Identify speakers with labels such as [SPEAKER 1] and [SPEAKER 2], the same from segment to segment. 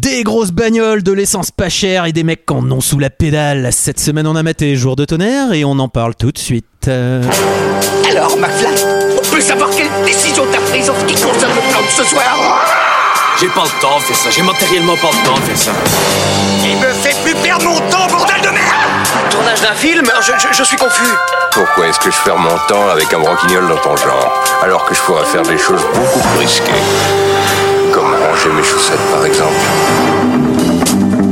[SPEAKER 1] Des grosses bagnoles, de l'essence pas chère et des mecs qui en ont sous la pédale. Cette semaine, on a maté Jour de tonnerre et on en parle tout de suite. Euh,
[SPEAKER 2] Alors, McFly, on peut savoir quelle décision t'as prise en ce qui concerne le plan de ce soir
[SPEAKER 3] J'ai pas le temps de faire ça, j'ai matériellement pas le temps de faire ça.
[SPEAKER 2] Il me fait plus perdre mon temps, bordel de merde
[SPEAKER 3] Tournage d'un film je, je- je suis confus.
[SPEAKER 4] Pourquoi est-ce que je perds mon temps avec un broquignol dans ton genre Alors que je pourrais faire des choses beaucoup plus risquées. Comme ranger mes chaussettes par exemple.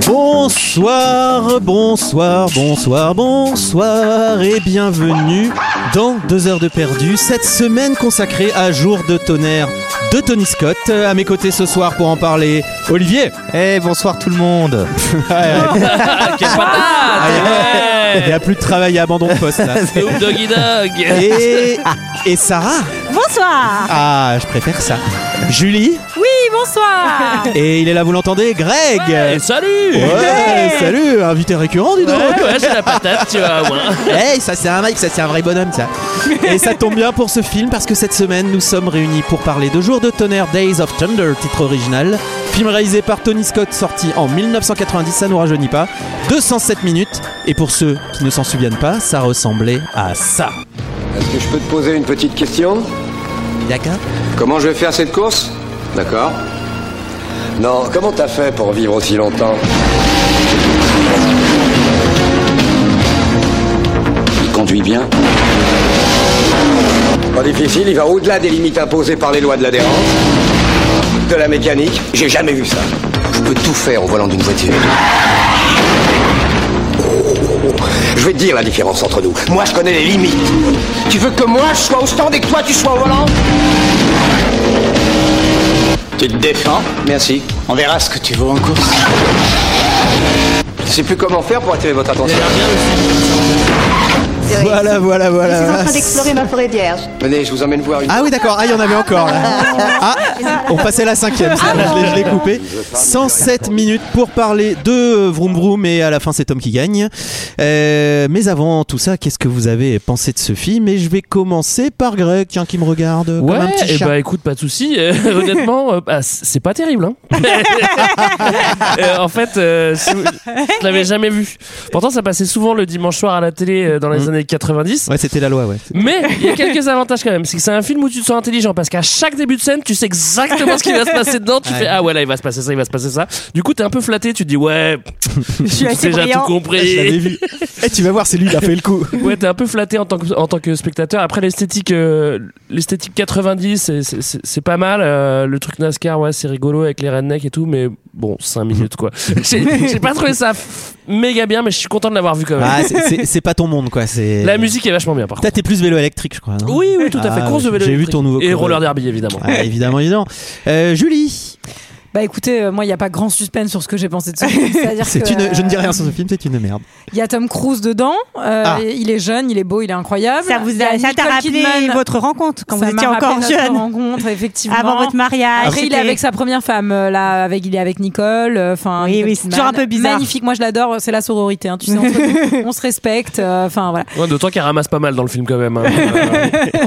[SPEAKER 1] Bonsoir, bonsoir, bonsoir, bonsoir et bienvenue dans 2 heures de perdu, cette semaine consacrée à Jour de tonnerre de Tony Scott. Euh, À mes côtés ce soir pour en parler, Olivier.
[SPEAKER 5] Eh bonsoir tout le monde
[SPEAKER 1] Ah, Il n'y a plus de travail à abandon de poste là.
[SPEAKER 6] Doggy Dog
[SPEAKER 1] Et, et Sarah
[SPEAKER 7] Bonsoir
[SPEAKER 1] Ah, je préfère ça. Julie
[SPEAKER 7] Oui, bonsoir
[SPEAKER 1] Et il est là, vous l'entendez, Greg
[SPEAKER 5] Eh,
[SPEAKER 6] Hey, Salut
[SPEAKER 1] Ouais, salut, invité récurrent, dis donc
[SPEAKER 5] Eh
[SPEAKER 6] Ouais, ouais, c'est la patate, tu vois. ouais.
[SPEAKER 1] Hey, ça c'est un mec, ça c'est un vrai bonhomme ça. Et ça tombe bien pour ce film parce que cette semaine nous sommes réunis pour parler de Jour de tonnerre Days of Thunder, titre original. Film réalisé par Tony Scott, sorti en 1990, ça nous rajeunit pas. 207 minutes. Et pour ceux qui ne s'en souviennent pas, ça ressemblait à ça.
[SPEAKER 8] Est-ce que je peux te poser une petite question
[SPEAKER 1] D'accord
[SPEAKER 8] Comment je vais faire cette course D'accord. Non, comment t'as fait pour vivre aussi longtemps Il conduit bien Pas difficile, il va au-delà des limites imposées par les lois de l'adhérence, de la mécanique. J'ai jamais vu ça. Je peux tout faire au volant d'une voiture. Je vais te dire la différence entre nous. Moi, je connais les limites. Tu veux que moi, je sois au stand et que toi, tu sois au volant
[SPEAKER 9] Tu te défends
[SPEAKER 8] Merci.
[SPEAKER 9] On verra ce que tu vaux en course.
[SPEAKER 8] Je sais plus comment faire pour attirer votre attention.
[SPEAKER 1] Voilà,
[SPEAKER 10] Je
[SPEAKER 1] voilà,
[SPEAKER 10] suis en
[SPEAKER 1] voilà.
[SPEAKER 10] train d'explorer ma forêt vierge.
[SPEAKER 8] Venez, je vous emmène voir une.
[SPEAKER 1] Ah oui d'accord, ah il y en avait encore là. Ah, on passait la cinquième, ça, je l'ai- je l'ai coupé. 107 minutes pour parler de euh, Vroom Vroom et à la fin c'est Tom qui gagne. Euh, mais avant tout ça, qu'est-ce que vous avez pensé de ce film Et je vais commencer par Greg, tiens qui me regarde euh, comme un
[SPEAKER 6] Ouais,
[SPEAKER 1] petit
[SPEAKER 6] et
[SPEAKER 1] chat.
[SPEAKER 6] bah écoute, pas de soucis. Euh, honnêtement, euh, bah, c- c'est pas terrible. Hein. Euh, en fait, euh, si vous- je l'avais jamais vu. Pourtant, ça passait souvent le dimanche soir à la télé euh, dans les années 90.
[SPEAKER 1] Mmh. Ouais c'était la loi ouais.
[SPEAKER 6] Mais il y a quelques avantages quand même. C'est que c'est un film où tu te sens intelligent parce qu'à chaque début de scène, tu sais exactement ce qui va se passer dedans. Tu
[SPEAKER 1] Ouais.
[SPEAKER 6] fais Ah ouais, là, il va se passer ça, il va se passer ça. Du coup, t'es un peu flatté. Tu te dis Ouais,
[SPEAKER 7] Je suis
[SPEAKER 6] j'ai
[SPEAKER 7] assez
[SPEAKER 6] déjà tout
[SPEAKER 7] brillant.
[SPEAKER 1] Je l'avais
[SPEAKER 6] compris.
[SPEAKER 1] vu. Et tu vas voir, c'est lui qui a fait le coup.
[SPEAKER 6] Ouais, t'es un peu flatté en tant que, en tant que spectateur. Après, l'esthétique euh, l'esthétique 90, c'est- c'est- c'est c'est pas mal. Euh, le truc NASCAR, ouais, c'est rigolo avec les rednecks et tout, mais bon, 5 minutes quoi. J'ai j'ai pas trouvé ça f- méga bien, mais je suis content de l'avoir vu quand même.
[SPEAKER 1] Ah, c'est- c'est c'est pas ton monde quoi, c'est
[SPEAKER 6] La musique est vachement bien par
[SPEAKER 1] Toi
[SPEAKER 6] contre.
[SPEAKER 1] t'es plus vélo électrique je crois. non
[SPEAKER 6] Oui, oui, tout à
[SPEAKER 1] Ah,
[SPEAKER 6] fait. Course de vélo.
[SPEAKER 1] j'ai vu
[SPEAKER 6] électrique.
[SPEAKER 1] ton nouveau
[SPEAKER 6] Et
[SPEAKER 1] cours.
[SPEAKER 6] roller derby, évidemment.
[SPEAKER 1] Ah, évidemment, évidemment. Euh, Julie,
[SPEAKER 7] Bah écoutez, euh, moi, il n'y a pas grand suspense sur ce que j'ai pensé de ce film. C'est-à-dire
[SPEAKER 1] c'est
[SPEAKER 7] que,
[SPEAKER 1] une, je ne dis
[SPEAKER 7] euh,
[SPEAKER 1] rien sur ce film, c'est une merde.
[SPEAKER 7] Il y a Tom Cruise dedans. euh,
[SPEAKER 1] Ah.
[SPEAKER 7] il est jeune, il est beau, il est incroyable.
[SPEAKER 11] Ça vous
[SPEAKER 7] Il y a
[SPEAKER 11] a, ça t'a
[SPEAKER 7] Nicole
[SPEAKER 11] rappelé
[SPEAKER 7] Kidman.
[SPEAKER 11] votre rencontre quand
[SPEAKER 7] Ça
[SPEAKER 11] vous étiez
[SPEAKER 7] m'a rappelé
[SPEAKER 11] encore
[SPEAKER 7] notre
[SPEAKER 11] jeune,
[SPEAKER 7] rencontre, effectivement.
[SPEAKER 11] avant votre mariage.
[SPEAKER 7] Après, il est
[SPEAKER 11] c'était-
[SPEAKER 7] avec sa première femme, euh, là, avec, il est avec Nicole. euh, Enfin,
[SPEAKER 11] Oui,
[SPEAKER 7] Nicole
[SPEAKER 11] oui, c'est
[SPEAKER 7] Kidman.
[SPEAKER 11] toujours un peu bizarre.
[SPEAKER 7] Magnifique, moi je l'adore, c'est la sororité, hein, tu sais, entre nous, on se respecte, euh, enfin voilà.
[SPEAKER 6] Ouais, D'autant qu'elle ramasse pas mal dans le film quand même. hein. Euh,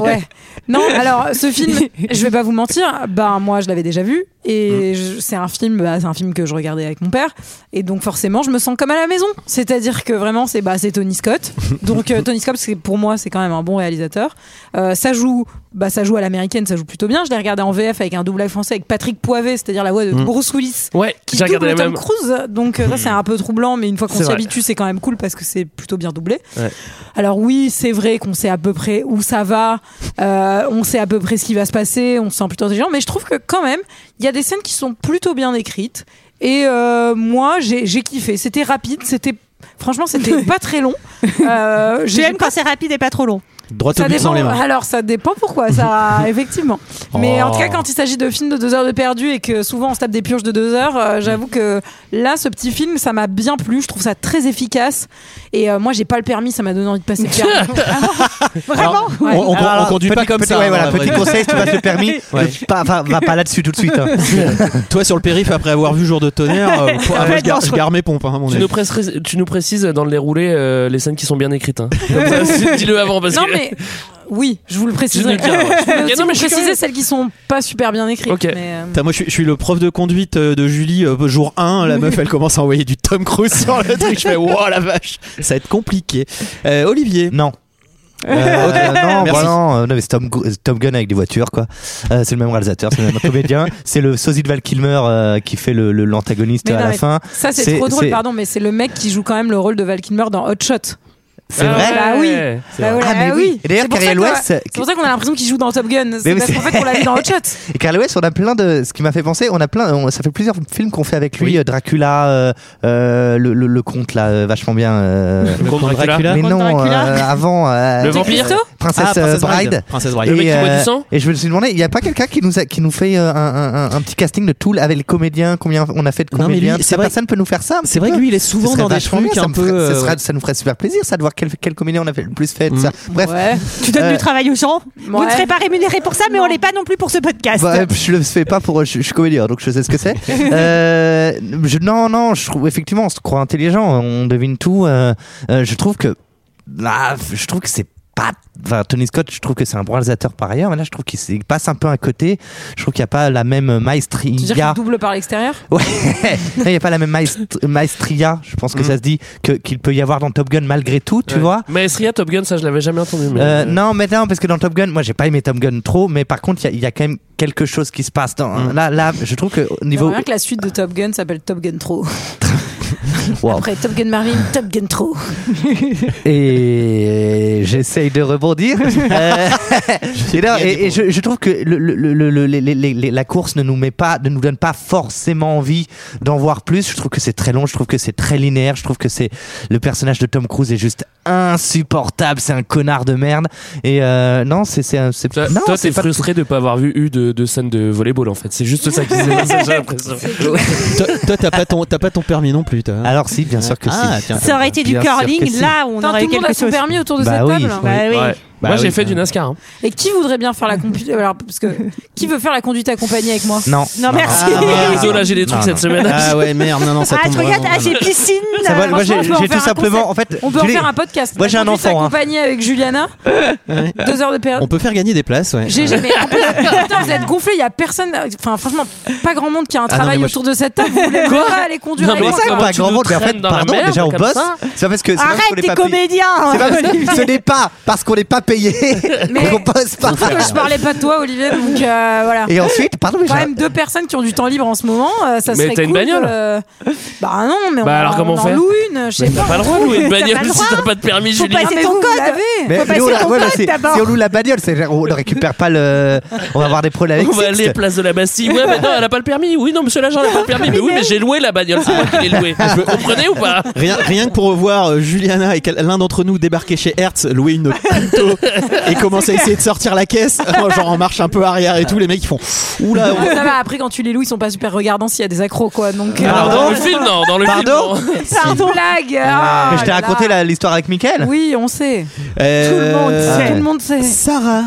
[SPEAKER 7] Ouais. Non, alors ce film, je vais pas vous mentir, ben moi je l'avais déjà vu et je- c'est un film, bah, c'est un film que je regardais avec mon père et donc forcément je me sens comme à la maison. C'est-à-dire que vraiment c'est bah c'est Tony Scott. Donc euh, Tony Scott c'est pour moi c'est quand même un bon réalisateur. Euh, ça joue bah ça joue à l'américaine, ça joue plutôt bien. Je l'ai regardé en VF avec un doublage français avec Patrick Poivet, c'est-à-dire la voix de
[SPEAKER 1] Mm.
[SPEAKER 7] Bruce Willis.
[SPEAKER 6] ouais,
[SPEAKER 7] Qui
[SPEAKER 6] j'ai regardé
[SPEAKER 7] double
[SPEAKER 6] la
[SPEAKER 7] Tom
[SPEAKER 6] même.
[SPEAKER 7] Cruise, donc euh, ça c'est un peu troublant, mais une fois qu'on
[SPEAKER 6] C'est
[SPEAKER 7] s'y
[SPEAKER 6] vrai.
[SPEAKER 7] habitue, c'est quand même cool parce que c'est plutôt bien doublé.
[SPEAKER 6] Ouais.
[SPEAKER 7] Alors oui, c'est vrai qu'on sait à peu près où ça va, euh, on sait à peu près ce qui va se passer, on se sent plutôt intelligent, mais je trouve que quand même, il y a des scènes qui sont plutôt bien écrites. Et euh, moi, j'ai j'ai kiffé. C'était rapide, c'était franchement, c'était pas très long. Euh, j'ai-
[SPEAKER 11] J'aime quand c'est rapide et pas trop long.
[SPEAKER 1] Droite au
[SPEAKER 7] ça
[SPEAKER 1] but sans
[SPEAKER 7] dépend. euh,
[SPEAKER 1] les mains.
[SPEAKER 7] Alors ça dépend pourquoi ça effectivement. Mais
[SPEAKER 1] Oh.
[SPEAKER 7] en tout cas quand il s'agit de films de deux heures de perdu et que souvent on se tape des purges de deux heures, euh, j'avoue que là ce petit film ça m'a bien plu. Je trouve ça très efficace et euh, moi j'ai pas le permis, ça m'a donné envie de passer le permis. Ah
[SPEAKER 11] Vraiment
[SPEAKER 1] On- on- on conduit pas comme ça, hein,
[SPEAKER 5] Ouais,
[SPEAKER 1] dans
[SPEAKER 5] voilà,
[SPEAKER 1] la vraie
[SPEAKER 5] petit
[SPEAKER 1] vie.
[SPEAKER 5] conseil, si tu passes le permis,
[SPEAKER 1] Ouais.
[SPEAKER 5] ne pas- va, va pas là-dessus tout de suite. hein.
[SPEAKER 1] Toi sur le périph après avoir vu Jour de tonnerre, euh, faut- ah, moi, je, garde, je garde mes pompes. hein, à mon
[SPEAKER 6] Tu
[SPEAKER 1] avis.
[SPEAKER 6] nous, précises, tu nous précises dans le déroulé euh, les scènes qui sont bien écrites. hein. Dis-le avant parce
[SPEAKER 7] non
[SPEAKER 6] que.
[SPEAKER 7] mais oui, je vous le précise.
[SPEAKER 6] Je note bien, ouais. Ok, non, mais je suis
[SPEAKER 7] préciser
[SPEAKER 6] curieux.
[SPEAKER 7] celles qui sont pas super bien écrites.
[SPEAKER 6] Ok.
[SPEAKER 7] mais, euh,
[SPEAKER 1] Putain, moi, je suis, je suis le prof de conduite euh, de Julie euh, jour 1. La meuf, elle commence à envoyer du Tom Cruise sur le truc. Je fais, wow, la vache, ça va être compliqué. Euh, Olivier,
[SPEAKER 5] Non. Euh, non,
[SPEAKER 1] Merci.
[SPEAKER 5] bah non, euh, non, mais c'est Tom, Gu- Top Gun avec des voitures, quoi. Euh, c'est le même réalisateur, c'est le même comédien. C'est le sosie de Val Kilmer euh, qui fait le- le- l'antagoniste
[SPEAKER 7] mais
[SPEAKER 5] à
[SPEAKER 7] non,
[SPEAKER 5] la
[SPEAKER 7] mais
[SPEAKER 5] fin.
[SPEAKER 7] Ça, c'est
[SPEAKER 5] C'est-
[SPEAKER 7] trop drôle,
[SPEAKER 5] c'est-
[SPEAKER 7] pardon, mais c'est le mec qui joue quand même le rôle de Val Kilmer dans Hot Shot.
[SPEAKER 5] C'est
[SPEAKER 6] Ah
[SPEAKER 5] vrai.
[SPEAKER 7] Bah oui.
[SPEAKER 6] ouais.
[SPEAKER 5] C'est
[SPEAKER 7] Bah
[SPEAKER 5] vrai.
[SPEAKER 7] voilà,
[SPEAKER 5] Ah, mais
[SPEAKER 7] ah
[SPEAKER 5] oui. Et d'ailleurs,
[SPEAKER 7] C'est pour ça
[SPEAKER 5] Carrie
[SPEAKER 7] que-
[SPEAKER 5] Elwes, euh,
[SPEAKER 7] C'est pour ça qu'on a l'impression qu'il joue dans Top Gun.
[SPEAKER 5] Mais
[SPEAKER 7] C'est
[SPEAKER 5] oui,
[SPEAKER 7] parce qu'en
[SPEAKER 5] c'est-
[SPEAKER 7] fait, on l'a vu dans Hot Shot.
[SPEAKER 5] Et Carl West, on a plein de. Ce qui m'a fait penser, on a plein. on- ça fait plusieurs films qu'on fait avec lui. euh, Dracula, euh, euh, le, le, le conte là, euh, vachement bien. euh,
[SPEAKER 1] le comte
[SPEAKER 6] Dracula.
[SPEAKER 1] Dracula.
[SPEAKER 5] mais
[SPEAKER 11] conte
[SPEAKER 5] non,
[SPEAKER 11] Dracula.
[SPEAKER 5] euh, avant. euh,
[SPEAKER 6] Le vampire.
[SPEAKER 7] Christo
[SPEAKER 5] Princesse,
[SPEAKER 1] Ah, Princess
[SPEAKER 5] euh, Bride.
[SPEAKER 1] Princess
[SPEAKER 5] Et,
[SPEAKER 1] Bride.
[SPEAKER 6] Le mec qui
[SPEAKER 5] euh,
[SPEAKER 6] boit du sang
[SPEAKER 5] et je me suis demandé, il n'y a pas quelqu'un qui nous a, qui nous fait euh, un, un- un- un petit casting de tout avec les comédiens, combien on a fait de
[SPEAKER 1] Non, mais lui,
[SPEAKER 5] comédiens.
[SPEAKER 1] c'est
[SPEAKER 5] Cette
[SPEAKER 1] vrai-
[SPEAKER 5] personne peut nous faire ça. un petit
[SPEAKER 1] C'est vrai
[SPEAKER 5] peu
[SPEAKER 1] que lui, il est
[SPEAKER 5] Ce
[SPEAKER 1] souvent
[SPEAKER 5] serait
[SPEAKER 1] dans des
[SPEAKER 5] vachement
[SPEAKER 1] trucs
[SPEAKER 5] bien, ça
[SPEAKER 1] un
[SPEAKER 5] me
[SPEAKER 1] peu.
[SPEAKER 5] ferait-
[SPEAKER 1] euh,
[SPEAKER 5] ça, sera- ça nous ferait super plaisir, ça, de voir quel, quel comédien on a fait le plus fait. de Ça.
[SPEAKER 1] Mm.
[SPEAKER 5] Bref,
[SPEAKER 7] Ouais.
[SPEAKER 11] Tu donnes
[SPEAKER 5] Euh,
[SPEAKER 11] du travail aux gens. Vous
[SPEAKER 7] Ouais.
[SPEAKER 11] ne serez pas rémunérés pour ça, mais on l'est pas non plus pour ce podcast.
[SPEAKER 5] Bah, je le fais pas pour. Je, je suis comédien, donc je sais ce que c'est. Euh, je- non, non, je trouve effectivement, on se croit intelligent, on devine tout. euh, euh, je trouve que. ah, je trouve que c'est pas. Enfin, Tony Scott, je trouve que c'est un bon réalisateur par ailleurs, mais là, je trouve qu'il s'est- il passe un peu à côté. Je trouve qu'il n'y a pas la même maestria.
[SPEAKER 7] Tu veux dire qu'il double par l'extérieur
[SPEAKER 5] Ouais. Non, Il n'y a pas la même maest- maestria, je
[SPEAKER 7] Mm.
[SPEAKER 5] pense que ça se dit, que- qu'il peut y avoir dans Top Gun malgré tout, tu
[SPEAKER 6] Ouais.
[SPEAKER 5] vois.
[SPEAKER 6] Mais Esria Top Gun, ça, je l'avais jamais entendu. mais-
[SPEAKER 5] Euh, non, mais non, parce que dans Top Gun, moi j'ai pas aimé Top Gun trop, mais par contre, il y a- il y, a quand même quelque chose qui se passe. Dans, Là, là, je trouve que au niveau.
[SPEAKER 7] J'aimerais bien que la suite de Top Gun s'appelle Top Gun Trop.
[SPEAKER 5] Wow.
[SPEAKER 7] Après Top Gun Marine, Top Gun Trop.
[SPEAKER 5] Et j'essaye de rebondir. Euh, et, non, et- et je, je trouve que le- le- le- le- les- les- les- la course ne nous met pas, ne nous donne pas forcément envie d'en voir plus. Je trouve que c'est très long, je trouve que c'est très linéaire, je trouve que c'est le personnage de Tom Cruise est juste insupportable. C'est un connard de merde. Et euh, non, c'est c'est un- c'est-
[SPEAKER 6] Toi,
[SPEAKER 5] non,
[SPEAKER 6] toi,
[SPEAKER 5] c'est
[SPEAKER 6] t'es
[SPEAKER 5] pas-
[SPEAKER 6] frustré de pas avoir vu eu de, de scène de volleyball en fait. C'est juste ça qui s'est passé, j'ai l'impression.
[SPEAKER 1] toi, toi, t'as pas ton, t'as pas ton permis non plus, toi. hein
[SPEAKER 5] Alors si, bien sûr que
[SPEAKER 1] Ah,
[SPEAKER 5] si.
[SPEAKER 1] tiens.
[SPEAKER 11] Ça aurait été du
[SPEAKER 5] Bien sûr que
[SPEAKER 11] curling,
[SPEAKER 5] si.
[SPEAKER 11] là on
[SPEAKER 7] Putain,
[SPEAKER 11] aurait
[SPEAKER 7] tout le monde a
[SPEAKER 11] quelque
[SPEAKER 7] son
[SPEAKER 11] chose.
[SPEAKER 7] permis autour de
[SPEAKER 5] Bah
[SPEAKER 7] cette
[SPEAKER 5] oui.
[SPEAKER 7] table.
[SPEAKER 11] Bah oui.
[SPEAKER 6] Ouais.
[SPEAKER 1] Bah
[SPEAKER 6] Moi, j'ai
[SPEAKER 1] oui.
[SPEAKER 6] fait du NASCAR. hein.
[SPEAKER 7] Et qui voudrait bien faire la conduite Alors, parce que qui veut faire la conduite accompagnée avec moi
[SPEAKER 5] Non.
[SPEAKER 11] Non, merci.
[SPEAKER 1] Ah, merde.
[SPEAKER 6] Iso, là, j'ai des trucs
[SPEAKER 5] Non,
[SPEAKER 6] cette
[SPEAKER 5] non.
[SPEAKER 6] semaine.
[SPEAKER 1] Ah ouais, merde, non, non, ça
[SPEAKER 11] Ah,
[SPEAKER 1] tombe
[SPEAKER 11] je regarde,
[SPEAKER 1] vraiment
[SPEAKER 11] ah, j'ai
[SPEAKER 1] mal.
[SPEAKER 11] piscine.
[SPEAKER 5] Ça va,
[SPEAKER 11] euh,
[SPEAKER 5] moi, j'ai
[SPEAKER 7] franchement, je peux en
[SPEAKER 5] j'ai
[SPEAKER 7] faire
[SPEAKER 5] tout
[SPEAKER 7] un
[SPEAKER 5] simplement, en fait,
[SPEAKER 7] On peut
[SPEAKER 5] je
[SPEAKER 7] en
[SPEAKER 5] l'ai-
[SPEAKER 7] faire un podcast.
[SPEAKER 5] Moi, j'ai
[SPEAKER 7] La
[SPEAKER 5] un
[SPEAKER 7] conduite
[SPEAKER 5] enfant, hein.
[SPEAKER 7] Accompagnée avec Juliana. Deux heures de période.
[SPEAKER 1] On peut faire gagner des places, ouais.
[SPEAKER 7] J'ai jamais. en plus, Putain, vous êtes gonflés, il y a personne. Enfin, franchement, pas grand monde qui
[SPEAKER 5] Ah,
[SPEAKER 7] a un
[SPEAKER 1] non,
[SPEAKER 7] travail
[SPEAKER 1] mais moi,
[SPEAKER 7] autour de cette table. Vous voulez
[SPEAKER 6] Quoi
[SPEAKER 7] pas aller conduire
[SPEAKER 6] Non,
[SPEAKER 7] avec
[SPEAKER 6] mais
[SPEAKER 7] moi
[SPEAKER 6] ça,
[SPEAKER 5] C'est
[SPEAKER 6] Comment
[SPEAKER 5] pas
[SPEAKER 6] tu
[SPEAKER 5] grand
[SPEAKER 6] nous
[SPEAKER 5] monde, mais en fait,
[SPEAKER 6] traînes dans la
[SPEAKER 5] pardon,
[SPEAKER 6] merde
[SPEAKER 5] déjà on
[SPEAKER 6] comme
[SPEAKER 5] bosse.
[SPEAKER 6] ça
[SPEAKER 5] C'est pas parce que c'est pas parce qu'on
[SPEAKER 11] Arrête
[SPEAKER 5] est
[SPEAKER 11] tes
[SPEAKER 5] pas payé.
[SPEAKER 11] comédiens.
[SPEAKER 5] C'est pas parce que ce n'est pas parce qu'on n'est pas payé
[SPEAKER 7] Mais-
[SPEAKER 5] qu'on bosse pas.
[SPEAKER 7] Sauf que je parlais pas de toi, Olivier, donc euh, voilà.
[SPEAKER 5] Et bah- ensuite, pardon, mais
[SPEAKER 7] Quand
[SPEAKER 5] j'ai-
[SPEAKER 7] même deux personnes qui ont du temps libre en ce moment, euh, ça
[SPEAKER 6] Mais
[SPEAKER 7] serait
[SPEAKER 6] t'as une
[SPEAKER 7] cool,
[SPEAKER 6] bagnole
[SPEAKER 7] euh, Bah non, mais on,
[SPEAKER 6] Bah alors comment
[SPEAKER 7] on
[SPEAKER 6] on
[SPEAKER 7] en
[SPEAKER 6] fait
[SPEAKER 7] loue une, je sais
[SPEAKER 6] T'as
[SPEAKER 7] pas.
[SPEAKER 6] pas le droit de louer une
[SPEAKER 11] pas
[SPEAKER 6] bagnole
[SPEAKER 11] le
[SPEAKER 6] si
[SPEAKER 11] droit.
[SPEAKER 6] t'as pas de permis,
[SPEAKER 11] Faut
[SPEAKER 6] Julie.
[SPEAKER 11] passer
[SPEAKER 7] Mais
[SPEAKER 11] ton
[SPEAKER 7] vous, vous
[SPEAKER 11] code.
[SPEAKER 7] l'avez.
[SPEAKER 5] mais
[SPEAKER 11] Faut passer
[SPEAKER 5] nous, on,
[SPEAKER 11] ton
[SPEAKER 5] voilà,
[SPEAKER 11] code
[SPEAKER 5] c'est-
[SPEAKER 11] d'abord.
[SPEAKER 5] si on loue la bagnole, c'est- on ne récupère pas le. On va avoir des problèmes
[SPEAKER 6] On
[SPEAKER 5] avec
[SPEAKER 6] va
[SPEAKER 5] Sixte.
[SPEAKER 6] aller place de la Bastille. Ouais, mais non, elle a pas le permis. Oui, non, monsieur l'agent, elle a pas le permis. Mais oui, mais j'ai loué la bagnole. C'est moi qui l'ai loué. Vous comprenez ou pas
[SPEAKER 1] Rien, rien que pour voir euh, Juliana et quel- l'un d'entre nous débarquer chez Hertz, louer une Punto et commencer à essayer de sortir la caisse, Oh, genre en marche un peu arrière et tout, les mecs ils font Oula,
[SPEAKER 7] Ah, ça va, après quand tu les loues, ils sont pas super regardants s'il y a des accros quoi. Donc, euh,
[SPEAKER 1] Ah,
[SPEAKER 6] Alors, dans le film, non. Dans le
[SPEAKER 5] Pardon
[SPEAKER 6] film, non.
[SPEAKER 7] c'est une blague. ah,
[SPEAKER 5] Mais je t'ai
[SPEAKER 7] là
[SPEAKER 5] raconté
[SPEAKER 7] là.
[SPEAKER 5] la- l'histoire avec Mickaël.
[SPEAKER 7] Oui, on sait.
[SPEAKER 1] Euh,
[SPEAKER 11] monde
[SPEAKER 7] Tout le monde sait.
[SPEAKER 1] Sarah,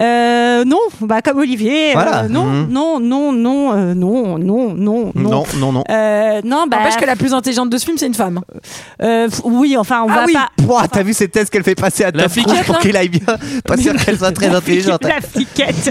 [SPEAKER 11] Euh, non, bah comme Olivier. euh,
[SPEAKER 5] Voilà.
[SPEAKER 11] non, non, non, non, euh, non, non, non, non.
[SPEAKER 1] non, non, non.
[SPEAKER 11] Euh, non, bah.
[SPEAKER 7] N'empêche Ah, que la plus intelligente de ce film, c'est une femme.
[SPEAKER 11] euh, f- oui, enfin, on
[SPEAKER 7] Ah
[SPEAKER 11] va
[SPEAKER 7] oui.
[SPEAKER 11] pas.
[SPEAKER 5] Pouah, t'as vu ces tests qu'elle fait passer à
[SPEAKER 6] La
[SPEAKER 5] Tom Cruise
[SPEAKER 6] fliquette,
[SPEAKER 5] pour
[SPEAKER 6] là
[SPEAKER 5] qu'il aille bien Pas sûr qu'elle soit très intelligente.
[SPEAKER 11] La fliquette.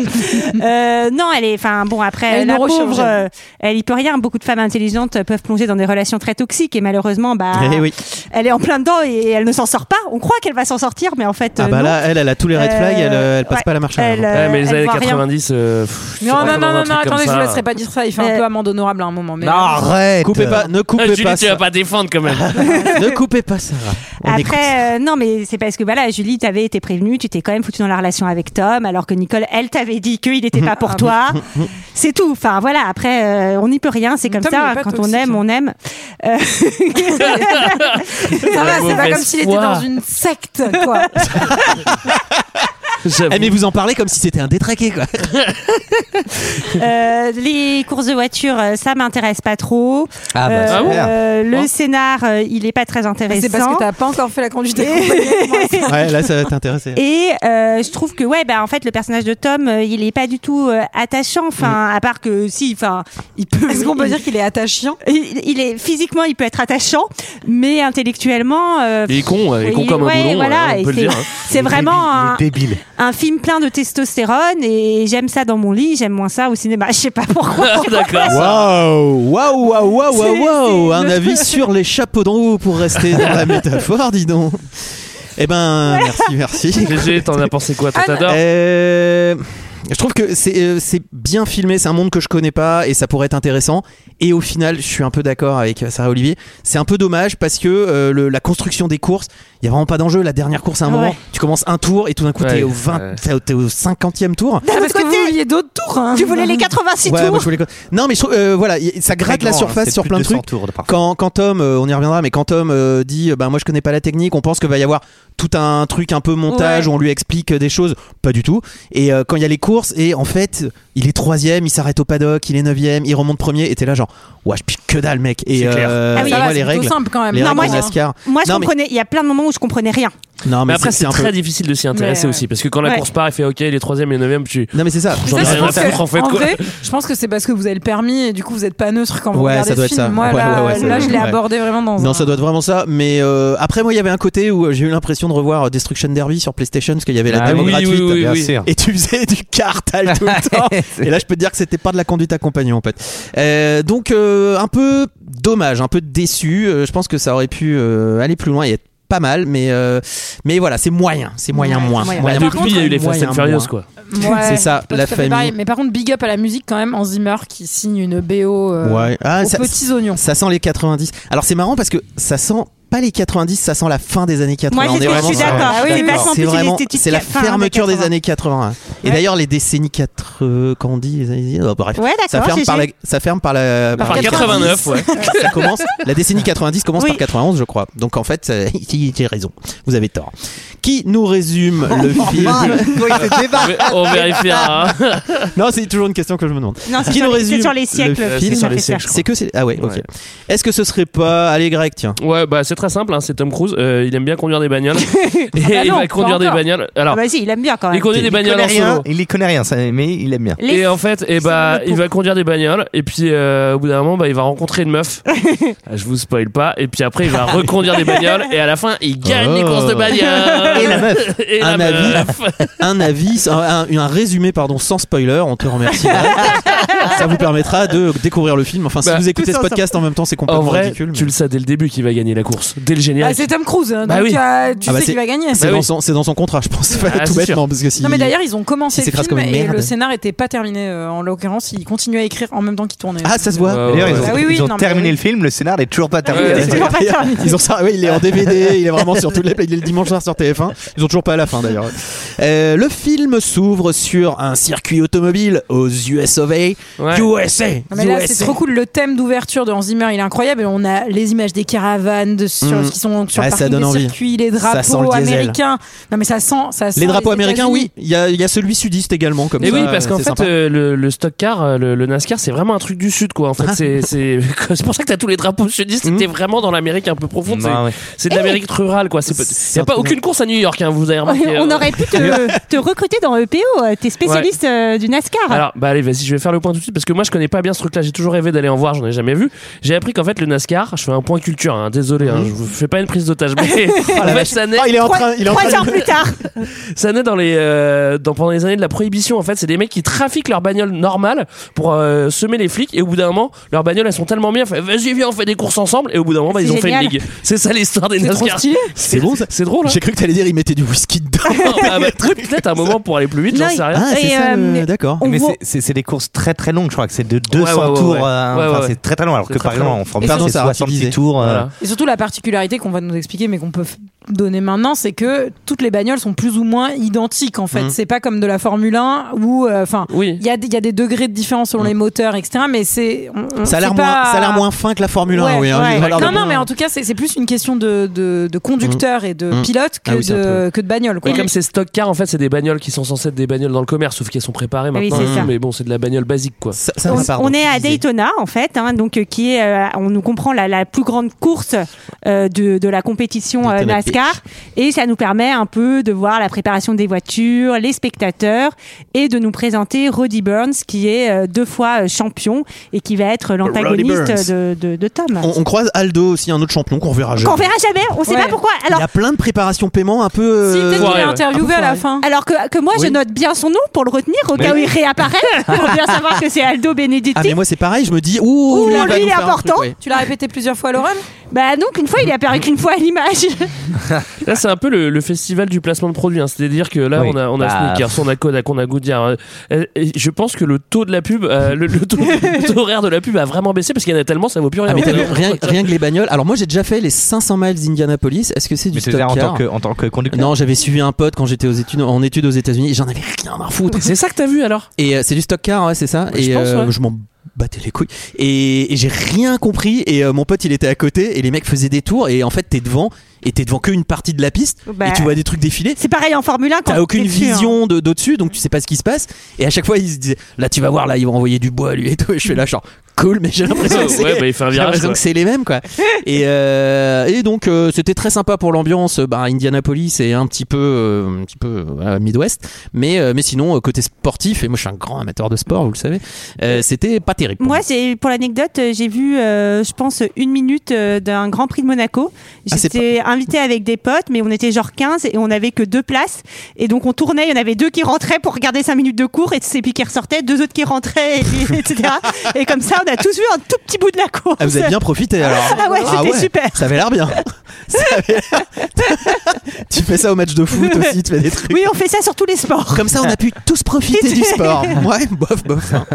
[SPEAKER 11] Euh, non, elle est. Enfin, bon, après,
[SPEAKER 7] Elle est
[SPEAKER 11] la pauvre,
[SPEAKER 7] neurochirurgienne.
[SPEAKER 11] euh, elle y peut rien. Beaucoup de femmes intelligentes peuvent plonger dans des relations très toxiques et malheureusement, bah,
[SPEAKER 1] Eh oui.
[SPEAKER 11] elle est en plein dedans et elle ne s'en sort pas. On croit qu'elle va s'en sortir, mais en fait,
[SPEAKER 1] Ah
[SPEAKER 11] euh,
[SPEAKER 1] bah
[SPEAKER 11] non.
[SPEAKER 1] là, Ah, elle, elle a tous les red flags, elle, euh, elle passe
[SPEAKER 11] ouais,
[SPEAKER 1] pas la marche arrière.
[SPEAKER 11] elle, euh,
[SPEAKER 6] Ouais, mais les
[SPEAKER 11] elle
[SPEAKER 6] années
[SPEAKER 11] voit rien.
[SPEAKER 6] 90. euh, pff,
[SPEAKER 7] Non,
[SPEAKER 6] c'est
[SPEAKER 7] non, non,
[SPEAKER 6] vraiment un
[SPEAKER 7] non,
[SPEAKER 6] truc comme
[SPEAKER 7] attendez, je
[SPEAKER 6] ça. Ah,
[SPEAKER 7] vous laisserai pas dire ça. Il fait un
[SPEAKER 11] Euh,
[SPEAKER 7] peu amende honorable à un moment. Mais
[SPEAKER 5] Non, arrête
[SPEAKER 1] Coupez pas, ne
[SPEAKER 6] Ah,
[SPEAKER 1] coupez
[SPEAKER 6] Julie,
[SPEAKER 1] pas,
[SPEAKER 6] tu vas
[SPEAKER 1] Sarah.
[SPEAKER 6] pas défendre quand même.
[SPEAKER 1] ne coupez pas Sarah. On écoute.
[SPEAKER 11] Après, euh, non, mais c'est parce que voilà, Julie, t'avais été prévenue, tu t'es quand même foutue dans la relation avec Tom, alors que Nicole, elle t'avait dit qu'il n'était pas pour
[SPEAKER 7] Ah,
[SPEAKER 11] toi. C'est tout. Enfin, voilà. Après, euh, on n'y peut rien. C'est comme
[SPEAKER 7] Tom, il est
[SPEAKER 11] ça.
[SPEAKER 7] pas
[SPEAKER 11] Quand on
[SPEAKER 7] toxique, hein.
[SPEAKER 11] aime, on aime. Euh,
[SPEAKER 7] Ça va, c'est pas
[SPEAKER 6] Mauvaise
[SPEAKER 7] comme s'il était
[SPEAKER 6] foi.
[SPEAKER 7] dans une secte, quoi.
[SPEAKER 1] Eh, mais vous en parlez comme si c'était un détraqué, quoi.
[SPEAKER 11] Euh, les courses de voiture, euh, ça m'intéresse pas trop.
[SPEAKER 5] Ah, bah,
[SPEAKER 11] Euh,
[SPEAKER 5] super.
[SPEAKER 11] euh, le
[SPEAKER 6] Hein
[SPEAKER 11] scénar, euh, il est pas très intéressant.
[SPEAKER 7] Ah, C'est parce que t'as pas encore fait la conduite.
[SPEAKER 1] Ouais, là, ça va t'intéresser.
[SPEAKER 11] Et euh, je trouve que ouais, bah, en fait, le personnage de Tom, euh, il est pas du tout euh, attachant. Enfin, à part que si, enfin, il peut.
[SPEAKER 7] Est-ce qu'on peut dire qu'il est attachant
[SPEAKER 11] il, il est physiquement, il peut être attachant, mais intellectuellement. euh,
[SPEAKER 6] Il est con, ouais, il est con
[SPEAKER 11] il-
[SPEAKER 6] comme un
[SPEAKER 11] ouais,
[SPEAKER 6] boulon,
[SPEAKER 11] voilà,
[SPEAKER 6] ouais, on
[SPEAKER 11] et
[SPEAKER 6] peut le
[SPEAKER 11] c'est-
[SPEAKER 6] dire, hein.
[SPEAKER 11] C'est vraiment
[SPEAKER 5] Il
[SPEAKER 11] un,
[SPEAKER 5] est débile.
[SPEAKER 11] un film plein de testostérone et j'aime ça dans mon lit, j'aime moins ça au cinéma. Je sais pas pourquoi.
[SPEAKER 6] D'accord.
[SPEAKER 1] Waouh, waouh, waouh, waouh,
[SPEAKER 11] C'est-
[SPEAKER 1] waouh,
[SPEAKER 11] c'est
[SPEAKER 1] un
[SPEAKER 11] le-
[SPEAKER 1] avis sur les chapeaux d'en haut pour rester dans la métaphore, dis donc. Eh ben, merci, merci.
[SPEAKER 6] GG, t'en as pensé quoi Toi, t'adores
[SPEAKER 1] Euh, je trouve que c'est euh, c'est bien filmé, c'est un monde que je connais pas et ça pourrait être intéressant. Et au final, je suis un peu d'accord avec euh, Sarah Olivier. C'est un peu dommage parce que euh, le- la construction des courses, il y a vraiment pas d'enjeu. La dernière course, à un
[SPEAKER 11] Ouais.
[SPEAKER 1] moment, tu commences un tour et tout d'un coup, t'es
[SPEAKER 6] Ouais,
[SPEAKER 1] au 20,
[SPEAKER 6] ouais.
[SPEAKER 1] t'es au- t'es au 50e tour.
[SPEAKER 7] Ah, Parce que vous vouliez d'autres tours. hein.
[SPEAKER 11] tu voulais les 86
[SPEAKER 1] Ouais, bah, moi,
[SPEAKER 11] tours.
[SPEAKER 1] je voulais- Non, mais je trouve, euh, voilà, y- ça gratte la surface sur plein de trucs. Quand, quand Tom, euh, on y reviendra, mais quand Tom euh, dit euh, bah, Moi je connais pas la technique, on pense que va y avoir tout un truc un peu montage
[SPEAKER 11] Ouais.
[SPEAKER 1] où on lui explique euh, des choses. Pas du tout. Et euh, quand il y a les courses, et en fait, il est troisième, il s'arrête au paddock, il est neuvième, il remonte premier, et t'es là genre Ouais, je pique que dalle, mec. Et,
[SPEAKER 3] C'est clair.
[SPEAKER 1] euh,
[SPEAKER 11] Ah oui,
[SPEAKER 1] et
[SPEAKER 11] ça
[SPEAKER 1] moi
[SPEAKER 11] va,
[SPEAKER 1] les
[SPEAKER 7] C'est
[SPEAKER 1] règles.
[SPEAKER 7] plutôt simple quand même.
[SPEAKER 1] Les
[SPEAKER 11] Non,
[SPEAKER 1] règles
[SPEAKER 11] moi,
[SPEAKER 1] de
[SPEAKER 11] j'ai-
[SPEAKER 1] NASCAR.
[SPEAKER 11] Moi, je
[SPEAKER 1] Non, mais-
[SPEAKER 11] comprenais. Il y a plein de moments où je comprenais rien.
[SPEAKER 1] Non,
[SPEAKER 6] Mais après, c'est
[SPEAKER 1] un
[SPEAKER 6] très
[SPEAKER 1] peu.
[SPEAKER 6] difficile de s'y intéresser
[SPEAKER 7] Mais,
[SPEAKER 6] aussi, parce que quand la
[SPEAKER 11] Ouais.
[SPEAKER 6] course part, il fait OK, il est troisième, il est neuvième, puis
[SPEAKER 1] Non, mais c'est ça. J'en
[SPEAKER 7] Ça,
[SPEAKER 1] ai
[SPEAKER 6] J'en ai
[SPEAKER 7] je
[SPEAKER 1] rien à
[SPEAKER 7] pense
[SPEAKER 1] faire.
[SPEAKER 6] à foutre,
[SPEAKER 7] que-
[SPEAKER 6] en fait, quoi.
[SPEAKER 7] vrai, je pense que c'est parce que vous avez le permis et du coup vous êtes pas neutre quand vous
[SPEAKER 1] Ouais,
[SPEAKER 7] regardez
[SPEAKER 1] ça doit
[SPEAKER 7] ce
[SPEAKER 1] être
[SPEAKER 7] film.
[SPEAKER 1] ça.
[SPEAKER 7] Moi
[SPEAKER 1] Ouais,
[SPEAKER 7] là,
[SPEAKER 1] ouais, ouais, ça
[SPEAKER 7] là,
[SPEAKER 1] doit
[SPEAKER 7] je
[SPEAKER 1] être-
[SPEAKER 7] l'ai
[SPEAKER 1] ouais.
[SPEAKER 7] abordé vraiment dans un.
[SPEAKER 1] Non, ça doit être vraiment ça. Mais euh, après, moi, il y avait un côté où j'ai eu l'impression de revoir euh, Destruction Derby sur PlayStation parce qu'il y avait la
[SPEAKER 5] Ah
[SPEAKER 1] démo
[SPEAKER 5] oui, oui,
[SPEAKER 1] gratuite.
[SPEAKER 6] oui,
[SPEAKER 5] Bien
[SPEAKER 6] oui.
[SPEAKER 5] sûr.
[SPEAKER 1] Et tu faisais du cartal tout le temps. Et là, je peux te dire que c'était pas de la conduite accompagnée en fait. Euh, donc, euh, un peu dommage, un peu déçu. Euh, je pense que ça aurait pu euh, aller plus loin et être pas mal, mais euh, mais voilà, c'est moyen, c'est moyen
[SPEAKER 7] Ouais,
[SPEAKER 1] moins.
[SPEAKER 7] c'est moyen.
[SPEAKER 6] Bah,
[SPEAKER 7] Moyen
[SPEAKER 6] depuis, il y a eu les Fast
[SPEAKER 1] moyen
[SPEAKER 6] and Furious,
[SPEAKER 1] moins.
[SPEAKER 6] quoi.
[SPEAKER 7] Ouais,
[SPEAKER 1] C'est ça,
[SPEAKER 7] pas
[SPEAKER 1] la
[SPEAKER 7] tout à fait
[SPEAKER 1] famille.
[SPEAKER 7] pareil. Mais par contre, big up à la musique quand même. En Zimmer qui signe une BO euh,
[SPEAKER 1] Ouais. Ah,
[SPEAKER 7] aux
[SPEAKER 1] ça,
[SPEAKER 7] petits oignons.
[SPEAKER 1] ça sent les 90. Alors c'est marrant parce que ça sent pas les 90, ça sent la fin des années 80.
[SPEAKER 11] Moi,
[SPEAKER 1] On est
[SPEAKER 11] j'étais- je
[SPEAKER 1] vraiment
[SPEAKER 11] suis
[SPEAKER 1] sur- euh,
[SPEAKER 11] d'accord.
[SPEAKER 7] Ah oui,
[SPEAKER 11] C'est
[SPEAKER 7] oui,
[SPEAKER 11] vachement
[SPEAKER 1] C'est
[SPEAKER 11] plus
[SPEAKER 1] vraiment,
[SPEAKER 11] l'esthétique
[SPEAKER 1] c'est la
[SPEAKER 11] fin des
[SPEAKER 1] fermeture des
[SPEAKER 11] 80.
[SPEAKER 1] années 80. Et
[SPEAKER 11] Ouais.
[SPEAKER 1] d'ailleurs, les décennies 80, quand on dit les années, oh, bref,
[SPEAKER 11] Ouais,
[SPEAKER 1] ça
[SPEAKER 11] d'accord,
[SPEAKER 1] ferme par la,
[SPEAKER 11] GG.
[SPEAKER 1] ça ferme par la,
[SPEAKER 6] Par 89, ouais.
[SPEAKER 1] ça commence, la décennie 90 commence
[SPEAKER 11] Oui.
[SPEAKER 1] par 91, je crois. Donc en fait, euh, j'ai raison. Vous avez tort. Qui nous résume
[SPEAKER 11] Oh,
[SPEAKER 1] le film
[SPEAKER 6] On vérifiera. hein.
[SPEAKER 1] Non, c'est toujours une question que je me demande.
[SPEAKER 11] Non, c'est
[SPEAKER 1] Qui
[SPEAKER 11] sur,
[SPEAKER 1] nous
[SPEAKER 11] les-
[SPEAKER 1] résume
[SPEAKER 11] euh, c'est sur les
[SPEAKER 1] le
[SPEAKER 11] siècles.
[SPEAKER 1] film
[SPEAKER 11] que
[SPEAKER 6] C'est
[SPEAKER 11] ça
[SPEAKER 6] sur
[SPEAKER 11] fait
[SPEAKER 6] les
[SPEAKER 11] faire.
[SPEAKER 6] siècles, je
[SPEAKER 1] C'est que c'est ah ouais, ok.
[SPEAKER 6] Ouais.
[SPEAKER 1] Est-ce que ce serait pas allez grec tiens
[SPEAKER 6] Ouais, bah c'est très simple, hein, c'est Tom Cruise, euh, il aime bien conduire des bagnoles. et
[SPEAKER 7] bah
[SPEAKER 6] il
[SPEAKER 7] non,
[SPEAKER 6] va
[SPEAKER 7] pas
[SPEAKER 6] conduire des
[SPEAKER 7] encore.
[SPEAKER 6] bagnoles.
[SPEAKER 11] Ah
[SPEAKER 6] Alors,
[SPEAKER 11] bah si, il aime bien quand
[SPEAKER 6] il
[SPEAKER 11] même.
[SPEAKER 6] conduit des
[SPEAKER 5] Il
[SPEAKER 6] bagnoles
[SPEAKER 5] connaît
[SPEAKER 6] en
[SPEAKER 5] rien,
[SPEAKER 6] solo.
[SPEAKER 5] il y connaît rien, ça- mais il aime bien.
[SPEAKER 11] Les-
[SPEAKER 6] Et en fait, eh
[SPEAKER 11] c'est dans
[SPEAKER 6] bah,
[SPEAKER 11] le pot.
[SPEAKER 6] il va conduire des bagnoles et puis euh, au bout d'un moment, bah, il va rencontrer une meuf. Ah, je vous spoil pas. Et puis après, il va reconduire des bagnoles et à la fin, il gagne les
[SPEAKER 1] Oh.
[SPEAKER 6] courses de bagnoles.
[SPEAKER 1] Et la meuf.
[SPEAKER 6] Et la
[SPEAKER 1] Un avis.
[SPEAKER 6] meuf.
[SPEAKER 1] Un avis, un, un- un résumé pardon sans spoiler. On te remercie. ça vous permettra de découvrir le film. Enfin, si
[SPEAKER 6] Bah,
[SPEAKER 1] vous écoutez ce
[SPEAKER 5] tout ça, ça-
[SPEAKER 1] podcast en même temps, c'est
[SPEAKER 6] En
[SPEAKER 1] complètement
[SPEAKER 6] vrai,
[SPEAKER 1] ridicule.
[SPEAKER 6] tu
[SPEAKER 1] mais-
[SPEAKER 6] le sais dès le début qu'il va gagner la course, dès le
[SPEAKER 7] Ah,
[SPEAKER 6] générique.
[SPEAKER 7] c'est Tom Cruise, hein,
[SPEAKER 6] Bah
[SPEAKER 7] donc
[SPEAKER 6] oui.
[SPEAKER 7] euh, tu
[SPEAKER 1] Ah bah
[SPEAKER 7] sais qu'il
[SPEAKER 1] c'est-
[SPEAKER 7] va gagner.
[SPEAKER 1] C'est
[SPEAKER 6] Bah
[SPEAKER 1] dans,
[SPEAKER 6] oui.
[SPEAKER 1] son, c'est dans son contrat, je pense,
[SPEAKER 6] Ah,
[SPEAKER 1] tout
[SPEAKER 6] c'est
[SPEAKER 1] bêtement,
[SPEAKER 6] sûr.
[SPEAKER 1] parce que si.
[SPEAKER 7] Non mais d'ailleurs ils ont
[SPEAKER 1] Il
[SPEAKER 7] commencé le
[SPEAKER 1] s'écrase
[SPEAKER 7] film
[SPEAKER 1] comme une
[SPEAKER 7] et
[SPEAKER 1] merde.
[SPEAKER 7] le scénar était pas terminé euh, en l'occurrence ils continuaient à écrire en même temps qu'ils tournaient.
[SPEAKER 1] ah, ça se voit.
[SPEAKER 6] Ouais,
[SPEAKER 5] D'ailleurs,
[SPEAKER 6] ouais,
[SPEAKER 5] ils ont,
[SPEAKER 6] ouais.
[SPEAKER 7] Bah oui, oui,
[SPEAKER 5] ils ont
[SPEAKER 7] non, mais-
[SPEAKER 5] terminé le film, le scénar n'est toujours pas terminé.
[SPEAKER 6] Ouais,
[SPEAKER 11] C'est toujours pas terminé.
[SPEAKER 1] Ils ont ça, ouais, il est en DVD, il est vraiment sur toutes les il est le dimanche soir sur TF1. Ils ont toujours pas à la fin d'ailleurs. Euh, le film s'ouvre sur un circuit automobile aux US of A.
[SPEAKER 6] Ouais.
[SPEAKER 1] USA.
[SPEAKER 7] Non, Ah, mais là, c'est
[SPEAKER 1] USA.
[SPEAKER 7] trop cool. Le thème d'ouverture de Hans Zimmer, il est incroyable. Et on a les images des caravanes de, sur,
[SPEAKER 1] Mm.
[SPEAKER 7] qui sont sur
[SPEAKER 1] Ouais,
[SPEAKER 7] le
[SPEAKER 1] ça
[SPEAKER 7] parking
[SPEAKER 1] donne
[SPEAKER 7] des
[SPEAKER 1] envie.
[SPEAKER 7] circuits, les
[SPEAKER 1] Ça sent le
[SPEAKER 7] drapeaux
[SPEAKER 1] diesel.
[SPEAKER 7] américains. Non, mais ça sent. Ça sent
[SPEAKER 1] Les drapeaux américains,
[SPEAKER 7] États-Unis.
[SPEAKER 1] oui. Il y a, il y a celui sudiste également, comme
[SPEAKER 6] Mais
[SPEAKER 1] ça.
[SPEAKER 6] oui, parce qu'en
[SPEAKER 1] c'est
[SPEAKER 6] fait,
[SPEAKER 1] sympa.
[SPEAKER 6] euh, le, le stock car, euh, le, le NASCAR, c'est vraiment un truc du sud, quoi. En fait, c'est c'est c'est pour ça que t'as tous les drapeaux sudistes.
[SPEAKER 1] Mhm.
[SPEAKER 6] T'es vraiment dans l'Amérique un peu profonde. c'est-
[SPEAKER 5] Non, ouais.
[SPEAKER 6] C'est de l'Amérique rurale, quoi. C'est pas-
[SPEAKER 1] Bah C'est
[SPEAKER 6] y
[SPEAKER 1] un
[SPEAKER 6] a pas
[SPEAKER 1] truc-
[SPEAKER 6] aucune course à New York. hein, vous avez remarqué.
[SPEAKER 11] On
[SPEAKER 6] euh,
[SPEAKER 11] aurait pu te, te recruter dans EPO, euh, t'es spécialiste euh, du NASCAR.
[SPEAKER 6] Alors, bah allez, vas-y, je vais faire le point tout de suite parce que moi je connais pas bien ce truc-là. J'ai toujours rêvé d'aller en voir, j'en ai jamais vu. J'ai appris qu'en fait le NASCAR, je fais un point culture, hein, désolé,
[SPEAKER 1] Hmm.
[SPEAKER 6] hein, je vous fais pas une prise d'otage, mais en fait, ça naît,
[SPEAKER 1] Ah, il est en train, il est en
[SPEAKER 11] Trois
[SPEAKER 1] train
[SPEAKER 11] heures plus tard.
[SPEAKER 6] ça naît dans les, euh, dans, pendant les années de la prohibition. En fait, c'est des mecs qui trafiquent leur bagnole normale pour euh, semer les flics et au bout d'un moment, leurs bagnoles elles sont tellement bien, fait, vas-y, viens, on fait des courses ensemble et au bout d'un moment, bah,
[SPEAKER 11] C'est
[SPEAKER 6] ils ont fait
[SPEAKER 11] génial.
[SPEAKER 6] une ligue. C'est ça l'histoire des
[SPEAKER 7] C'est trop
[SPEAKER 6] NASCAR.
[SPEAKER 7] stylé.
[SPEAKER 1] C'est bon, ça.
[SPEAKER 6] C'est drôle, hein.
[SPEAKER 1] J'ai cru que t'allais dire, il mettait du whisky dedans.
[SPEAKER 6] Ah, bah, Peut-être un moment pour aller plus vite, j'en
[SPEAKER 11] Non,
[SPEAKER 6] sais rien.
[SPEAKER 1] Ah, c'est
[SPEAKER 11] Et,
[SPEAKER 1] ça, le-
[SPEAKER 11] euh,
[SPEAKER 1] d'accord.
[SPEAKER 11] On
[SPEAKER 5] Mais
[SPEAKER 11] voit-
[SPEAKER 5] c'est- c'est c'est des courses très très longues, je crois que c'est de 200
[SPEAKER 6] ouais, ouais,
[SPEAKER 5] tours.
[SPEAKER 6] ouais.
[SPEAKER 5] euh,
[SPEAKER 6] Ouais,
[SPEAKER 5] enfin,
[SPEAKER 6] ouais.
[SPEAKER 5] C'est très très long, alors
[SPEAKER 6] C'est
[SPEAKER 5] que
[SPEAKER 6] très,
[SPEAKER 5] par
[SPEAKER 6] très
[SPEAKER 5] exemple
[SPEAKER 6] long.
[SPEAKER 5] en Formule
[SPEAKER 1] Pardon,
[SPEAKER 5] 1, c'est
[SPEAKER 1] ça a
[SPEAKER 5] 70
[SPEAKER 1] rapidié.
[SPEAKER 5] tours. euh,
[SPEAKER 6] Voilà.
[SPEAKER 7] Et surtout la particularité qu'on va nous expliquer, mais qu'on peut f- donner maintenant, c'est que toutes les bagnoles sont plus ou moins identiques en fait.
[SPEAKER 1] Mm.
[SPEAKER 7] C'est pas comme de la Formule 1 où, euh, enfin, il
[SPEAKER 6] Oui.
[SPEAKER 7] y, a des- il y a des degrés de différence selon les moteurs, etc. Mais c'est on- on-
[SPEAKER 1] Mm. Ça a l'air
[SPEAKER 7] c'est
[SPEAKER 1] moins,
[SPEAKER 7] pas-
[SPEAKER 1] ça a l'air moins fin que la Formule 1,
[SPEAKER 7] Ouais,
[SPEAKER 1] oui. hein,
[SPEAKER 7] ouais.
[SPEAKER 1] il va l'air
[SPEAKER 7] Non,
[SPEAKER 1] de-
[SPEAKER 7] non, mais en tout cas, c'est c'est plus une question de, de, de conducteur et de
[SPEAKER 1] Mm.
[SPEAKER 7] pilote que,
[SPEAKER 1] Ah oui, c'est un
[SPEAKER 7] de, que de bagnole. Quoi.
[SPEAKER 6] Mais comme c'est stock car, en fait, c'est des bagnoles qui sont censées être des bagnoles dans le commerce, sauf qu'elles sont préparées
[SPEAKER 11] Ah oui,
[SPEAKER 6] maintenant.
[SPEAKER 11] c'est ça.
[SPEAKER 6] mais bon, c'est de la bagnole basique, quoi.
[SPEAKER 1] Ça- ça
[SPEAKER 11] on,
[SPEAKER 1] va, pardon,
[SPEAKER 11] on est à
[SPEAKER 1] tu disais.
[SPEAKER 11] Daytona en fait, hein, donc euh, qui est, euh, on nous comprend la, la plus grande course euh, de, de la compétition euh,
[SPEAKER 1] Daytona
[SPEAKER 11] NASCAR, et ça nous permet un peu de voir la préparation des voitures, les spectateurs, et de nous présenter Roddy Burns qui est euh, deux fois euh, champion et qui va être l'antagoniste de, de, de Tom.
[SPEAKER 1] On, on croise Aldo aussi, un autre champion qu'on verra jamais.
[SPEAKER 11] Qu'on verra jamais, on sait
[SPEAKER 7] Ouais.
[SPEAKER 11] pas pourquoi.
[SPEAKER 1] Il y
[SPEAKER 11] Alors,
[SPEAKER 1] a plein de préparations paiement un peu.
[SPEAKER 7] Si,
[SPEAKER 1] euh,
[SPEAKER 7] peut-être
[SPEAKER 6] Ouais,
[SPEAKER 7] qu'il est
[SPEAKER 6] ouais.
[SPEAKER 7] interviewé à la fin.
[SPEAKER 11] alors que, que moi je
[SPEAKER 6] Oui.
[SPEAKER 11] note bien son nom pour le retenir au cas où il réapparaît, pour bien savoir que c'est Aldo Benedetti.
[SPEAKER 1] Ah mais moi c'est pareil, je me dis ouh,
[SPEAKER 11] Ouh,
[SPEAKER 1] il va
[SPEAKER 11] lui,
[SPEAKER 1] nous
[SPEAKER 11] il est
[SPEAKER 1] faire un truc,
[SPEAKER 11] important.
[SPEAKER 1] ouais.
[SPEAKER 7] Tu l'as répété plusieurs fois, Lauren
[SPEAKER 11] Bah donc une fois il est apparu qu'une fois à l'image.
[SPEAKER 6] Là, c'est un peu le, le festival du placement de produits. hein. C'est-à-dire que là,
[SPEAKER 5] Oui.
[SPEAKER 6] on a, on a
[SPEAKER 5] Bah,
[SPEAKER 6] Snickers, on a Kodak, on a Goodyear. hein. Et- et je pense que le taux de la pub, euh, le, le taux, le taux horaire de la pub a vraiment baissé parce qu'il y en a tellement, ça vaut plus rien.
[SPEAKER 1] Ah mais t'as vu,
[SPEAKER 6] Ouais.
[SPEAKER 1] rien, rien que les bagnoles. Alors moi j'ai déjà fait les 500 miles d'Indianapolis. Est-ce que c'est du
[SPEAKER 5] Mais
[SPEAKER 1] stock
[SPEAKER 5] c'est-à-dire en
[SPEAKER 1] car
[SPEAKER 5] tant que, en tant que conducteur.
[SPEAKER 1] Non, j'avais suivi un pote quand j'étais aux études en études aux États-Unis. et J'en avais rien à foutre.
[SPEAKER 6] C'est ça que t'as vu alors
[SPEAKER 1] Et euh, c'est du stock car, ouais, c'est ça.
[SPEAKER 6] Ouais,
[SPEAKER 1] et euh,
[SPEAKER 6] je pense, ouais.
[SPEAKER 1] je m'en battais les couilles. Et, et j'ai rien compris. Et euh, mon pote, il était à côté. Et les mecs faisaient des tours. Et en fait, t'es devant. Et t'es devant qu'une partie de la piste.
[SPEAKER 11] Bah,
[SPEAKER 1] Et tu vois des trucs défiler.
[SPEAKER 11] C'est pareil en Formule 1 quand
[SPEAKER 1] T'as aucune
[SPEAKER 11] t'es dessus, hein.
[SPEAKER 1] vision de d'au-dessus, donc tu sais pas ce qui se passe. Et à chaque fois, ils se disaient Là, tu vas voir, là, ils vont envoyer du bois lui et tout. Et je fais là, genre, cool, mais j'ai l'impression que c'est.
[SPEAKER 6] Ouais, bah, il fait un
[SPEAKER 1] j'ai
[SPEAKER 6] virage.
[SPEAKER 1] l'impression
[SPEAKER 6] quoi.
[SPEAKER 1] que c'est les mêmes quoi. Et, euh, et donc euh, c'était très sympa pour l'ambiance. Bah, Indianapolis et un petit peu, euh, un petit peu euh, voilà, Midwest, mais euh, mais sinon euh, côté sportif et moi je suis un grand amateur de sport, vous le savez, euh, c'était pas terrible.
[SPEAKER 11] Moi, j'ai pour l'anecdote, euh, j'ai vu, euh, je pense, une minute euh, d'un Grand Prix de Monaco.
[SPEAKER 1] Ah, c'est
[SPEAKER 11] J'étais invitée avec des potes, mais on était genre 15 et on n'avait que deux places. Et donc, on tournait, il y en avait deux qui rentraient pour regarder 5 minutes de cours, et c'est puis qui ressortaient, deux autres qui rentraient, et puis- etc. Et comme ça, on a tous vu un tout petit bout de la course.
[SPEAKER 1] Ah, vous avez bien profité alors.
[SPEAKER 11] Ah ouais, c'était super.
[SPEAKER 1] Ça avait l'air bien. Ça avait l'air- tu fais ça au match de foot aussi, tu fais des trucs.
[SPEAKER 11] Oui, on fait ça sur tous les sports.
[SPEAKER 1] Comme ça, on a pu tous profiter du sport. Ouais, bof, bof. hein.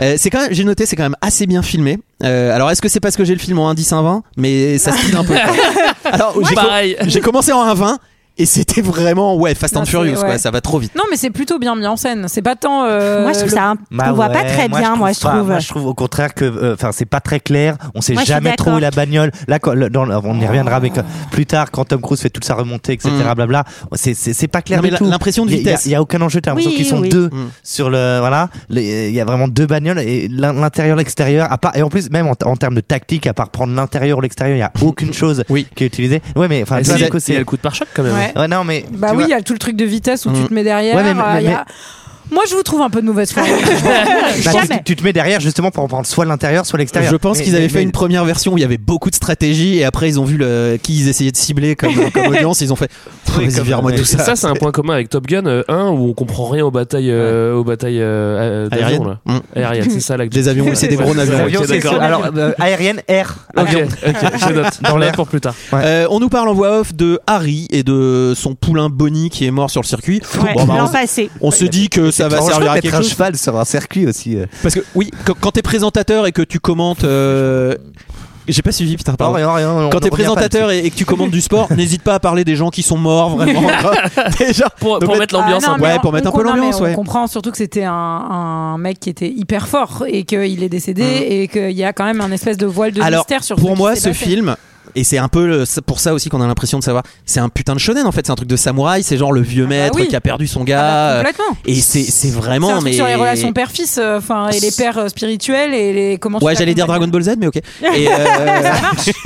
[SPEAKER 1] Euh, c'est quand même, j'ai noté, c'est quand même assez bien filmé. Euh, alors, est-ce que c'est parce que j'ai le film en indice 1-20 Mais ça speed un peu. quoi. Alors, j'ai, com-
[SPEAKER 6] Pareil.
[SPEAKER 1] j'ai commencé en 1-20 et c'était vraiment, ouais, Fast and
[SPEAKER 7] Non, c'est-
[SPEAKER 1] Furious, quoi.
[SPEAKER 7] ouais.
[SPEAKER 1] Ça va trop vite.
[SPEAKER 7] Non, mais c'est plutôt bien mis en scène. C'est pas tant. euh,
[SPEAKER 11] moi, je trouve
[SPEAKER 7] le-
[SPEAKER 11] ça, un-
[SPEAKER 5] Bah
[SPEAKER 11] on voit pas
[SPEAKER 5] ouais,
[SPEAKER 11] très bien, moi, je
[SPEAKER 5] pas-
[SPEAKER 11] trouve.
[SPEAKER 5] moi, je trouve au contraire que, euh, enfin, c'est pas très clair. On sait
[SPEAKER 11] Moi, je suis
[SPEAKER 5] jamais trop où
[SPEAKER 11] d'accord.
[SPEAKER 5] la bagnole. Là, quand- le- dans le- on y reviendra, mais quand- plus tard, quand Tom Cruise fait toute sa remontée, etc.,
[SPEAKER 1] Mm.
[SPEAKER 5] blabla, c'est- c'est c'est pas clair
[SPEAKER 1] Non, mais
[SPEAKER 5] du
[SPEAKER 1] la-
[SPEAKER 5] tout.
[SPEAKER 1] l'impression de
[SPEAKER 5] Il y a- il y a-
[SPEAKER 1] vitesse.
[SPEAKER 5] Il y, a aucun enjeu. T'as l'impression
[SPEAKER 11] Oui,
[SPEAKER 5] qu'ils sont
[SPEAKER 11] oui.
[SPEAKER 5] deux
[SPEAKER 1] Mm.
[SPEAKER 5] sur le, voilà. Le- Il y a vraiment deux bagnoles et l'in- l'intérieur, l'extérieur. À part, et en plus, même en, en termes de tactique, à part prendre l'intérieur ou l'extérieur, il y a aucune chose
[SPEAKER 1] Oui.
[SPEAKER 5] qui est utilisée. Ouais, mais enfin,
[SPEAKER 6] Ah,
[SPEAKER 5] tu vois,
[SPEAKER 6] si,
[SPEAKER 5] du coup,
[SPEAKER 6] Il y a
[SPEAKER 5] c'est.
[SPEAKER 6] le coup de pare-choc quand même.
[SPEAKER 7] Ouais.
[SPEAKER 5] Ouais, non, mais.
[SPEAKER 7] Bah
[SPEAKER 5] tu
[SPEAKER 7] oui,
[SPEAKER 5] vois-
[SPEAKER 7] il y a le tout le truc de vitesse où
[SPEAKER 1] Mm.
[SPEAKER 7] tu te mets derrière.
[SPEAKER 5] Ouais, mais-
[SPEAKER 7] euh,
[SPEAKER 5] mais-
[SPEAKER 7] il y a- Moi, je vous trouve un peu de mauvaise foi.
[SPEAKER 5] Bah, tu-
[SPEAKER 11] Jamais.
[SPEAKER 5] tu, te mets derrière justement pour en prendre soit l'intérieur, soit l'extérieur.
[SPEAKER 1] Je pense
[SPEAKER 5] Mais-
[SPEAKER 1] qu'ils avaient
[SPEAKER 5] mais-
[SPEAKER 1] fait une première version où il y avait beaucoup de stratégies et après ils ont vu le, qui ils essayaient de cibler comme, comme audience. Ils ont fait, Pff,
[SPEAKER 5] Oui,
[SPEAKER 1] vas-y,
[SPEAKER 5] comme-
[SPEAKER 1] vire-moi
[SPEAKER 5] mais-
[SPEAKER 1] tout
[SPEAKER 6] Et
[SPEAKER 1] ça.
[SPEAKER 6] ça, c'est un point commun avec Top Gun 1 où on comprend rien aux batailles, euh, aux batailles euh, euh, d'avions,
[SPEAKER 1] Aérienne.
[SPEAKER 6] là.
[SPEAKER 1] Mm.
[SPEAKER 6] aériennes. C'est ça la
[SPEAKER 1] Des avions, c'est des gros
[SPEAKER 6] Ouais,
[SPEAKER 1] avions.
[SPEAKER 6] c'est
[SPEAKER 1] ouais.
[SPEAKER 5] Avion,
[SPEAKER 6] Ok,
[SPEAKER 5] c'est
[SPEAKER 6] d'accord.
[SPEAKER 5] sûr. Alors, euh, aérienne, air.
[SPEAKER 6] Ok,
[SPEAKER 5] avion.
[SPEAKER 6] ok, je note.
[SPEAKER 5] Dans
[SPEAKER 6] Je note
[SPEAKER 5] l'air.
[SPEAKER 6] pour plus tard.
[SPEAKER 1] Euh, on nous parle en voix off de Harry et de son poulain Bonnie qui est mort sur le circuit.
[SPEAKER 11] Ouais,
[SPEAKER 1] Bon, bah, on-
[SPEAKER 11] l'an passé.
[SPEAKER 1] on se dit que ça va
[SPEAKER 5] Franchement,
[SPEAKER 1] servir à
[SPEAKER 5] mettre
[SPEAKER 1] quelque
[SPEAKER 5] un
[SPEAKER 1] chose.
[SPEAKER 5] cheval sur un circuit aussi. euh.
[SPEAKER 1] Parce que oui, quand, quand t'es présentateur et que tu commentes, euh, j'ai pas suivi, putain.
[SPEAKER 5] Non,
[SPEAKER 1] pardon.
[SPEAKER 5] Ah, rien, rien, on-
[SPEAKER 1] Quand t'es
[SPEAKER 5] on revient pas
[SPEAKER 1] présentateur et, et que tu commantes du sport, n'hésite pas à parler des gens qui sont morts vraiment. Déjà.
[SPEAKER 6] Pour,
[SPEAKER 1] Donc,
[SPEAKER 6] pour mettre l'ambiance
[SPEAKER 7] Ah, non,
[SPEAKER 6] un peu.
[SPEAKER 7] mais
[SPEAKER 1] Ouais,
[SPEAKER 7] on-
[SPEAKER 1] pour mettre
[SPEAKER 7] on
[SPEAKER 1] un peu
[SPEAKER 7] comprend-
[SPEAKER 1] l'ambiance,
[SPEAKER 7] mais
[SPEAKER 1] ouais.
[SPEAKER 7] On comprend surtout que c'était un, un mec qui était hyper fort et qu'il est décédé
[SPEAKER 5] Mm.
[SPEAKER 7] et qu'il y a quand même un espèce de voile de
[SPEAKER 1] Alors,
[SPEAKER 7] mystère sur
[SPEAKER 1] pour
[SPEAKER 7] qui
[SPEAKER 1] moi,
[SPEAKER 7] s'est
[SPEAKER 1] ce
[SPEAKER 7] passé.
[SPEAKER 1] film. Et c'est un peu le- c'est pour ça aussi qu'on a l'impression de savoir. C'est un putain de shonen en fait, c'est un truc de samouraï, c'est genre le vieux
[SPEAKER 7] bah
[SPEAKER 1] maître
[SPEAKER 7] oui.
[SPEAKER 1] qui a perdu son
[SPEAKER 7] Ah bah,
[SPEAKER 1] gars. euh,
[SPEAKER 7] complètement.
[SPEAKER 1] et c'est c'est
[SPEAKER 7] C'est un
[SPEAKER 1] vraiment
[SPEAKER 7] truc
[SPEAKER 1] mais
[SPEAKER 7] sur les relations père-fils, euh, enfin et les pères euh, spirituels et les comment. tu
[SPEAKER 1] Ouais, j'allais dire Dragon
[SPEAKER 7] t'accompagnes.
[SPEAKER 1] Ball Z, mais ok. Et, euh,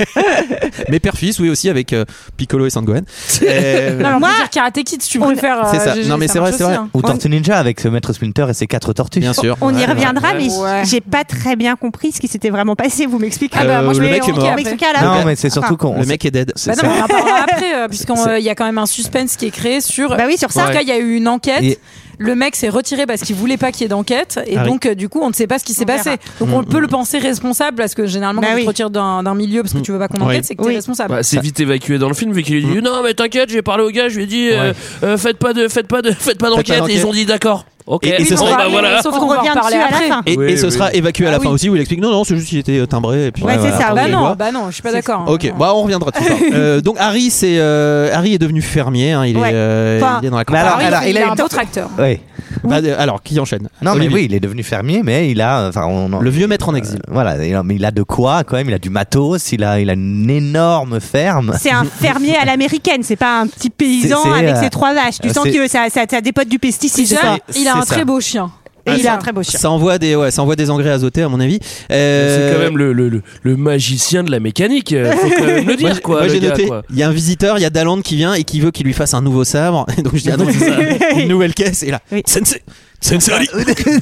[SPEAKER 1] mais père-fils, oui, aussi, avec euh, Piccolo et Sangohan. Euh,
[SPEAKER 7] Non, mais on
[SPEAKER 11] Moi-
[SPEAKER 7] peut dire Karate Kid, si tu préfères.
[SPEAKER 1] C'est
[SPEAKER 7] euh,
[SPEAKER 1] ça.
[SPEAKER 7] GG,
[SPEAKER 1] Non, mais c'est vrai,
[SPEAKER 7] marche
[SPEAKER 1] c'est
[SPEAKER 7] aussi,
[SPEAKER 1] vrai.
[SPEAKER 7] hein.
[SPEAKER 5] Ou Tortue Ninja avec euh, Maître Splinter et ses quatre tortues.
[SPEAKER 1] bien sûr.
[SPEAKER 11] On y reviendra,
[SPEAKER 6] ouais.
[SPEAKER 11] mais
[SPEAKER 7] Ouais.
[SPEAKER 11] j'ai pas très bien compris ce qui s'était vraiment passé. Vous m'expliquerez.
[SPEAKER 1] Ah bah, moi, je Euh, le vais mec est expliquer mort.
[SPEAKER 11] On
[SPEAKER 7] après.
[SPEAKER 11] m'expliquera là.
[SPEAKER 5] Non, mais c'est surtout
[SPEAKER 11] Enfin,
[SPEAKER 5] qu'on.
[SPEAKER 1] Le mec est dead.
[SPEAKER 5] c'est
[SPEAKER 7] Bah non,
[SPEAKER 5] ça.
[SPEAKER 7] mais on en parlera après, euh, puisqu'il
[SPEAKER 5] C'est-
[SPEAKER 7] y a quand même un suspense qui est créé sur.
[SPEAKER 11] Bah oui, sur ça.
[SPEAKER 7] En tout cas, il y a eu une enquête.
[SPEAKER 5] Et-
[SPEAKER 7] Le mec s'est retiré parce qu'il voulait pas qu'il y ait d'enquête. Et
[SPEAKER 1] Ah oui.
[SPEAKER 7] donc, euh, du coup, on ne sait pas ce qui s'est
[SPEAKER 11] On verra.
[SPEAKER 7] passé. Donc, on peut le penser responsable parce que généralement,
[SPEAKER 11] Bah
[SPEAKER 7] quand
[SPEAKER 11] oui.
[SPEAKER 7] tu te retires d'un d'un milieu parce que tu veux pas qu'on enquête,
[SPEAKER 1] Oui.
[SPEAKER 7] c'est que t'es
[SPEAKER 11] Oui.
[SPEAKER 7] responsable.
[SPEAKER 6] Bah, c'est vite évacué dans le film vu qu'il lui dit non mais t'inquiète j'ai parlé au gars je lui ai dit euh, euh, faites pas de faites pas de faites pas d'enquête
[SPEAKER 1] d'enquête.
[SPEAKER 6] et ils ont dit d'accord Ok.
[SPEAKER 1] Et- et ce
[SPEAKER 6] bon,
[SPEAKER 1] sera-
[SPEAKER 6] bah voilà.
[SPEAKER 7] Sauf
[SPEAKER 11] On
[SPEAKER 7] qu'on va en
[SPEAKER 11] revient
[SPEAKER 7] reparler
[SPEAKER 11] dessus à la
[SPEAKER 7] après.
[SPEAKER 11] fin.
[SPEAKER 1] Et,
[SPEAKER 6] Oui,
[SPEAKER 1] et ce
[SPEAKER 6] oui.
[SPEAKER 1] sera évacué à la
[SPEAKER 7] Ah
[SPEAKER 1] fin
[SPEAKER 7] oui.
[SPEAKER 1] aussi où il explique non non c'est juste qu'il était euh, timbré et puis
[SPEAKER 11] Ouais, c'est
[SPEAKER 1] voilà, après,
[SPEAKER 11] ça, oui.
[SPEAKER 7] Bah
[SPEAKER 1] on le
[SPEAKER 7] non,
[SPEAKER 1] voit.
[SPEAKER 7] bah non, je suis pas d'accord. hein.
[SPEAKER 1] Ok, bah on reviendra tout ça. Euh, donc Harry, c'est euh, Harry est devenu fermier. hein, il,
[SPEAKER 11] Ouais.
[SPEAKER 1] est, euh,
[SPEAKER 11] Enfin,
[SPEAKER 1] il est dans la
[SPEAKER 5] mais
[SPEAKER 1] campagne.
[SPEAKER 5] alors,
[SPEAKER 7] Harry,
[SPEAKER 5] alors,
[SPEAKER 7] il,
[SPEAKER 5] il a
[SPEAKER 7] a
[SPEAKER 5] une
[SPEAKER 7] un beau tracteur.
[SPEAKER 5] Ouais.
[SPEAKER 1] Bah, euh, alors, qui enchaîne
[SPEAKER 5] Non, mais
[SPEAKER 1] Olivier.
[SPEAKER 5] oui, il est devenu fermier, mais il a. Enfin, on, Euh,
[SPEAKER 1] Le vieux maître en exil.
[SPEAKER 5] Voilà, il a- mais il a de quoi quand même, il a du matos, il a, il a une énorme ferme.
[SPEAKER 11] C'est un fermier à l'américaine, c'est pas un petit paysan
[SPEAKER 5] C'est- c'est,
[SPEAKER 11] avec
[SPEAKER 5] euh,
[SPEAKER 11] ses trois vaches. Tu
[SPEAKER 5] euh,
[SPEAKER 11] sens
[SPEAKER 5] c'est-
[SPEAKER 11] que ça, ça, ça dépote du pesticide.
[SPEAKER 7] Déjà,
[SPEAKER 11] c'est ça.
[SPEAKER 7] il a
[SPEAKER 1] c'est
[SPEAKER 7] un
[SPEAKER 1] ça.
[SPEAKER 7] très beau chien.
[SPEAKER 11] Et il
[SPEAKER 7] ça.
[SPEAKER 11] a un très beau chien.
[SPEAKER 1] Ça envoie des, ouais, ça envoie des engrais azotés à mon avis. Euh,
[SPEAKER 6] C'est quand même le, le, le, le magicien de la mécanique. euh, Faut quand même le
[SPEAKER 1] Moi,
[SPEAKER 6] dire, quoi.
[SPEAKER 1] moi,
[SPEAKER 6] le
[SPEAKER 1] j'ai
[SPEAKER 6] gars,
[SPEAKER 1] noté,
[SPEAKER 6] quoi.
[SPEAKER 1] il y a un visiteur, il y a Daland qui vient et qui veut qu'il lui fasse un nouveau sabre. Et donc je dis, ah non, c'est ça, une nouvelle caisse. Et là,
[SPEAKER 11] Oui.
[SPEAKER 1] Sensei, Sensei Ali,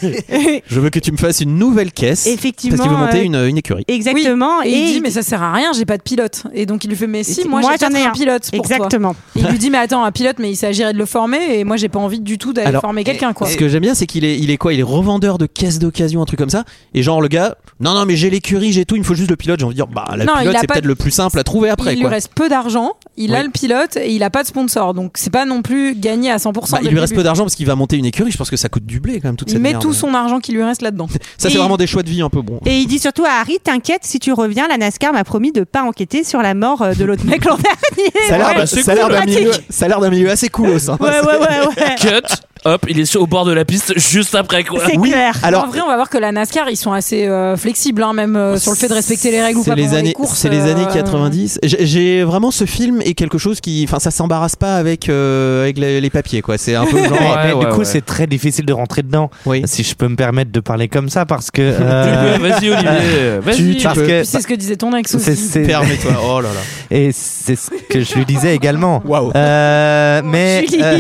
[SPEAKER 1] je veux que tu me fasses une nouvelle caisse.
[SPEAKER 11] Effectivement,
[SPEAKER 1] Parce qu'il veut monter
[SPEAKER 11] euh,
[SPEAKER 1] une, une écurie.
[SPEAKER 11] Exactement.
[SPEAKER 7] Et, il dit, mais ça sert à rien, j'ai pas de pilote. Et donc il lui fait, mais si, moi, j'ai
[SPEAKER 11] j'en ai
[SPEAKER 7] un pilote. Pour toi.
[SPEAKER 11] Exactement.
[SPEAKER 7] Et il lui dit, mais attends, un pilote, mais il s'agirait de le former. Et moi, j'ai pas envie du tout d'aller
[SPEAKER 1] Alors,
[SPEAKER 7] former quelqu'un, quoi.
[SPEAKER 1] Ce que j'aime bien, c'est qu'il est, il est quoi Il est revendeur de caisses d'occasion, un truc comme ça. Et genre, le gars, non, non, mais j'ai l'écurie, j'ai tout, il me faut juste le pilote. J'ai envie de dire, bah, la
[SPEAKER 7] Non,
[SPEAKER 1] pilote,
[SPEAKER 7] il a
[SPEAKER 1] c'est
[SPEAKER 7] pas
[SPEAKER 1] peut-être
[SPEAKER 7] de-
[SPEAKER 1] le plus simple à trouver après,
[SPEAKER 7] il lui
[SPEAKER 1] quoi.
[SPEAKER 7] reste peu d'argent, il a
[SPEAKER 1] Oui.
[SPEAKER 7] le pilote et il a pas de sponsor. Donc c'est pas non plus gagné à 100%.
[SPEAKER 1] Bah, il
[SPEAKER 7] dès le
[SPEAKER 1] lui reste peu
[SPEAKER 7] début.
[SPEAKER 1] d'argent parce qu'il va monter une écurie. Je pense que ça coûte du blé, quand même, toute
[SPEAKER 7] Il
[SPEAKER 1] cette
[SPEAKER 7] met
[SPEAKER 1] merde. hein.
[SPEAKER 7] tout son argent qui lui reste là-dedans.
[SPEAKER 1] Ça, c'est
[SPEAKER 11] Et-
[SPEAKER 1] vraiment des choix de vie un peu bon.
[SPEAKER 11] Et il dit surtout à Harry, t'inquiète, si tu reviens, la NASCAR m'a promis de pas enquêter sur la mort euh, de l'autre mec l'an dernier.
[SPEAKER 1] Ça a l'air
[SPEAKER 11] Ouais,
[SPEAKER 1] d'un-
[SPEAKER 11] c'est
[SPEAKER 1] ça a l'air
[SPEAKER 11] cool,
[SPEAKER 1] d'un milieu,
[SPEAKER 11] pratique.
[SPEAKER 1] ça a l'air d'un milieu assez cool, ça.
[SPEAKER 11] Ouais, ouais, ouais, ouais.
[SPEAKER 6] Cut. Hop, il est sur- au bord de la piste juste après, quoi.
[SPEAKER 11] C'est clair.
[SPEAKER 1] Alors,
[SPEAKER 7] en vrai, on va voir que la NASCAR, ils sont assez euh, flexibles, hein, même euh, sur le fait de respecter les règles ou
[SPEAKER 1] C'est
[SPEAKER 7] pas
[SPEAKER 1] les
[SPEAKER 7] pendant
[SPEAKER 1] années,
[SPEAKER 7] les courses.
[SPEAKER 1] c'est les
[SPEAKER 7] euh,
[SPEAKER 1] années 90. J'ai- J'ai vraiment ce film et quelque chose qui, enfin, ça s'embarrasse pas avec euh, avec les, les papiers quoi. C'est un peu genre.
[SPEAKER 6] Ouais,
[SPEAKER 5] mais
[SPEAKER 6] ouais,
[SPEAKER 5] du coup,
[SPEAKER 6] ouais.
[SPEAKER 5] c'est très difficile de rentrer dedans,
[SPEAKER 1] Oui.
[SPEAKER 5] si je peux me permettre de parler comme ça, parce que.
[SPEAKER 6] Tu
[SPEAKER 5] euh,
[SPEAKER 6] peux, Vas-y, Olivier. Vas-y.
[SPEAKER 1] tu- tu
[SPEAKER 5] parce
[SPEAKER 1] peux.
[SPEAKER 5] que.
[SPEAKER 7] Puis c'est ce que disait ton ex
[SPEAKER 5] c'est-
[SPEAKER 7] aussi.
[SPEAKER 5] c'est-
[SPEAKER 1] Permets-toi. Oh là là.
[SPEAKER 5] et c'est ce que je lui disais également.
[SPEAKER 1] Waouh.
[SPEAKER 5] Euh, mais
[SPEAKER 11] Julie.
[SPEAKER 5] euh,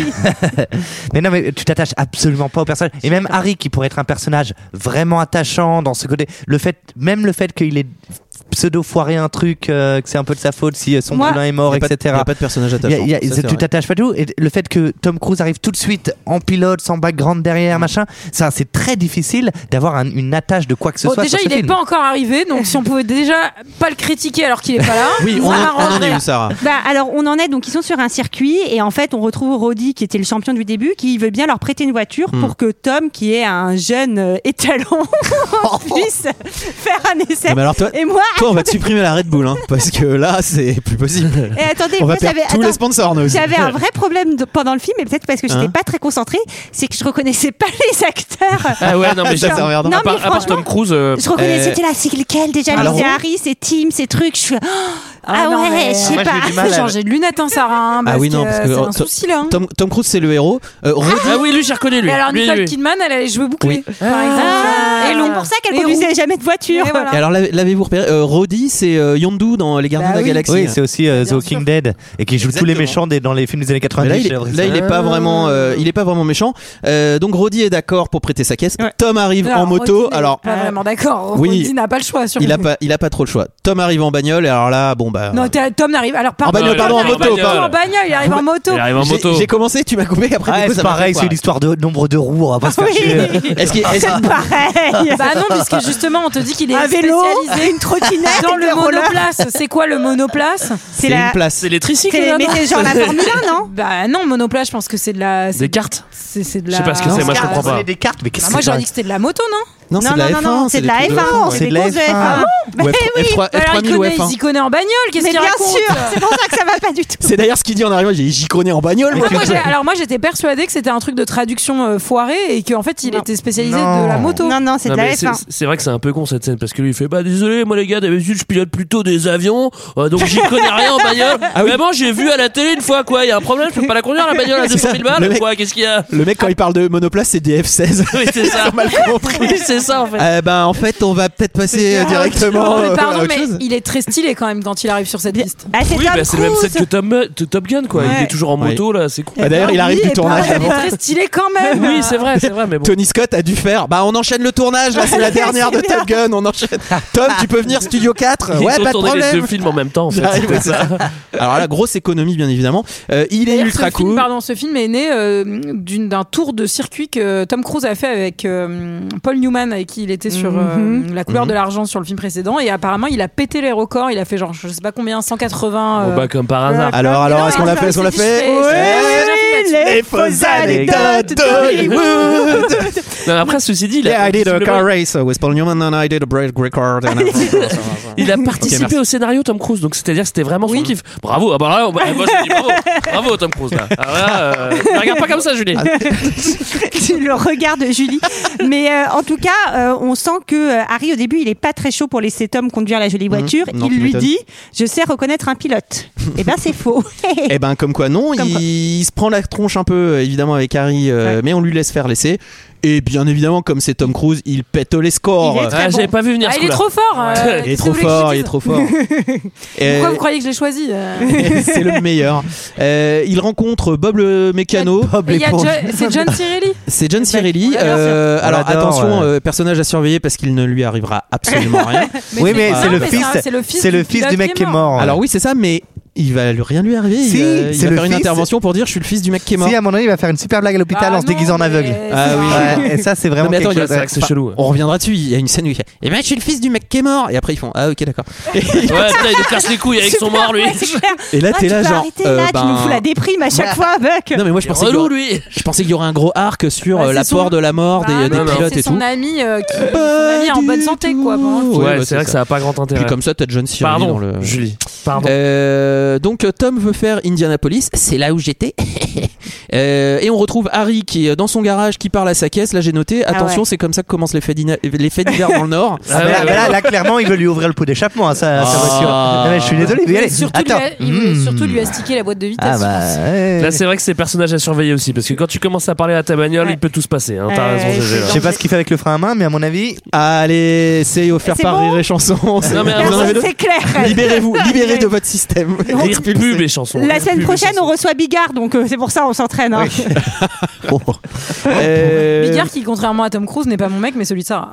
[SPEAKER 5] mais non mais tu t'attaches absolument pas au personnage et même Harry qui pourrait être un personnage vraiment attachant dans ce côté le fait même le fait qu'il est pseudo foiré un truc euh, que c'est un peu de sa faute si euh, son
[SPEAKER 11] Moi-
[SPEAKER 5] boulin est mort
[SPEAKER 1] Il y a pas de-
[SPEAKER 5] etc
[SPEAKER 1] Il y a pas de personnage
[SPEAKER 5] Il y a-
[SPEAKER 1] attachant.
[SPEAKER 5] il y a-
[SPEAKER 1] Ça,
[SPEAKER 5] tu
[SPEAKER 1] c'est vrai.
[SPEAKER 5] t'attaches pas du tout et le fait que Tom Cruise arrive tout de suite en pilote sans background derrière machin ça c'est très difficile d'avoir un- une attache de quoi que ce
[SPEAKER 7] Bon,
[SPEAKER 5] soit
[SPEAKER 7] déjà,
[SPEAKER 5] sur ce
[SPEAKER 7] il n'est
[SPEAKER 5] film.
[SPEAKER 7] pas encore arrivé, donc si on pouvait déjà pas le critiquer alors qu'il est pas là.
[SPEAKER 1] Oui, on, en-
[SPEAKER 7] ça
[SPEAKER 1] on en est
[SPEAKER 7] m'arrangerait.
[SPEAKER 1] où, Sarah
[SPEAKER 11] Bah, alors on en est donc ils sont sur un circuit et en fait on retrouve Roddy qui était le champion du début qui veut bien leur prêter une voiture pour que Tom qui est un jeune euh, étalon puisse faire un essai.
[SPEAKER 1] Non, mais alors toi,
[SPEAKER 11] Et moi
[SPEAKER 1] toi, on va te supprimer la Red Bull, hein, parce que là, c'est plus possible.
[SPEAKER 11] et attendez
[SPEAKER 1] On
[SPEAKER 11] moi,
[SPEAKER 1] va perdre
[SPEAKER 11] j'avais
[SPEAKER 1] tous les
[SPEAKER 11] attends,
[SPEAKER 1] sponsors, nous. aussi.
[SPEAKER 11] j'avais un vrai problème de- pendant le film et peut-être parce que j'étais
[SPEAKER 1] Hein
[SPEAKER 11] pas très concentrée c'est que je reconnaissais pas les acteurs.
[SPEAKER 6] Ah ouais, non, mais
[SPEAKER 1] Ça,
[SPEAKER 6] genre-
[SPEAKER 1] c'est emmerdant.
[SPEAKER 11] Non,
[SPEAKER 6] à part,
[SPEAKER 11] mais
[SPEAKER 6] à part
[SPEAKER 11] franchement-
[SPEAKER 6] Tom Cruise. euh,
[SPEAKER 11] Je reconnais,
[SPEAKER 1] Euh,
[SPEAKER 11] c'était là, c'est lequel déjà
[SPEAKER 1] alors-
[SPEAKER 11] C'est Harry, c'est Tim, c'est truc. Je suis là, oh, ah,
[SPEAKER 7] non,
[SPEAKER 11] ouais,
[SPEAKER 7] mais-
[SPEAKER 11] je
[SPEAKER 5] Moi,
[SPEAKER 11] sais
[SPEAKER 5] j'ai
[SPEAKER 11] pas.
[SPEAKER 5] du mal
[SPEAKER 7] Faut
[SPEAKER 5] à-
[SPEAKER 7] changer de lunettes, hein, Sarah. hein,
[SPEAKER 1] Ah oui, non, parce que-
[SPEAKER 7] euh,
[SPEAKER 1] oh,
[SPEAKER 7] c'est un souci là. hein.
[SPEAKER 1] Tom, Tom Cruise, c'est le héros. Euh, Roddy-
[SPEAKER 6] Ah oui, lui, j'ai reconnu lui.
[SPEAKER 7] Et alors
[SPEAKER 6] Lui,
[SPEAKER 7] Nicole
[SPEAKER 6] lui.
[SPEAKER 7] Kidman, elle allait jouer bouclé, par exemple.
[SPEAKER 11] Ah,
[SPEAKER 7] Et
[SPEAKER 11] et
[SPEAKER 7] long
[SPEAKER 11] donc pour ça qu'elle
[SPEAKER 7] Et
[SPEAKER 11] conduisait
[SPEAKER 7] roux.
[SPEAKER 11] jamais de voiture.
[SPEAKER 7] Et voilà.
[SPEAKER 1] Et alors, l'avez- l'avez-vous repéré Euh, Roddy, c'est euh, Yondu dans Les Gardiens
[SPEAKER 7] Bah
[SPEAKER 1] de la
[SPEAKER 7] oui.
[SPEAKER 1] Galaxie.
[SPEAKER 5] oui, c'est aussi euh, The
[SPEAKER 7] Bien
[SPEAKER 5] Walking
[SPEAKER 7] sûr.
[SPEAKER 5] Dead et qui joue tous les
[SPEAKER 1] Exactement.
[SPEAKER 5] méchants des, dans les films des années
[SPEAKER 1] Mais
[SPEAKER 5] 90.
[SPEAKER 1] là, il,
[SPEAKER 5] j'ai
[SPEAKER 1] est,
[SPEAKER 5] l'impression.
[SPEAKER 1] là, il est pas vraiment, euh, il est pas vraiment méchant. Euh, donc Roddy est d'accord pour prêter sa caisse.
[SPEAKER 11] Ouais.
[SPEAKER 1] Tom arrive
[SPEAKER 7] Alors,
[SPEAKER 1] en moto.
[SPEAKER 7] Roddy n'est
[SPEAKER 1] alors,
[SPEAKER 7] pas
[SPEAKER 6] euh,
[SPEAKER 7] vraiment d'accord.
[SPEAKER 1] Oui.
[SPEAKER 7] Roddy n'a pas le choix. Sur
[SPEAKER 1] il a pas, il a pas trop le choix. Tom arrive en bagnole. Et alors là, bon bah.
[SPEAKER 7] Non, t'as- Tom n'arrive. Alors pardon,
[SPEAKER 1] bagnole,
[SPEAKER 7] Tom
[SPEAKER 1] pardon, en
[SPEAKER 7] n'arrive
[SPEAKER 1] moto,
[SPEAKER 7] pas
[SPEAKER 1] pardon.
[SPEAKER 7] En bagnole, il arrive en moto.
[SPEAKER 6] Il arrive en
[SPEAKER 1] j'ai-
[SPEAKER 6] moto.
[SPEAKER 1] J'ai commencé, tu m'as coupé. Après,
[SPEAKER 5] Ah,
[SPEAKER 1] du coup,
[SPEAKER 5] c'est
[SPEAKER 1] ça m'a fait
[SPEAKER 5] pareil, c'est
[SPEAKER 1] foirer.
[SPEAKER 5] une histoire de nombre de roues, on va pas se faire
[SPEAKER 11] Ah Oui.
[SPEAKER 5] chier.
[SPEAKER 1] Est-ce qu'il- est-ce-
[SPEAKER 11] Pareil.
[SPEAKER 7] Bah non, puisque justement, on te dit qu'il est
[SPEAKER 11] Un vélo,
[SPEAKER 7] spécialisé
[SPEAKER 11] une trottinette,
[SPEAKER 7] dans
[SPEAKER 11] des
[SPEAKER 7] le
[SPEAKER 11] rollers.
[SPEAKER 7] monoplace. C'est quoi le monoplace
[SPEAKER 1] c'est
[SPEAKER 11] C'est la.
[SPEAKER 1] une place.
[SPEAKER 6] C'est les tricycles.
[SPEAKER 11] C'est
[SPEAKER 6] là,
[SPEAKER 11] mais
[SPEAKER 6] non
[SPEAKER 11] c'est genre la Formule 1, non
[SPEAKER 7] Bah non, monoplace, je pense que c'est de la.
[SPEAKER 6] Des
[SPEAKER 7] C'est
[SPEAKER 6] cartes.
[SPEAKER 7] c'est- c'est de
[SPEAKER 6] Je
[SPEAKER 7] la.
[SPEAKER 6] sais pas ce que c'est, moi, je
[SPEAKER 7] Ah,
[SPEAKER 6] comprends pas.
[SPEAKER 5] C'est des cartes, mais qu'est-ce
[SPEAKER 7] bah,
[SPEAKER 5] que
[SPEAKER 7] moi
[SPEAKER 5] c'est
[SPEAKER 7] j'aurais
[SPEAKER 5] que
[SPEAKER 7] dit que c'était de la moto, non
[SPEAKER 1] Non, c'est
[SPEAKER 11] Non,
[SPEAKER 1] de la
[SPEAKER 11] non,
[SPEAKER 1] F1.
[SPEAKER 11] non, c'est de la
[SPEAKER 1] des trucs
[SPEAKER 11] F1,
[SPEAKER 1] ouf, ouais.
[SPEAKER 11] c'est des
[SPEAKER 5] de la
[SPEAKER 11] grosses
[SPEAKER 5] F1.
[SPEAKER 11] F1.
[SPEAKER 1] Ou F- F3
[SPEAKER 7] Alors il
[SPEAKER 1] F3000 ou
[SPEAKER 7] connaît,
[SPEAKER 1] F1.
[SPEAKER 7] il y connaît en bagnole, qu'est-ce
[SPEAKER 11] Mais
[SPEAKER 7] qu'il
[SPEAKER 11] bien
[SPEAKER 7] raconte
[SPEAKER 11] sûr, c'est pour ça que ça va pas du tout.
[SPEAKER 1] C'est d'ailleurs ce qu'il dit en arrivant. il dit, J'y connais en bagnole. moi.
[SPEAKER 7] Ah, moi, j'ai- alors moi j'étais persuadée que c'était un truc de traduction euh, foirée et qu'en fait il
[SPEAKER 11] Non.
[SPEAKER 7] était spécialisé
[SPEAKER 5] Non.
[SPEAKER 7] de la moto.
[SPEAKER 11] Non, non, c'est de
[SPEAKER 6] Non,
[SPEAKER 11] la
[SPEAKER 6] mais
[SPEAKER 11] F1.
[SPEAKER 6] c'est vrai que c'est un peu con cette scène parce que lui il fait bah désolé moi les gars d'habitude je pilote plutôt des avions euh, donc j'y connais rien en bagnole
[SPEAKER 1] Ah
[SPEAKER 6] mais bon j'ai vu à la télé une fois quoi il y a un problème je peux pas la conduire la bagnole à
[SPEAKER 1] C'est ça,
[SPEAKER 6] 200 000 balles
[SPEAKER 1] le
[SPEAKER 6] ou
[SPEAKER 1] mec-
[SPEAKER 6] quoi qu'est-ce qu'il y a
[SPEAKER 1] Le mec, quand il parle de monoplace, c'est des F16.
[SPEAKER 6] oui c'est ça
[SPEAKER 1] Mal compris.
[SPEAKER 6] Oui, c'est ça en fait
[SPEAKER 1] Eh ben, en fait, on va peut-être passer euh, directement.
[SPEAKER 7] Non, mais
[SPEAKER 1] euh, à
[SPEAKER 7] pardon,
[SPEAKER 1] autre
[SPEAKER 7] mais
[SPEAKER 1] chose.
[SPEAKER 7] il est très stylé quand même quand il arrive sur cette piste.
[SPEAKER 11] Ah, c'est
[SPEAKER 6] oui
[SPEAKER 11] Tom
[SPEAKER 6] bah, c'est le même set
[SPEAKER 11] Cruise.
[SPEAKER 6] que Tom, de Top Gun quoi il
[SPEAKER 11] Ouais.
[SPEAKER 6] est toujours en
[SPEAKER 1] Oui.
[SPEAKER 6] moto là c'est con
[SPEAKER 1] Bah, D'ailleurs, il arrive
[SPEAKER 7] Oui,
[SPEAKER 1] du
[SPEAKER 7] et
[SPEAKER 1] tournage
[SPEAKER 7] pareil,
[SPEAKER 1] avant.
[SPEAKER 7] Il est très stylé quand même.
[SPEAKER 6] oui c'est vrai c'est vrai mais bon
[SPEAKER 1] Tony Scott a dû faire. Bah, on enchaîne le tournage. Là, c'est la dernière de Top Gun. On enchaîne. Tom, tu peux venir Studio 4
[SPEAKER 6] ils
[SPEAKER 1] Ouais,
[SPEAKER 6] ont
[SPEAKER 1] pas de
[SPEAKER 6] tourné les
[SPEAKER 1] problème.
[SPEAKER 6] deux films en même temps en fait
[SPEAKER 1] J'arrive,
[SPEAKER 6] c'était
[SPEAKER 1] ouais,
[SPEAKER 6] ça.
[SPEAKER 1] Alors là, grosse économie, bien évidemment. Euh, il est
[SPEAKER 7] D'ailleurs, ce
[SPEAKER 1] ultra
[SPEAKER 7] Film,
[SPEAKER 1] cool.
[SPEAKER 7] pardon, ce film est né euh, d'une- d'un tour de circuit que Tom Cruise a fait avec euh, Paul Newman, avec qui il était sur euh,
[SPEAKER 11] Mhm.
[SPEAKER 7] La couleur
[SPEAKER 1] Mhm.
[SPEAKER 7] de l'argent sur le film précédent. Et apparemment, il a pété les records. Il a fait genre, je sais pas combien, 180.
[SPEAKER 6] bon
[SPEAKER 7] euh, Ah,
[SPEAKER 6] bah comme par hasard
[SPEAKER 1] Alors, alors,
[SPEAKER 7] non,
[SPEAKER 1] est-ce qu'on l'a
[SPEAKER 7] mais
[SPEAKER 1] fait Est-ce qu'on l'a
[SPEAKER 7] c'est- c'est-
[SPEAKER 1] fait
[SPEAKER 7] c'est-
[SPEAKER 1] Ouais.
[SPEAKER 7] c'est-
[SPEAKER 11] Les fausses anecdotes d'Hollywood.
[SPEAKER 6] Non, après, ceci dit, il
[SPEAKER 1] Yeah,
[SPEAKER 6] a,
[SPEAKER 1] I did a
[SPEAKER 6] visiblement,
[SPEAKER 1] car race with Paul Newman and I did a break record. and-
[SPEAKER 6] il a
[SPEAKER 1] Ok,
[SPEAKER 6] participé
[SPEAKER 1] merci.
[SPEAKER 6] au scénario Tom Cruise, donc c'est-à-dire que c'était vraiment son kiff. Bravo, ah, bah, là, bah, moi, je dis bravo, bravo Tom Cruise. Là. Ah, là, euh, ne regarde pas comme ça, Julie.
[SPEAKER 11] tu le regardes, Julie. Mais euh, en tout cas, euh, on sent que euh, Harry, au début, il est pas très chaud pour laisser Tom conduire la jolie voiture.
[SPEAKER 1] non, tu
[SPEAKER 11] il lui
[SPEAKER 1] m'étonnes.
[SPEAKER 11] dit Je sais reconnaître un pilote. Eh ben, c'est faux.
[SPEAKER 1] Eh ben comme quoi non,
[SPEAKER 11] Comme
[SPEAKER 1] il,
[SPEAKER 11] quoi.
[SPEAKER 1] il se prend la tronche un peu euh, évidemment avec Harry, euh, mais on lui laisse faire l'essai. Et bien évidemment comme c'est Tom Cruise, il pète les scores.
[SPEAKER 11] Il est
[SPEAKER 6] Ah, J'avais pas vu venir
[SPEAKER 7] Ah,
[SPEAKER 6] ce
[SPEAKER 7] il est
[SPEAKER 6] coup-là.
[SPEAKER 7] trop fort. euh,
[SPEAKER 6] Ouais.
[SPEAKER 1] Il est
[SPEAKER 7] qu'est-ce
[SPEAKER 1] trop
[SPEAKER 7] que vous voulez que je
[SPEAKER 1] fort,
[SPEAKER 7] dise
[SPEAKER 1] il est trop fort. Euh,
[SPEAKER 7] Pourquoi vous croyez que je l'ai choisi euh
[SPEAKER 1] c'est le meilleur. Euh, il rencontre Bob le mécano.
[SPEAKER 5] Bob
[SPEAKER 7] Et il y a
[SPEAKER 5] l'éponge.
[SPEAKER 7] Jo- C'est John Cirelli.
[SPEAKER 1] C'est John Cirelli.
[SPEAKER 7] on l'adore,
[SPEAKER 1] Euh,
[SPEAKER 5] sûr.
[SPEAKER 1] alors
[SPEAKER 5] On l'adore,
[SPEAKER 1] attention,
[SPEAKER 5] ouais.
[SPEAKER 1] euh, personnage à surveiller parce qu'il ne lui arrivera absolument rien.
[SPEAKER 5] Oui, mais
[SPEAKER 7] Non,
[SPEAKER 5] c'est le
[SPEAKER 7] mais
[SPEAKER 5] fils.
[SPEAKER 7] un- C'est le fils.
[SPEAKER 5] C'est le fils
[SPEAKER 7] pilote
[SPEAKER 5] du mec qui est mort. ouais.
[SPEAKER 1] Alors oui, c'est ça, mais il va lui rien lui arriver. Il
[SPEAKER 5] Si,
[SPEAKER 1] va- il
[SPEAKER 5] c'est
[SPEAKER 1] va
[SPEAKER 5] le
[SPEAKER 1] faire une
[SPEAKER 5] fils.
[SPEAKER 1] intervention pour dire je suis le fils du mec qui est mort.
[SPEAKER 5] Si, à mon avis, il va faire une super blague à l'hôpital
[SPEAKER 7] Ah
[SPEAKER 5] en se déguisant en
[SPEAKER 7] non, mais
[SPEAKER 5] aveugle.
[SPEAKER 7] c'est
[SPEAKER 1] Ah oui.
[SPEAKER 7] pas-
[SPEAKER 5] Ouais, et ça, c'est
[SPEAKER 1] Non,
[SPEAKER 5] vraiment
[SPEAKER 1] mais attends, il
[SPEAKER 5] quelque
[SPEAKER 1] y a-
[SPEAKER 5] chose.
[SPEAKER 6] c'est vrai que c'est
[SPEAKER 1] enfin,
[SPEAKER 6] chelou, ouais.
[SPEAKER 1] On reviendra dessus. Il y a une scène où il fait Eh ben, je suis le fils du mec qui est mort. Et après, ils font Ah, ok, d'accord.
[SPEAKER 6] Ouais, putain, il nous casse les couilles avec son mort, lui.
[SPEAKER 11] Ouais, c'est clair.
[SPEAKER 1] Et là,
[SPEAKER 11] Ah,
[SPEAKER 1] t'es
[SPEAKER 11] tu
[SPEAKER 1] là,
[SPEAKER 11] peux
[SPEAKER 1] genre.
[SPEAKER 11] arrêter,
[SPEAKER 1] euh,
[SPEAKER 11] là, tu
[SPEAKER 1] ben,
[SPEAKER 11] nous fous la déprime à chaque fois avec.
[SPEAKER 1] Non, mais moi, je
[SPEAKER 6] Il est
[SPEAKER 1] pensais, qu'il y
[SPEAKER 6] relou,
[SPEAKER 1] aurait-
[SPEAKER 6] lui.
[SPEAKER 1] je pensais qu'il y aurait un gros arc sur
[SPEAKER 7] Bah,
[SPEAKER 1] euh,
[SPEAKER 7] c'est son-
[SPEAKER 1] l'apport de la mort des,
[SPEAKER 7] Bah,
[SPEAKER 11] Ah,
[SPEAKER 1] des
[SPEAKER 7] non, mais
[SPEAKER 1] pilotes
[SPEAKER 7] C'est
[SPEAKER 1] et
[SPEAKER 7] son
[SPEAKER 1] tout.
[SPEAKER 7] ami euh,
[SPEAKER 5] Ah,
[SPEAKER 7] qui son
[SPEAKER 1] Pas
[SPEAKER 7] ami en
[SPEAKER 1] du
[SPEAKER 7] bonne santé,
[SPEAKER 1] tout.
[SPEAKER 7] quoi. pendant le film.
[SPEAKER 1] Ouais,
[SPEAKER 6] Ouais,
[SPEAKER 1] bah, c'est
[SPEAKER 6] c'est vrai que
[SPEAKER 1] ça.
[SPEAKER 6] ça a pas grand
[SPEAKER 1] Puis
[SPEAKER 6] intérêt.
[SPEAKER 1] comme ça, t'as John Cena
[SPEAKER 6] Pardon,
[SPEAKER 1] dans le.
[SPEAKER 6] Julie. Pardon.
[SPEAKER 1] Euh, donc Tom veut faire Indianapolis, c'est là où j'étais. Euh, et on retrouve Harry qui est dans son garage, qui parle à sa caisse. Là j'ai noté, attention,
[SPEAKER 11] Ah ouais.
[SPEAKER 1] c'est comme ça que commencent les faits d'ina- les faits divers dans le Nord.
[SPEAKER 5] Ah, mais là,
[SPEAKER 6] ouais,
[SPEAKER 5] mais
[SPEAKER 6] ouais.
[SPEAKER 5] là, là, clairement, il veut lui ouvrir le pot d'échappement hein, à sa, à sa
[SPEAKER 1] Ah.
[SPEAKER 5] voiture. Ah, mais je suis désolé, mais
[SPEAKER 7] Mais
[SPEAKER 5] allez.
[SPEAKER 7] surtout, lui
[SPEAKER 5] Attends.
[SPEAKER 7] a- il voulait
[SPEAKER 5] Mmh.
[SPEAKER 7] surtout lui astiquer la boîte de
[SPEAKER 5] Ah
[SPEAKER 7] vitesse.
[SPEAKER 5] bah. ouais.
[SPEAKER 6] Là, c'est vrai que c'est personnage à surveiller aussi, parce que quand tu commences à parler à ta bagnole,
[SPEAKER 11] Ouais.
[SPEAKER 6] il peut tout se passer. Hein, T'as
[SPEAKER 11] Ouais, Euh,
[SPEAKER 6] raison, GG.
[SPEAKER 11] c'est
[SPEAKER 6] là.
[SPEAKER 5] Je sais pas ce qu'il fait avec le frein à main, mais à mon avis,
[SPEAKER 1] Allez, c'est offert
[SPEAKER 11] C'est
[SPEAKER 1] par
[SPEAKER 11] bon
[SPEAKER 1] Rire et Chanson.
[SPEAKER 6] Non, mais
[SPEAKER 1] Vous en avez d'autres
[SPEAKER 11] C'est clair.
[SPEAKER 1] Libérez-vous, libérez de votre système.
[SPEAKER 6] Rire pub et chanson.
[SPEAKER 11] La
[SPEAKER 6] Rire
[SPEAKER 11] semaine
[SPEAKER 6] pub et
[SPEAKER 11] prochaine,
[SPEAKER 6] chanson.
[SPEAKER 11] on reçoit Bigard, donc euh, c'est pour ça on s'entraîne. hein.
[SPEAKER 1] Oh. Euh,
[SPEAKER 7] Bigard qui, contrairement à Tom Cruise, n'est pas mon mec, mais celui de Sarah.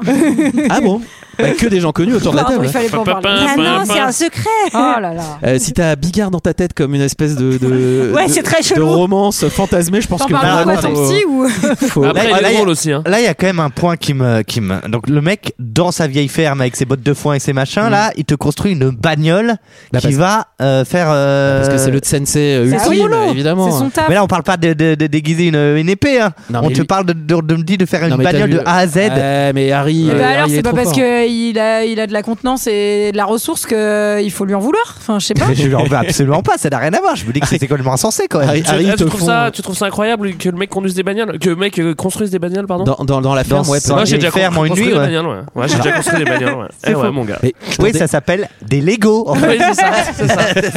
[SPEAKER 1] Ah bon Bah, Que des gens connus autour de la
[SPEAKER 7] Pardon,
[SPEAKER 1] table.
[SPEAKER 7] il fallait pas en parler.
[SPEAKER 11] Ah non, c'est un secret.
[SPEAKER 7] Oh là là.
[SPEAKER 1] Euh, si t'as Bigard dans ta tête comme une espèce de, de,
[SPEAKER 11] Ouais,
[SPEAKER 1] de-
[SPEAKER 11] c'est très
[SPEAKER 1] de
[SPEAKER 11] chelou.
[SPEAKER 1] romance fantasmée, je pense
[SPEAKER 7] T'en
[SPEAKER 1] que
[SPEAKER 7] parles de
[SPEAKER 1] vraiment,
[SPEAKER 7] quoi, ton
[SPEAKER 5] euh,
[SPEAKER 1] faut-
[SPEAKER 7] psy ou
[SPEAKER 1] faut-
[SPEAKER 6] Après,
[SPEAKER 5] Là,
[SPEAKER 6] il
[SPEAKER 5] là,
[SPEAKER 6] est
[SPEAKER 5] il y a-
[SPEAKER 6] drôle aussi. Hein.
[SPEAKER 5] Là, il y a quand même un point qui me, qui me. Donc, le mec, dans sa vieille ferme avec ses bottes de foin et ses machins, là, il te construit une bagnole
[SPEAKER 1] Bah,
[SPEAKER 5] qui
[SPEAKER 1] parce-
[SPEAKER 5] va euh, faire. euh,
[SPEAKER 1] Parce que c'est le sensei
[SPEAKER 7] son
[SPEAKER 1] ultime,
[SPEAKER 7] boulot.
[SPEAKER 1] bah, évidemment.
[SPEAKER 7] Ah C'est son taf.
[SPEAKER 5] Mais là, on parle pas de, de- de déguiser une, une épée. hein.
[SPEAKER 1] Non, mais
[SPEAKER 5] on te
[SPEAKER 1] lui-
[SPEAKER 5] parle de, de, de me dire de faire
[SPEAKER 1] Non,
[SPEAKER 5] une
[SPEAKER 1] mais t'as
[SPEAKER 5] bagnole
[SPEAKER 1] vu-
[SPEAKER 5] de A à Z.
[SPEAKER 1] Ouais, mais Harry.
[SPEAKER 7] Bah
[SPEAKER 1] euh,
[SPEAKER 7] alors,
[SPEAKER 1] Harry est
[SPEAKER 7] c'est pas
[SPEAKER 1] trop
[SPEAKER 7] parce
[SPEAKER 1] fort.
[SPEAKER 7] qu'il a, il a de la contenance et de la ressource qu'il faut lui en vouloir. Enfin, je sais pas.
[SPEAKER 5] Mais je lui en veux absolument pas, ça n'a rien à voir. Je me dis que c'est complètement insensé quand même.
[SPEAKER 1] Harry,
[SPEAKER 6] Tu,
[SPEAKER 1] Harry
[SPEAKER 6] eh,
[SPEAKER 1] te
[SPEAKER 6] tu trouves
[SPEAKER 1] fond-
[SPEAKER 6] ça, tu trouves ça incroyable que le mec conduise des bagnoles, que le mec euh, construise des bagnoles, pardon.
[SPEAKER 1] Dans, dans, dans la ferme,
[SPEAKER 5] Dans
[SPEAKER 1] ouais.
[SPEAKER 5] ce-
[SPEAKER 1] par-
[SPEAKER 6] Moi, j'ai
[SPEAKER 5] les
[SPEAKER 6] déjà con-
[SPEAKER 5] fermes en une
[SPEAKER 6] construit
[SPEAKER 5] nuit,
[SPEAKER 6] des
[SPEAKER 5] ouais.
[SPEAKER 6] bagnoles, ouais. Ouais, j'ai déjà construit des bagnoles, ouais. Eh ouais, mon gars.
[SPEAKER 1] Mais-
[SPEAKER 5] Oui,
[SPEAKER 1] attendez.
[SPEAKER 5] ça s'appelle des Lego. en fait.
[SPEAKER 6] Ouais, c'est ça, c'est ça,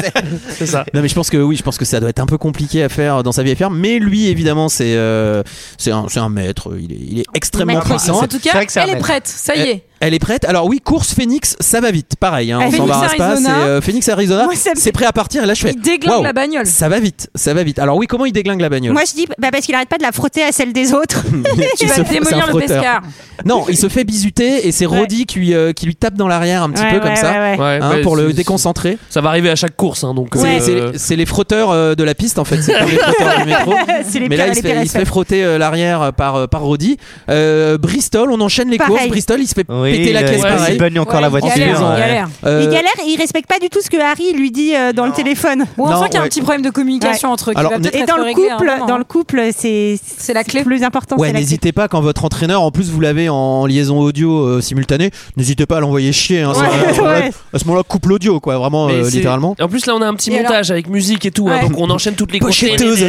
[SPEAKER 6] c'est ça.
[SPEAKER 1] Non mais je pense que oui, je pense que ça doit être un peu compliqué à faire dans sa vieille ferme. Mais lui, évidemment, c'est euh, c'est un, c'est un maître. Il est, il est extrêmement
[SPEAKER 11] Maître.
[SPEAKER 1] puissant.
[SPEAKER 7] En tout cas,
[SPEAKER 5] C'est vrai que c'est un
[SPEAKER 7] elle est
[SPEAKER 5] mec.
[SPEAKER 7] prête. Ça y est.
[SPEAKER 1] Elle est prête. Alors oui, course Phoenix, ça va vite. Pareil, hein, on
[SPEAKER 7] Phoenix,
[SPEAKER 1] s'embarrasse pas. C'est
[SPEAKER 7] Arizona.
[SPEAKER 1] euh, Phoenix Arizona.
[SPEAKER 11] Moi, ça me-
[SPEAKER 1] C'est prêt à partir. Et là, je fais.
[SPEAKER 7] Il déglingue
[SPEAKER 1] waouh,
[SPEAKER 7] la bagnole.
[SPEAKER 1] Ça va vite, ça va vite. Alors oui, comment il déglingue la bagnole
[SPEAKER 11] Moi je dis bah, parce qu'il arrête pas de la frotter à celle des autres.
[SPEAKER 7] Tu
[SPEAKER 1] Il se-
[SPEAKER 7] vas
[SPEAKER 1] c'est un
[SPEAKER 7] démolir le
[SPEAKER 1] frotteur.
[SPEAKER 7] pescar.
[SPEAKER 1] Non, il se fait bisuter et c'est
[SPEAKER 11] Ouais.
[SPEAKER 1] Roddy qui, lui, euh, qui lui tape dans l'arrière un petit
[SPEAKER 11] Ouais,
[SPEAKER 1] peu comme
[SPEAKER 11] ouais,
[SPEAKER 1] ça.
[SPEAKER 11] ouais, ouais.
[SPEAKER 6] Ouais,
[SPEAKER 1] hein,
[SPEAKER 6] ouais,
[SPEAKER 1] pour le
[SPEAKER 6] c'est-
[SPEAKER 1] déconcentrer.
[SPEAKER 6] Ça va arriver à chaque course, hein, donc.
[SPEAKER 1] C'est-
[SPEAKER 6] euh,
[SPEAKER 1] C'est les- c'est les frotteurs euh, de la piste en fait, c'est comme les frotteurs du métro.
[SPEAKER 11] C'est les
[SPEAKER 1] Mais là,
[SPEAKER 11] pires,
[SPEAKER 1] il se,
[SPEAKER 11] les
[SPEAKER 1] fait,
[SPEAKER 11] pires
[SPEAKER 1] il se fait frotter euh, l'arrière euh, par, euh, par Roddy. Euh, Bristol, on enchaîne les
[SPEAKER 11] Pareil.
[SPEAKER 1] courses. Bristol, il se fait
[SPEAKER 5] Oui,
[SPEAKER 1] péter la
[SPEAKER 5] euh,
[SPEAKER 1] caisse
[SPEAKER 5] il
[SPEAKER 1] pareil.
[SPEAKER 5] s'éloigne encore
[SPEAKER 7] Ouais,
[SPEAKER 5] la
[SPEAKER 7] il
[SPEAKER 5] voiture. euh,
[SPEAKER 7] galère, il galère.
[SPEAKER 1] Euh,
[SPEAKER 11] Il galère et il respecte pas du tout ce que Harry lui dit euh, dans le téléphone.
[SPEAKER 7] Bon, on
[SPEAKER 1] Non,
[SPEAKER 7] sent qu'il y a
[SPEAKER 1] ouais.
[SPEAKER 7] un petit problème de communication entre eux. qui
[SPEAKER 1] Alors,
[SPEAKER 7] va
[SPEAKER 1] mais-
[SPEAKER 7] peut-être
[SPEAKER 11] Et
[SPEAKER 7] être
[SPEAKER 11] dans le
[SPEAKER 7] réglé à un
[SPEAKER 11] couple,
[SPEAKER 7] moment,
[SPEAKER 11] dans
[SPEAKER 7] hein.
[SPEAKER 11] le couple, c'est
[SPEAKER 7] C'est la clé.
[SPEAKER 11] plus important.
[SPEAKER 1] Ouais,
[SPEAKER 11] c'est la clé.
[SPEAKER 1] n'hésitez pas quand votre entraîneur, en plus vous l'avez en liaison audio euh, simultanée, n'hésitez pas à l'envoyer chier. hein, c'est
[SPEAKER 11] Ouais,
[SPEAKER 1] vrai.
[SPEAKER 11] ouais.
[SPEAKER 1] À ce moment-là, coupe l'audio, quoi, vraiment,
[SPEAKER 6] mais
[SPEAKER 1] euh,
[SPEAKER 6] c'est-
[SPEAKER 1] littéralement.
[SPEAKER 6] En plus, là, on a un petit
[SPEAKER 7] Et alors-
[SPEAKER 6] montage avec musique et tout, hein,
[SPEAKER 7] Ouais.
[SPEAKER 6] donc on enchaîne toutes les courses.
[SPEAKER 1] Push it to the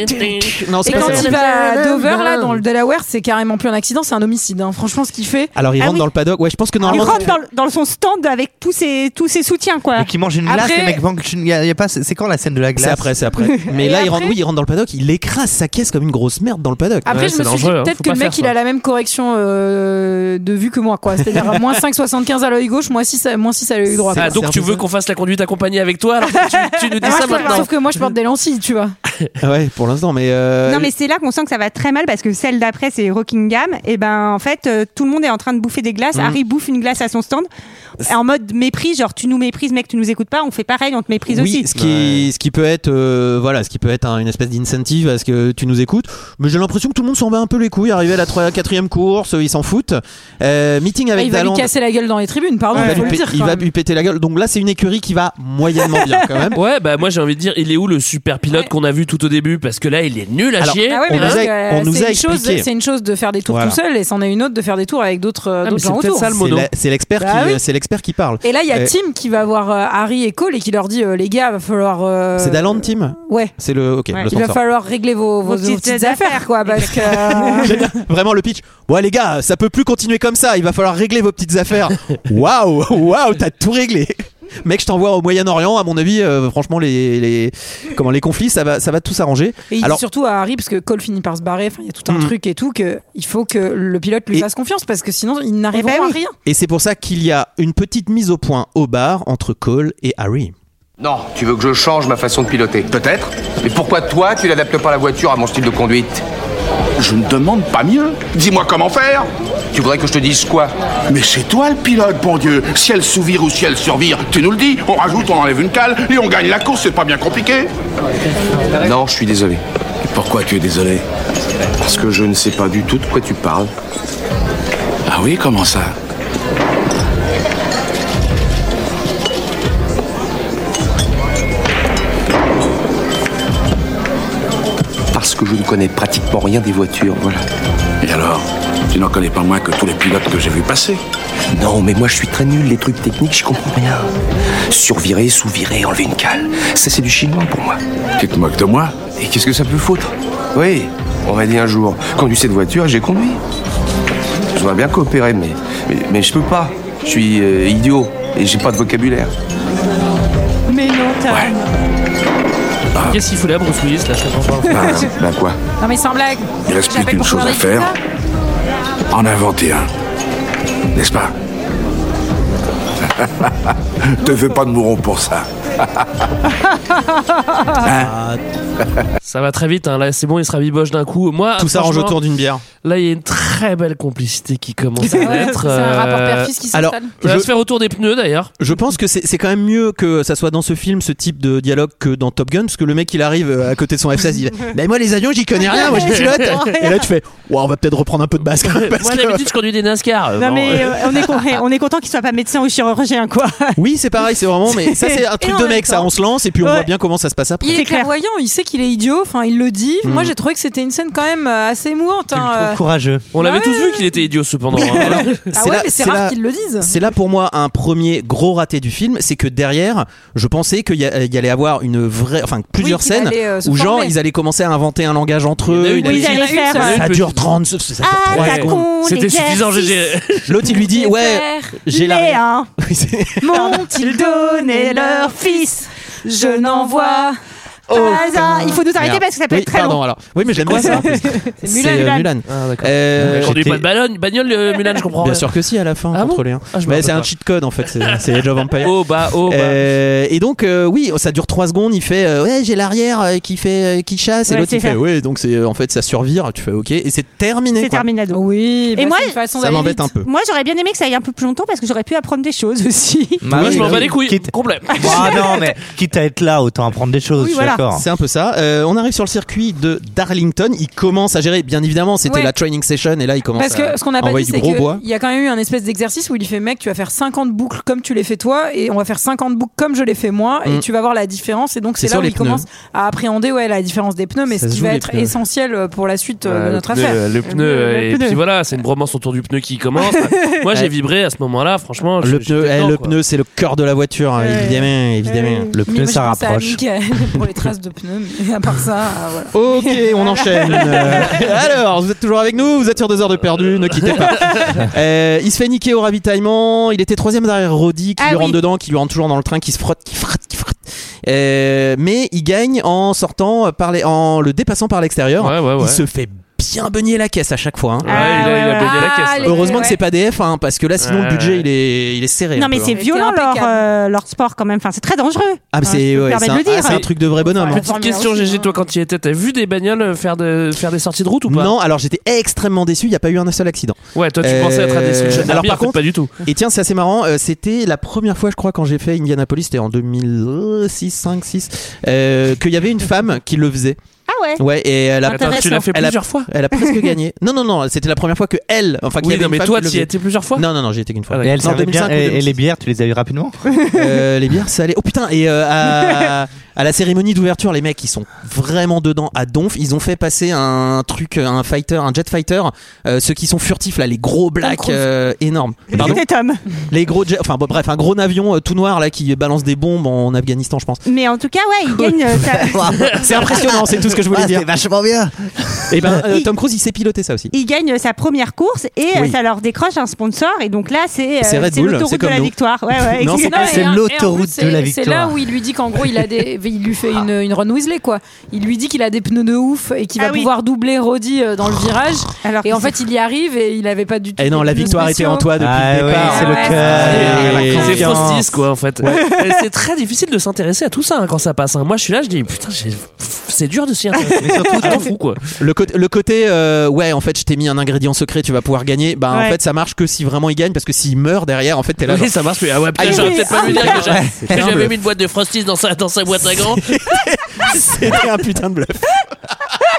[SPEAKER 1] limit. Non, c'est
[SPEAKER 7] Et
[SPEAKER 1] pas
[SPEAKER 7] quand
[SPEAKER 1] ça.
[SPEAKER 7] il va à Dover, là, dans le Delaware, c'est carrément plus un accident, c'est un homicide. hein. Franchement, ce qu'il fait.
[SPEAKER 1] Alors il
[SPEAKER 11] Ah
[SPEAKER 1] rentre
[SPEAKER 11] oui.
[SPEAKER 1] dans le paddock. Ouais, je pense que
[SPEAKER 11] Il
[SPEAKER 1] normalement.
[SPEAKER 11] rentre dans, le- dans son stand avec tous ses, tous ses soutiens, quoi.
[SPEAKER 5] Et qui mange une
[SPEAKER 7] Après-
[SPEAKER 5] glace, les mecs mangent une- y a- y a pas. C'est c'est quand la scène de la glace
[SPEAKER 1] C'est après, c'est après. Mais
[SPEAKER 7] Et
[SPEAKER 1] là, il
[SPEAKER 7] après
[SPEAKER 1] rentre, oui, il rentre dans le paddock, il écrase sa caisse comme une grosse merde dans le paddock.
[SPEAKER 11] Ah,
[SPEAKER 7] Après,
[SPEAKER 6] Ouais,
[SPEAKER 7] je
[SPEAKER 6] c'est
[SPEAKER 7] me suis dit
[SPEAKER 6] dangereux, hein.
[SPEAKER 7] peut-être
[SPEAKER 6] Faut
[SPEAKER 7] que
[SPEAKER 6] pas
[SPEAKER 7] le
[SPEAKER 6] faire
[SPEAKER 7] mec, il
[SPEAKER 6] ça.
[SPEAKER 7] a la même correction euh, de vue que moi, quoi. C'est-à-dire moins 5,75 à l'œil gauche, moins 6, à- moins 6 à l'œil droit.
[SPEAKER 1] C'est
[SPEAKER 6] Ah,
[SPEAKER 1] quoi,
[SPEAKER 6] donc tu
[SPEAKER 1] service
[SPEAKER 6] veux
[SPEAKER 1] ça
[SPEAKER 6] qu'on fasse la conduite accompagnée avec toi alors que tu, tu nous dis
[SPEAKER 7] Ah,
[SPEAKER 6] ça
[SPEAKER 7] moi, je-
[SPEAKER 6] maintenant
[SPEAKER 7] Sauf que moi, je porte des lentilles, tu vois.
[SPEAKER 1] Ouais, pour l'instant, mais. euh,
[SPEAKER 11] Non, mais c'est là qu'on sent que ça va très mal parce que celle d'après, c'est Rockingham. Et ben, en fait, euh, tout le monde est en train de bouffer des
[SPEAKER 1] Mm.
[SPEAKER 11] glaces. Harry bouffe une glace à son stand en mode mépris, genre tu nous méprises, mec, tu nous écoutes pas, on fait pareil, on te méprise
[SPEAKER 1] Oui,
[SPEAKER 11] aussi.
[SPEAKER 1] ce qui, ce qui peut être, euh, voilà, ce qui peut être un- une espèce d'incentive à ce que tu nous écoutes. Mais j'ai l'impression que tout le monde s'en bat un peu les couilles. Arrivé à la 3 quatrième course, ils s'en foutent. Euh, meeting
[SPEAKER 7] Ah,
[SPEAKER 1] avec
[SPEAKER 7] Il va lui
[SPEAKER 1] Dalland,
[SPEAKER 7] casser la gueule dans les tribunes, pardon,
[SPEAKER 1] il va
[SPEAKER 7] il faut
[SPEAKER 1] lui
[SPEAKER 7] le
[SPEAKER 1] pé-
[SPEAKER 7] dire.
[SPEAKER 1] il
[SPEAKER 7] quand
[SPEAKER 1] va
[SPEAKER 7] même.
[SPEAKER 1] lui péter la gueule. Donc là, c'est une écurie qui va moyennement bien quand même.
[SPEAKER 6] Ouais, bah moi j'ai envie de dire, il est où le super pilote
[SPEAKER 7] Ouais.
[SPEAKER 6] qu'on a vu tout au début parce que là il est nul à
[SPEAKER 1] Alors,
[SPEAKER 6] chier.
[SPEAKER 7] Ah ouais, mais
[SPEAKER 1] On nous
[SPEAKER 7] parce
[SPEAKER 1] a-
[SPEAKER 7] que, euh,
[SPEAKER 1] on nous
[SPEAKER 7] c'est
[SPEAKER 1] a
[SPEAKER 7] une chose-
[SPEAKER 1] expliqué.
[SPEAKER 7] C'est une chose de faire des tours
[SPEAKER 1] Voilà. Ah,
[SPEAKER 7] tout seul et c'en est une autre de faire des tours avec d'autres euh,
[SPEAKER 6] mais
[SPEAKER 7] d'autres
[SPEAKER 6] c'est
[SPEAKER 7] gens
[SPEAKER 6] peut-être
[SPEAKER 7] autour.
[SPEAKER 6] ça, le
[SPEAKER 1] C'est
[SPEAKER 6] mono.
[SPEAKER 1] la- C'est l'expert
[SPEAKER 7] Bah
[SPEAKER 1] qui, euh,
[SPEAKER 7] oui.
[SPEAKER 1] c'est l'expert qui parle.
[SPEAKER 7] Et là, il y a
[SPEAKER 1] Euh,
[SPEAKER 7] Tim qui va voir euh, Harry et Cole et qui leur dit euh, les gars, va falloir. euh,
[SPEAKER 1] C'est Daland Team
[SPEAKER 7] Ouais.
[SPEAKER 1] C'est le. Ok,
[SPEAKER 11] Ouais.
[SPEAKER 1] le
[SPEAKER 7] Il va
[SPEAKER 1] sponsor.
[SPEAKER 7] falloir régler vos, vos, vos petites, affaires, quoi, parce que. euh,
[SPEAKER 1] Génial. Vraiment le pitch. Ouais les gars, ça peut plus continuer comme ça. Il va falloir régler vos petites affaires. Waouh, waouh, t'as tout réglé. Mec, je t'envoie au Moyen-Orient. À mon avis, euh, franchement, les, les comment les conflits, ça va, ça va tout s'arranger.
[SPEAKER 7] et il
[SPEAKER 1] Alors-
[SPEAKER 7] dit surtout à Harry, parce que Cole finit par se barrer, enfin, il y a tout un
[SPEAKER 1] Mm.
[SPEAKER 7] truc et tout, que il faut que le pilote lui
[SPEAKER 1] Et-
[SPEAKER 7] fasse confiance, parce que sinon, ils n'arriveront
[SPEAKER 11] Eh ben oui.
[SPEAKER 7] à rien.
[SPEAKER 1] Et c'est pour ça qu'il y a une petite mise au point au bar entre Cole et Harry.
[SPEAKER 4] Non, tu veux que je change ma façon de piloter Peut-être. Mais pourquoi toi, tu n'adaptes pas la voiture à mon style de conduite
[SPEAKER 9] Je ne demande pas mieux.
[SPEAKER 4] Dis-moi comment faire Tu voudrais que je te dise quoi
[SPEAKER 9] Mais c'est toi le pilote, bon Dieu. Si elle souvire ou si elle survire, tu nous le dis. On rajoute, on enlève une cale et on gagne la course, c'est pas bien compliqué.
[SPEAKER 4] Non, je suis désolé.
[SPEAKER 9] Pourquoi tu es désolé
[SPEAKER 4] Parce que je ne sais pas du tout de quoi tu parles.
[SPEAKER 9] Ah oui, comment ça
[SPEAKER 4] Parce que je ne connais pratiquement rien des voitures, voilà.
[SPEAKER 9] Et alors Tu n'en connais pas moins que tous les pilotes que j'ai vus passer.
[SPEAKER 4] Non, mais moi je suis très nul, les trucs techniques, je comprends rien. Survirer, sous-virer, enlever une cale, ça c'est du chinois pour moi.
[SPEAKER 9] Tu te moques de moi
[SPEAKER 4] Et qu'est-ce que ça peut foutre Oui, on m'a dit un jour, conduis cette voiture, j'ai conduit. Je voudrais bien coopérer, mais, mais, mais je peux pas. Je suis euh, idiot et j'ai pas de vocabulaire.
[SPEAKER 11] Mais non, t'as.
[SPEAKER 6] Qu'est-ce qu'il faut là, Bruce Willis Là, je comprends pas.
[SPEAKER 9] Ben, ben quoi
[SPEAKER 7] Non, mais sans blague.
[SPEAKER 9] Il reste plus
[SPEAKER 7] J'appelle
[SPEAKER 9] qu'une
[SPEAKER 7] pour
[SPEAKER 9] chose à
[SPEAKER 7] demander
[SPEAKER 9] faire.
[SPEAKER 7] ça.
[SPEAKER 9] En inventer un. N'est-ce pas Te fais pas de mouron pour ça.
[SPEAKER 6] Ça va très vite. hein, Là, c'est bon, il se rabiboche d'un coup. Moi,
[SPEAKER 1] Tout s'arrange
[SPEAKER 6] Ah, franchement,
[SPEAKER 1] autour d'une bière.
[SPEAKER 6] Là, il y a une très belle complicité qui commence
[SPEAKER 7] Ouais,
[SPEAKER 6] à être. euh,
[SPEAKER 7] C'est un rapport père-fils qui
[SPEAKER 1] Euh, alors,
[SPEAKER 7] s'installe.
[SPEAKER 6] Ça va
[SPEAKER 1] Je-
[SPEAKER 6] se faire autour des pneus d'ailleurs.
[SPEAKER 1] Je pense que c'est c'est quand même mieux que ça soit dans ce film ce type de dialogue que dans Top Gun, parce que le mec il arrive euh, à côté de son F16, il fait Bah, moi les avions j'y connais rien, moi je pilote. Et là tu fais Ouah, on va peut-être reprendre un peu de basse. quand même, parce
[SPEAKER 6] Moi
[SPEAKER 1] que-
[SPEAKER 6] d'habitude je conduis des NASCAR. euh,
[SPEAKER 11] Non,
[SPEAKER 6] bon,
[SPEAKER 11] mais
[SPEAKER 6] euh,
[SPEAKER 11] euh, on, est con- on est content qu'il soit pas médecin ou chirurgien, quoi.
[SPEAKER 1] Oui, c'est pareil, c'est vraiment, mais ça c'est un truc
[SPEAKER 11] en
[SPEAKER 1] de
[SPEAKER 11] même
[SPEAKER 1] mec, ça
[SPEAKER 11] temps.
[SPEAKER 1] on se lance et puis on
[SPEAKER 11] Ouais.
[SPEAKER 1] voit bien comment ça se passe après.
[SPEAKER 7] Il est,
[SPEAKER 11] C'est clair.
[SPEAKER 7] clairvoyant, il sait qu'il est idiot, enfin il le dit.
[SPEAKER 1] Mm.
[SPEAKER 7] Moi j'ai trouvé que c'était une scène quand même euh, assez émouvante. hein, euh.
[SPEAKER 5] Courageux.
[SPEAKER 6] on l'avait
[SPEAKER 7] ouais,
[SPEAKER 6] tous vu qu'il était idiot cependant. hein.
[SPEAKER 7] Ah
[SPEAKER 11] Bah
[SPEAKER 1] C'est
[SPEAKER 7] ouais,
[SPEAKER 1] là-
[SPEAKER 7] mais c'est
[SPEAKER 1] c'est
[SPEAKER 7] rare
[SPEAKER 1] là-
[SPEAKER 7] qu'ils le disent.
[SPEAKER 1] C'est là pour moi un premier gros raté du film, c'est que derrière, je pensais qu'il y, a- il y allait avoir une vraie, enfin plusieurs
[SPEAKER 7] qu'il
[SPEAKER 1] scènes
[SPEAKER 7] allait, euh, se
[SPEAKER 1] où genre
[SPEAKER 7] former.
[SPEAKER 1] ils allaient commencer à inventer un langage entre eux.
[SPEAKER 6] Il y en a
[SPEAKER 1] il
[SPEAKER 6] une
[SPEAKER 11] Ils
[SPEAKER 1] allait-
[SPEAKER 11] allaient
[SPEAKER 7] Il y en a
[SPEAKER 11] faire.
[SPEAKER 7] une seule.
[SPEAKER 11] euh,
[SPEAKER 1] ça
[SPEAKER 6] une
[SPEAKER 1] dure
[SPEAKER 6] petite-
[SPEAKER 1] 30 ça dure
[SPEAKER 11] Ah,
[SPEAKER 1] trois
[SPEAKER 11] t'as
[SPEAKER 1] secondes.
[SPEAKER 11] con,
[SPEAKER 6] C'était suffisant,
[SPEAKER 11] l'exercice.
[SPEAKER 6] GG.
[SPEAKER 1] L'autre il lui dit ouais, j'ai la
[SPEAKER 11] Mais, hein,
[SPEAKER 1] Oui, c'est-
[SPEAKER 11] M'ont-ils donné leur fils
[SPEAKER 7] Je n'en vois.
[SPEAKER 11] Pas un. Il faut nous arrêter
[SPEAKER 1] Oh. Merde.
[SPEAKER 11] parce que Ah, ça peut
[SPEAKER 1] Oui,
[SPEAKER 11] être très
[SPEAKER 1] pardon,
[SPEAKER 11] long.
[SPEAKER 1] alors. Oui, mais j'aime bien ça. C'est
[SPEAKER 11] Mulan.
[SPEAKER 1] euh, Mulan.
[SPEAKER 6] Ah, d'accord.
[SPEAKER 1] Euh,
[SPEAKER 6] Je conduis
[SPEAKER 1] j'étais-
[SPEAKER 6] pas de ballon, bagnole, euh, Mulan, je comprends.
[SPEAKER 1] Bien
[SPEAKER 6] rien.
[SPEAKER 1] sûr que si, à la fin,
[SPEAKER 6] Ah
[SPEAKER 1] contre
[SPEAKER 6] bon
[SPEAKER 1] les uns.
[SPEAKER 6] Ah, je me
[SPEAKER 1] Mais
[SPEAKER 6] rappelle
[SPEAKER 1] c'est un
[SPEAKER 6] pas.
[SPEAKER 1] cheat code en fait, c'est c'est Age of Empire.
[SPEAKER 6] Oh bah, oh bah.
[SPEAKER 1] Euh, et donc euh, oui ça dure 3 secondes il fait euh, ouais j'ai l'arrière euh, qui fait euh, qui chasse et
[SPEAKER 11] Ouais,
[SPEAKER 1] l'autre
[SPEAKER 11] c'est
[SPEAKER 1] il fait
[SPEAKER 11] ça.
[SPEAKER 1] ouais donc c'est euh, en fait ça survire tu fais ok et c'est terminé
[SPEAKER 11] C'est
[SPEAKER 1] quoi.
[SPEAKER 11] terminado.
[SPEAKER 7] Oui,
[SPEAKER 11] Et
[SPEAKER 7] bah,
[SPEAKER 11] moi,
[SPEAKER 7] c'est une façon
[SPEAKER 1] ça
[SPEAKER 7] d'aller
[SPEAKER 1] m'embête un
[SPEAKER 7] vite.
[SPEAKER 1] peu
[SPEAKER 11] Moi, j'aurais bien aimé que ça aille un peu plus longtemps parce que j'aurais pu apprendre des choses aussi.
[SPEAKER 6] Moi je m'en bats les couilles.
[SPEAKER 5] Quitte...
[SPEAKER 6] Complet.
[SPEAKER 5] Ah non, mais quitte à être là, autant apprendre des choses, je
[SPEAKER 11] Oui,
[SPEAKER 5] suis
[SPEAKER 11] voilà.
[SPEAKER 5] d'accord.
[SPEAKER 1] c'est un peu ça Euh, on arrive sur le circuit de Darlington il commence à gérer bien évidemment c'était
[SPEAKER 7] Ouais.
[SPEAKER 1] la training session et là il commence
[SPEAKER 7] Parce
[SPEAKER 1] à
[SPEAKER 7] que ce qu'on n'a pas
[SPEAKER 1] envoyer
[SPEAKER 7] dit,
[SPEAKER 1] du
[SPEAKER 7] c'est
[SPEAKER 1] gros bois
[SPEAKER 7] qu'il y a quand même eu un espèce d'exercice où il lui fait mec, tu vas faire 50 boucles comme tu les fais toi, et on va faire 50 boucles comme je les fais moi, et
[SPEAKER 1] Mm.
[SPEAKER 7] tu vas voir la différence. Et donc
[SPEAKER 1] C'est
[SPEAKER 7] c'est là
[SPEAKER 1] sur
[SPEAKER 7] où
[SPEAKER 1] les
[SPEAKER 7] il commence à appréhender ouais, la différence des pneus, mais
[SPEAKER 1] Ça se
[SPEAKER 7] ce qui
[SPEAKER 1] joue
[SPEAKER 7] va
[SPEAKER 1] les
[SPEAKER 7] être
[SPEAKER 1] pneus.
[SPEAKER 7] essentiel pour la suite euh, de notre
[SPEAKER 6] le,
[SPEAKER 7] affaire.
[SPEAKER 6] Le pneu, euh,
[SPEAKER 11] Le
[SPEAKER 6] et
[SPEAKER 11] pneu.
[SPEAKER 6] puis voilà, c'est une bromance autour du pneu qui commence. Moi j'ai vibré à ce moment-là, franchement.
[SPEAKER 1] le
[SPEAKER 6] j'étais
[SPEAKER 1] pneu eh,
[SPEAKER 6] Oh, dedans,
[SPEAKER 1] le
[SPEAKER 6] quoi.
[SPEAKER 1] pneu c'est le cœur de la voiture hein,
[SPEAKER 11] Ouais.
[SPEAKER 1] évidemment évidemment
[SPEAKER 5] Le
[SPEAKER 7] Mais moi,
[SPEAKER 5] pneu,
[SPEAKER 7] je
[SPEAKER 5] ça
[SPEAKER 7] pensais à
[SPEAKER 5] rapproche.
[SPEAKER 7] Michael euh, pour les traces de pneus, mais à part ça, euh, voilà.
[SPEAKER 1] Ok, on enchaîne. Euh, Alors, vous êtes toujours avec nous, vous êtes sur deux heures de perdu, ne quittez pas. Euh, il se fait niquer au ravitaillement, il était troisième derrière Roddy, qui
[SPEAKER 11] Ah
[SPEAKER 1] lui
[SPEAKER 11] oui.
[SPEAKER 1] rentre dedans, qui lui rentre toujours dans le train, qui se frotte, qui frotte, qui frotte. Euh, mais il gagne en sortant, euh, par les- en le dépassant par l'extérieur.
[SPEAKER 6] Ouais, ouais, ouais.
[SPEAKER 1] Il se fait bien beugner la caisse à chaque fois. hein.
[SPEAKER 6] Ouais, il a, il a
[SPEAKER 11] Ah,
[SPEAKER 6] baigné
[SPEAKER 7] ouais,
[SPEAKER 6] la
[SPEAKER 7] ouais.
[SPEAKER 6] caisse. là.
[SPEAKER 1] Heureusement que
[SPEAKER 7] ouais.
[SPEAKER 1] c'est pas DF, hein, parce que là sinon
[SPEAKER 6] Ouais,
[SPEAKER 1] le budget
[SPEAKER 6] ouais.
[SPEAKER 1] il est, il est serré.
[SPEAKER 11] Non,
[SPEAKER 1] un
[SPEAKER 11] mais
[SPEAKER 1] peu,
[SPEAKER 11] c'est
[SPEAKER 1] hein.
[SPEAKER 11] violent leur,
[SPEAKER 7] impeccable.
[SPEAKER 11] euh, leur sport quand même. Enfin, c'est très dangereux.
[SPEAKER 1] Ah, mais
[SPEAKER 11] Hein,
[SPEAKER 1] c'est
[SPEAKER 11] je peux me
[SPEAKER 1] ouais, c'est
[SPEAKER 11] permettre
[SPEAKER 1] un,
[SPEAKER 11] de le
[SPEAKER 1] ah,
[SPEAKER 11] dire.
[SPEAKER 1] c'est un truc de vrai bonhomme. hein.
[SPEAKER 6] Petite question, GG, toi quand tu y étais, t'as vu des bagnoles euh, faire, de, faire des sorties de route ou pas
[SPEAKER 1] Non, alors j'étais extrêmement déçu, il n'y a pas eu un seul accident.
[SPEAKER 6] Ouais, toi tu
[SPEAKER 1] Euh,
[SPEAKER 6] pensais être à des solutions.
[SPEAKER 1] alors, par contre-
[SPEAKER 6] pas du tout.
[SPEAKER 1] Et tiens, c'est assez marrant. euh, c'était la première fois, je crois, quand j'ai fait Indianapolis, c'était en 2006, 5, 6, euh, qu'il y avait une femme qui le faisait.
[SPEAKER 11] Ah ouais.
[SPEAKER 1] Ouais, et elle a,
[SPEAKER 11] Attends,
[SPEAKER 6] Attends, tu l'as fait
[SPEAKER 1] Elle a-
[SPEAKER 6] plusieurs fois
[SPEAKER 1] elle a presque gagné. Non, non, non, c'était la première fois que elle. Enfin, qu'il y
[SPEAKER 6] Oui,
[SPEAKER 1] avait
[SPEAKER 6] non,
[SPEAKER 1] une
[SPEAKER 6] mais
[SPEAKER 1] femme
[SPEAKER 6] toi,
[SPEAKER 1] qui le
[SPEAKER 6] tu y
[SPEAKER 1] faisait.
[SPEAKER 6] étais plusieurs fois
[SPEAKER 1] Non, non, non, j'y étais qu'une fois.
[SPEAKER 6] Ah,
[SPEAKER 5] Et elle
[SPEAKER 1] Non,
[SPEAKER 5] savait bien.
[SPEAKER 1] 2005 ou
[SPEAKER 5] Et, et
[SPEAKER 1] 2006.
[SPEAKER 5] les bières, tu les as eu rapidement
[SPEAKER 1] Euh, les bières salées. Oh putain, et euh, à, à la cérémonie d'ouverture, les mecs, ils sont vraiment dedans à donf. Ils ont fait passer un truc, un fighter, un jet fighter. euh, ceux qui sont furtifs là, les gros blacks euh, énormes. Pardon
[SPEAKER 11] C'était Tom.
[SPEAKER 1] les gros jets. Enfin bon, bref, un gros avion euh, tout noir là qui balance des bombes en Afghanistan, je pense.
[SPEAKER 11] Mais en tout cas, ouais, il gagne. euh, sa-
[SPEAKER 5] Ah.
[SPEAKER 1] C'est impressionnant, c'est tout ce que je voulais dire.
[SPEAKER 5] vachement bien.
[SPEAKER 1] Et ben, euh,
[SPEAKER 11] Il-
[SPEAKER 1] Tom Cruise, il sait piloter ça aussi.
[SPEAKER 11] il gagne sa première course et euh,
[SPEAKER 1] Oui.
[SPEAKER 11] ça leur décroche un sponsor et donc là c'est euh,
[SPEAKER 1] C'est Red Bull, c'est
[SPEAKER 11] l'autoroute de
[SPEAKER 1] comme
[SPEAKER 11] la
[SPEAKER 1] nous.
[SPEAKER 11] victoire ouais, ouais,
[SPEAKER 1] Non, c'est
[SPEAKER 7] Non,
[SPEAKER 1] pas-
[SPEAKER 7] et
[SPEAKER 5] c'est
[SPEAKER 7] un- et en
[SPEAKER 5] l'autoroute
[SPEAKER 7] plus,
[SPEAKER 5] de
[SPEAKER 7] c'est-
[SPEAKER 5] la
[SPEAKER 7] C'est là
[SPEAKER 5] victoire.
[SPEAKER 7] où il lui dit qu'en gros, il, a des, il lui fait une, une Ron Weasley, quoi. Il lui dit qu'il a des pneus de ouf et qu'il
[SPEAKER 11] Ah
[SPEAKER 7] va
[SPEAKER 11] oui.
[SPEAKER 7] pouvoir doubler Roddy euh, dans
[SPEAKER 1] Oh.
[SPEAKER 7] le virage.
[SPEAKER 11] alors
[SPEAKER 7] Et en
[SPEAKER 11] que
[SPEAKER 7] fait, il y arrive et il avait pas du tout.
[SPEAKER 1] Et Eh non,
[SPEAKER 7] les
[SPEAKER 1] la
[SPEAKER 7] pneus
[SPEAKER 1] victoire était
[SPEAKER 7] spéciaux.
[SPEAKER 1] en toi depuis
[SPEAKER 5] Ah
[SPEAKER 1] le
[SPEAKER 5] oui,
[SPEAKER 1] départ.
[SPEAKER 5] c'est
[SPEAKER 7] le
[SPEAKER 6] Ah,
[SPEAKER 5] cœur.
[SPEAKER 1] Et-
[SPEAKER 5] la
[SPEAKER 6] euh, C'est
[SPEAKER 5] confiance.
[SPEAKER 6] Frostis, quoi, en fait. Et Euh, C'est très difficile de s'intéresser à tout ça hein, quand ça passe. hein. Moi, je suis là, je dis, putain, j'ai- c'est dur de s'y intéresser. Ah, Mais surtout, t'en fous, quoi.
[SPEAKER 1] Le côté, le côté euh, ouais, en fait, je t'ai mis un ingrédient secret, tu vas pouvoir gagner. Bah, en
[SPEAKER 11] Ouais.
[SPEAKER 1] fait, ça marche que si vraiment il gagne, parce que s'il meurt derrière, en fait, t'es là.
[SPEAKER 6] Oui,
[SPEAKER 1] genre,
[SPEAKER 6] ça marche plus. Ah ouais, putain,
[SPEAKER 1] Ah,
[SPEAKER 6] j'aurais
[SPEAKER 1] oui,
[SPEAKER 6] peut-être pas
[SPEAKER 1] ah,
[SPEAKER 6] vu dire que j'avais-
[SPEAKER 1] c'est
[SPEAKER 6] que
[SPEAKER 1] terrible.
[SPEAKER 6] j'avais mis une boîte de Frosties dans sa, dans sa boîte à gants.
[SPEAKER 1] C'était un putain de bluff.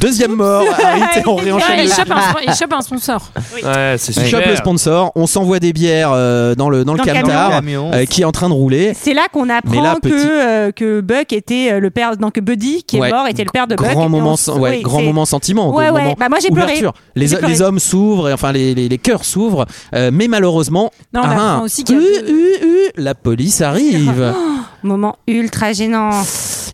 [SPEAKER 1] Deuxième mort, Harry, t'es- on
[SPEAKER 7] Ouais,
[SPEAKER 1] réenchaîne.
[SPEAKER 7] il, chope un, il chope un sponsor.
[SPEAKER 1] Ah
[SPEAKER 6] Ouais, c'est
[SPEAKER 1] Tu chopes le sponsor, on s'envoie des bières euh, dans le, dans le
[SPEAKER 11] Dans le
[SPEAKER 1] camtar
[SPEAKER 5] camion.
[SPEAKER 1] euh, qui est en train de rouler.
[SPEAKER 11] c'est là qu'on apprend
[SPEAKER 1] là, petit-
[SPEAKER 11] que, euh, que Buck était euh, le père donc que Buddy qui
[SPEAKER 1] Ouais.
[SPEAKER 11] est mort était le père de Buck et
[SPEAKER 1] Grand
[SPEAKER 11] puis
[SPEAKER 1] moment,
[SPEAKER 11] on-
[SPEAKER 1] sen- ouais,
[SPEAKER 11] oui,
[SPEAKER 1] grand
[SPEAKER 11] c'est-
[SPEAKER 1] moment sentiment.
[SPEAKER 11] Ouais,
[SPEAKER 1] grand
[SPEAKER 11] ouais.
[SPEAKER 1] moment
[SPEAKER 11] Bah, moi, j'ai pleuré.
[SPEAKER 1] ouverture. Les,
[SPEAKER 11] J'ai pleuré.
[SPEAKER 1] les hommes s'ouvrent, et enfin les, les, les cœurs s'ouvrent, euh, mais malheureusement,
[SPEAKER 7] Non, on
[SPEAKER 1] ah,
[SPEAKER 7] apprend
[SPEAKER 1] ah,
[SPEAKER 7] aussi qu'il y a
[SPEAKER 1] hu,
[SPEAKER 7] deux-
[SPEAKER 1] hu, hu, la police arrive.
[SPEAKER 11] moment ultra gênant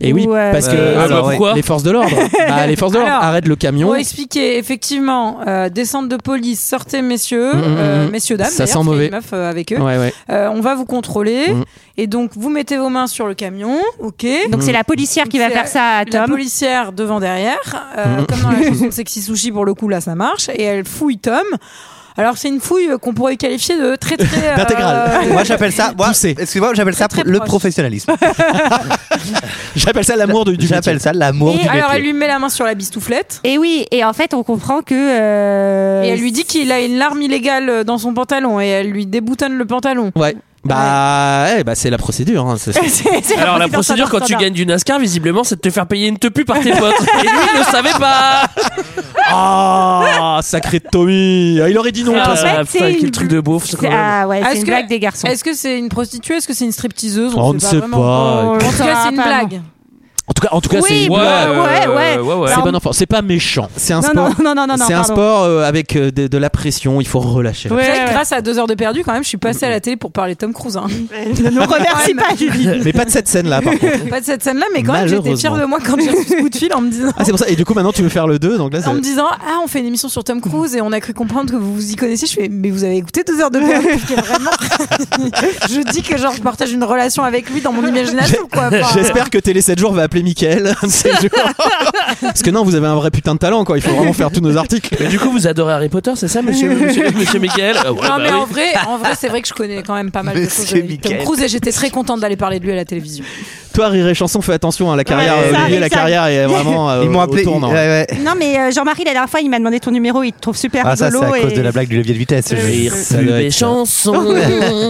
[SPEAKER 1] Et Eh oui,
[SPEAKER 11] Ou, euh,
[SPEAKER 1] parce que
[SPEAKER 6] c'est- Ah bah
[SPEAKER 1] alors,
[SPEAKER 6] pourquoi
[SPEAKER 1] les forces de l'ordre, Bah, les forces de l'ordre
[SPEAKER 7] Alors,
[SPEAKER 1] arrêtent le camion.
[SPEAKER 7] Pour expliquer, effectivement, euh, descente de police, sortez messieurs,
[SPEAKER 1] Mm, mm,
[SPEAKER 7] euh,
[SPEAKER 1] mm.
[SPEAKER 7] messieurs dames,
[SPEAKER 1] Ça
[SPEAKER 7] d'ailleurs,
[SPEAKER 1] sent
[SPEAKER 7] parce qu'il y a
[SPEAKER 1] mauvais.
[SPEAKER 7] une meuf euh, avec eux.
[SPEAKER 1] Ouais, ouais.
[SPEAKER 7] Euh, on va vous contrôler
[SPEAKER 1] Mm.
[SPEAKER 7] et donc vous mettez vos mains sur le camion, ok.
[SPEAKER 11] donc c'est la policière qui va
[SPEAKER 7] C'est
[SPEAKER 11] faire ça à
[SPEAKER 7] La
[SPEAKER 11] Tom
[SPEAKER 7] policière devant derrière, euh,
[SPEAKER 1] Mm.
[SPEAKER 7] comme dans la chanson de Sexy Sushi pour le coup là ça marche et elle fouille Tom. Alors c'est une fouille euh, qu'on pourrait qualifier de très très euh,
[SPEAKER 5] D'intégrale. Moi, j'appelle ça. moi,
[SPEAKER 1] Poussé.
[SPEAKER 5] Excuse-moi, j'appelle ça
[SPEAKER 7] Très, très
[SPEAKER 5] le
[SPEAKER 7] proche.
[SPEAKER 5] professionnalisme.
[SPEAKER 1] J'appelle ça l'amour du, du
[SPEAKER 5] J'appelle ça l'amour
[SPEAKER 7] et
[SPEAKER 5] du
[SPEAKER 7] alors elle
[SPEAKER 5] métier.
[SPEAKER 7] lui met la main sur la bistouflette
[SPEAKER 11] et oui et en fait on comprend que euh,
[SPEAKER 7] et elle lui dit qu'il a une larme illégale euh, dans son pantalon et elle lui déboutonne le pantalon.
[SPEAKER 1] métier. Ouais. Bah, ouais, bah c'est la procédure. hein, c'est-
[SPEAKER 11] c'est- c'est
[SPEAKER 6] Alors, la procédure quand tu
[SPEAKER 11] standard.
[SPEAKER 6] gagnes du NASCAR, visiblement, c'est de te faire payer une tepu par tes potes. Et lui, il ne savait pas.
[SPEAKER 1] Ah, sacré Tommy Ah, Il aurait dit non. de toute
[SPEAKER 11] en
[SPEAKER 1] façon.
[SPEAKER 11] fait,
[SPEAKER 6] Ah,
[SPEAKER 11] c'est
[SPEAKER 6] putain, quel
[SPEAKER 11] une-
[SPEAKER 6] truc de beauf, ce
[SPEAKER 11] C'est- ah ouais
[SPEAKER 7] Est-ce
[SPEAKER 11] c'est une
[SPEAKER 7] que-
[SPEAKER 11] blague des garçons
[SPEAKER 7] Est-ce que c'est une prostituée Est-ce que c'est une stripteaseuse
[SPEAKER 1] On ne sait
[SPEAKER 7] vraiment.
[SPEAKER 1] pas.
[SPEAKER 7] En tout cas c'est une
[SPEAKER 11] Enfin,
[SPEAKER 7] blague.
[SPEAKER 1] En tout cas, en tout cas,
[SPEAKER 11] Oui,
[SPEAKER 1] c'est Euh,
[SPEAKER 11] bah,
[SPEAKER 1] ouais,
[SPEAKER 11] ouais, ouais, ouais.
[SPEAKER 1] c'est
[SPEAKER 11] Alors,
[SPEAKER 1] bon enfant. C'est pas méchant. C'est un
[SPEAKER 11] non,
[SPEAKER 1] sport.
[SPEAKER 11] non non non non non
[SPEAKER 1] c'est un
[SPEAKER 11] pardon.
[SPEAKER 1] sport euh, avec euh, de, de la pression. Il faut relâcher.
[SPEAKER 11] Ouais,
[SPEAKER 7] Vous savez que
[SPEAKER 11] ouais.
[SPEAKER 7] Grâce à deux heures de perdu quand même je suis passée à la télé pour parler de Tom Cruise. hein.
[SPEAKER 11] ne nous remercie pas Julie
[SPEAKER 1] Mais pas de cette scène là.
[SPEAKER 7] Pas de cette scène là mais quand même j'étais fière
[SPEAKER 1] Malheureusement.
[SPEAKER 7] de moi quand j'ai reçu ce coup de fil en me disant.
[SPEAKER 1] Ah c'est pour ça. Et du coup maintenant tu veux faire le 2 donc là. c'est-
[SPEAKER 7] en me disant ah on fait une émission sur Tom Cruise et on a cru comprendre que vous vous y connaissiez je fais mais vous avez écouté deux heures de perdu parce que vraiment je dis que genre je partage une relation avec lui dans mon imagination quoi Enfin,
[SPEAKER 1] J'espère que Télé 7 jours va appeler Mickaël un de ces jours. Parce que non, vous avez un vrai putain de talent quoi. Il faut vraiment faire tous nos articles.
[SPEAKER 6] Mais du coup, vous adorez Harry Potter, c'est ça, monsieur, monsieur, monsieur Michael Ah ouais,
[SPEAKER 7] non
[SPEAKER 6] bah
[SPEAKER 7] mais
[SPEAKER 6] oui.
[SPEAKER 7] en vrai en vrai c'est vrai que je connais quand même pas mal de choses
[SPEAKER 5] Monsieur
[SPEAKER 7] avec Tom
[SPEAKER 5] Michael.
[SPEAKER 7] Cruise et j'étais très contente d'aller parler de lui à la télévision
[SPEAKER 1] Toi, Rire et Chanson, fais attention à la carrière.
[SPEAKER 11] Ouais, ça,
[SPEAKER 1] Olivier, la
[SPEAKER 11] ça.
[SPEAKER 1] carrière est vraiment. euh,
[SPEAKER 5] Ils m'ont
[SPEAKER 1] au
[SPEAKER 5] appelé.
[SPEAKER 1] tournant.
[SPEAKER 5] ouais, ouais.
[SPEAKER 11] Non, mais euh, Jean-Marie, la dernière fois, il m'a demandé ton numéro, il te trouve super
[SPEAKER 5] Ah, ça, c'est
[SPEAKER 11] rigolo.
[SPEAKER 5] à cause
[SPEAKER 11] et-
[SPEAKER 5] de la blague du levier de vitesse. je-
[SPEAKER 6] Rire, plus
[SPEAKER 1] doit
[SPEAKER 6] des
[SPEAKER 1] être ça.
[SPEAKER 6] chansons.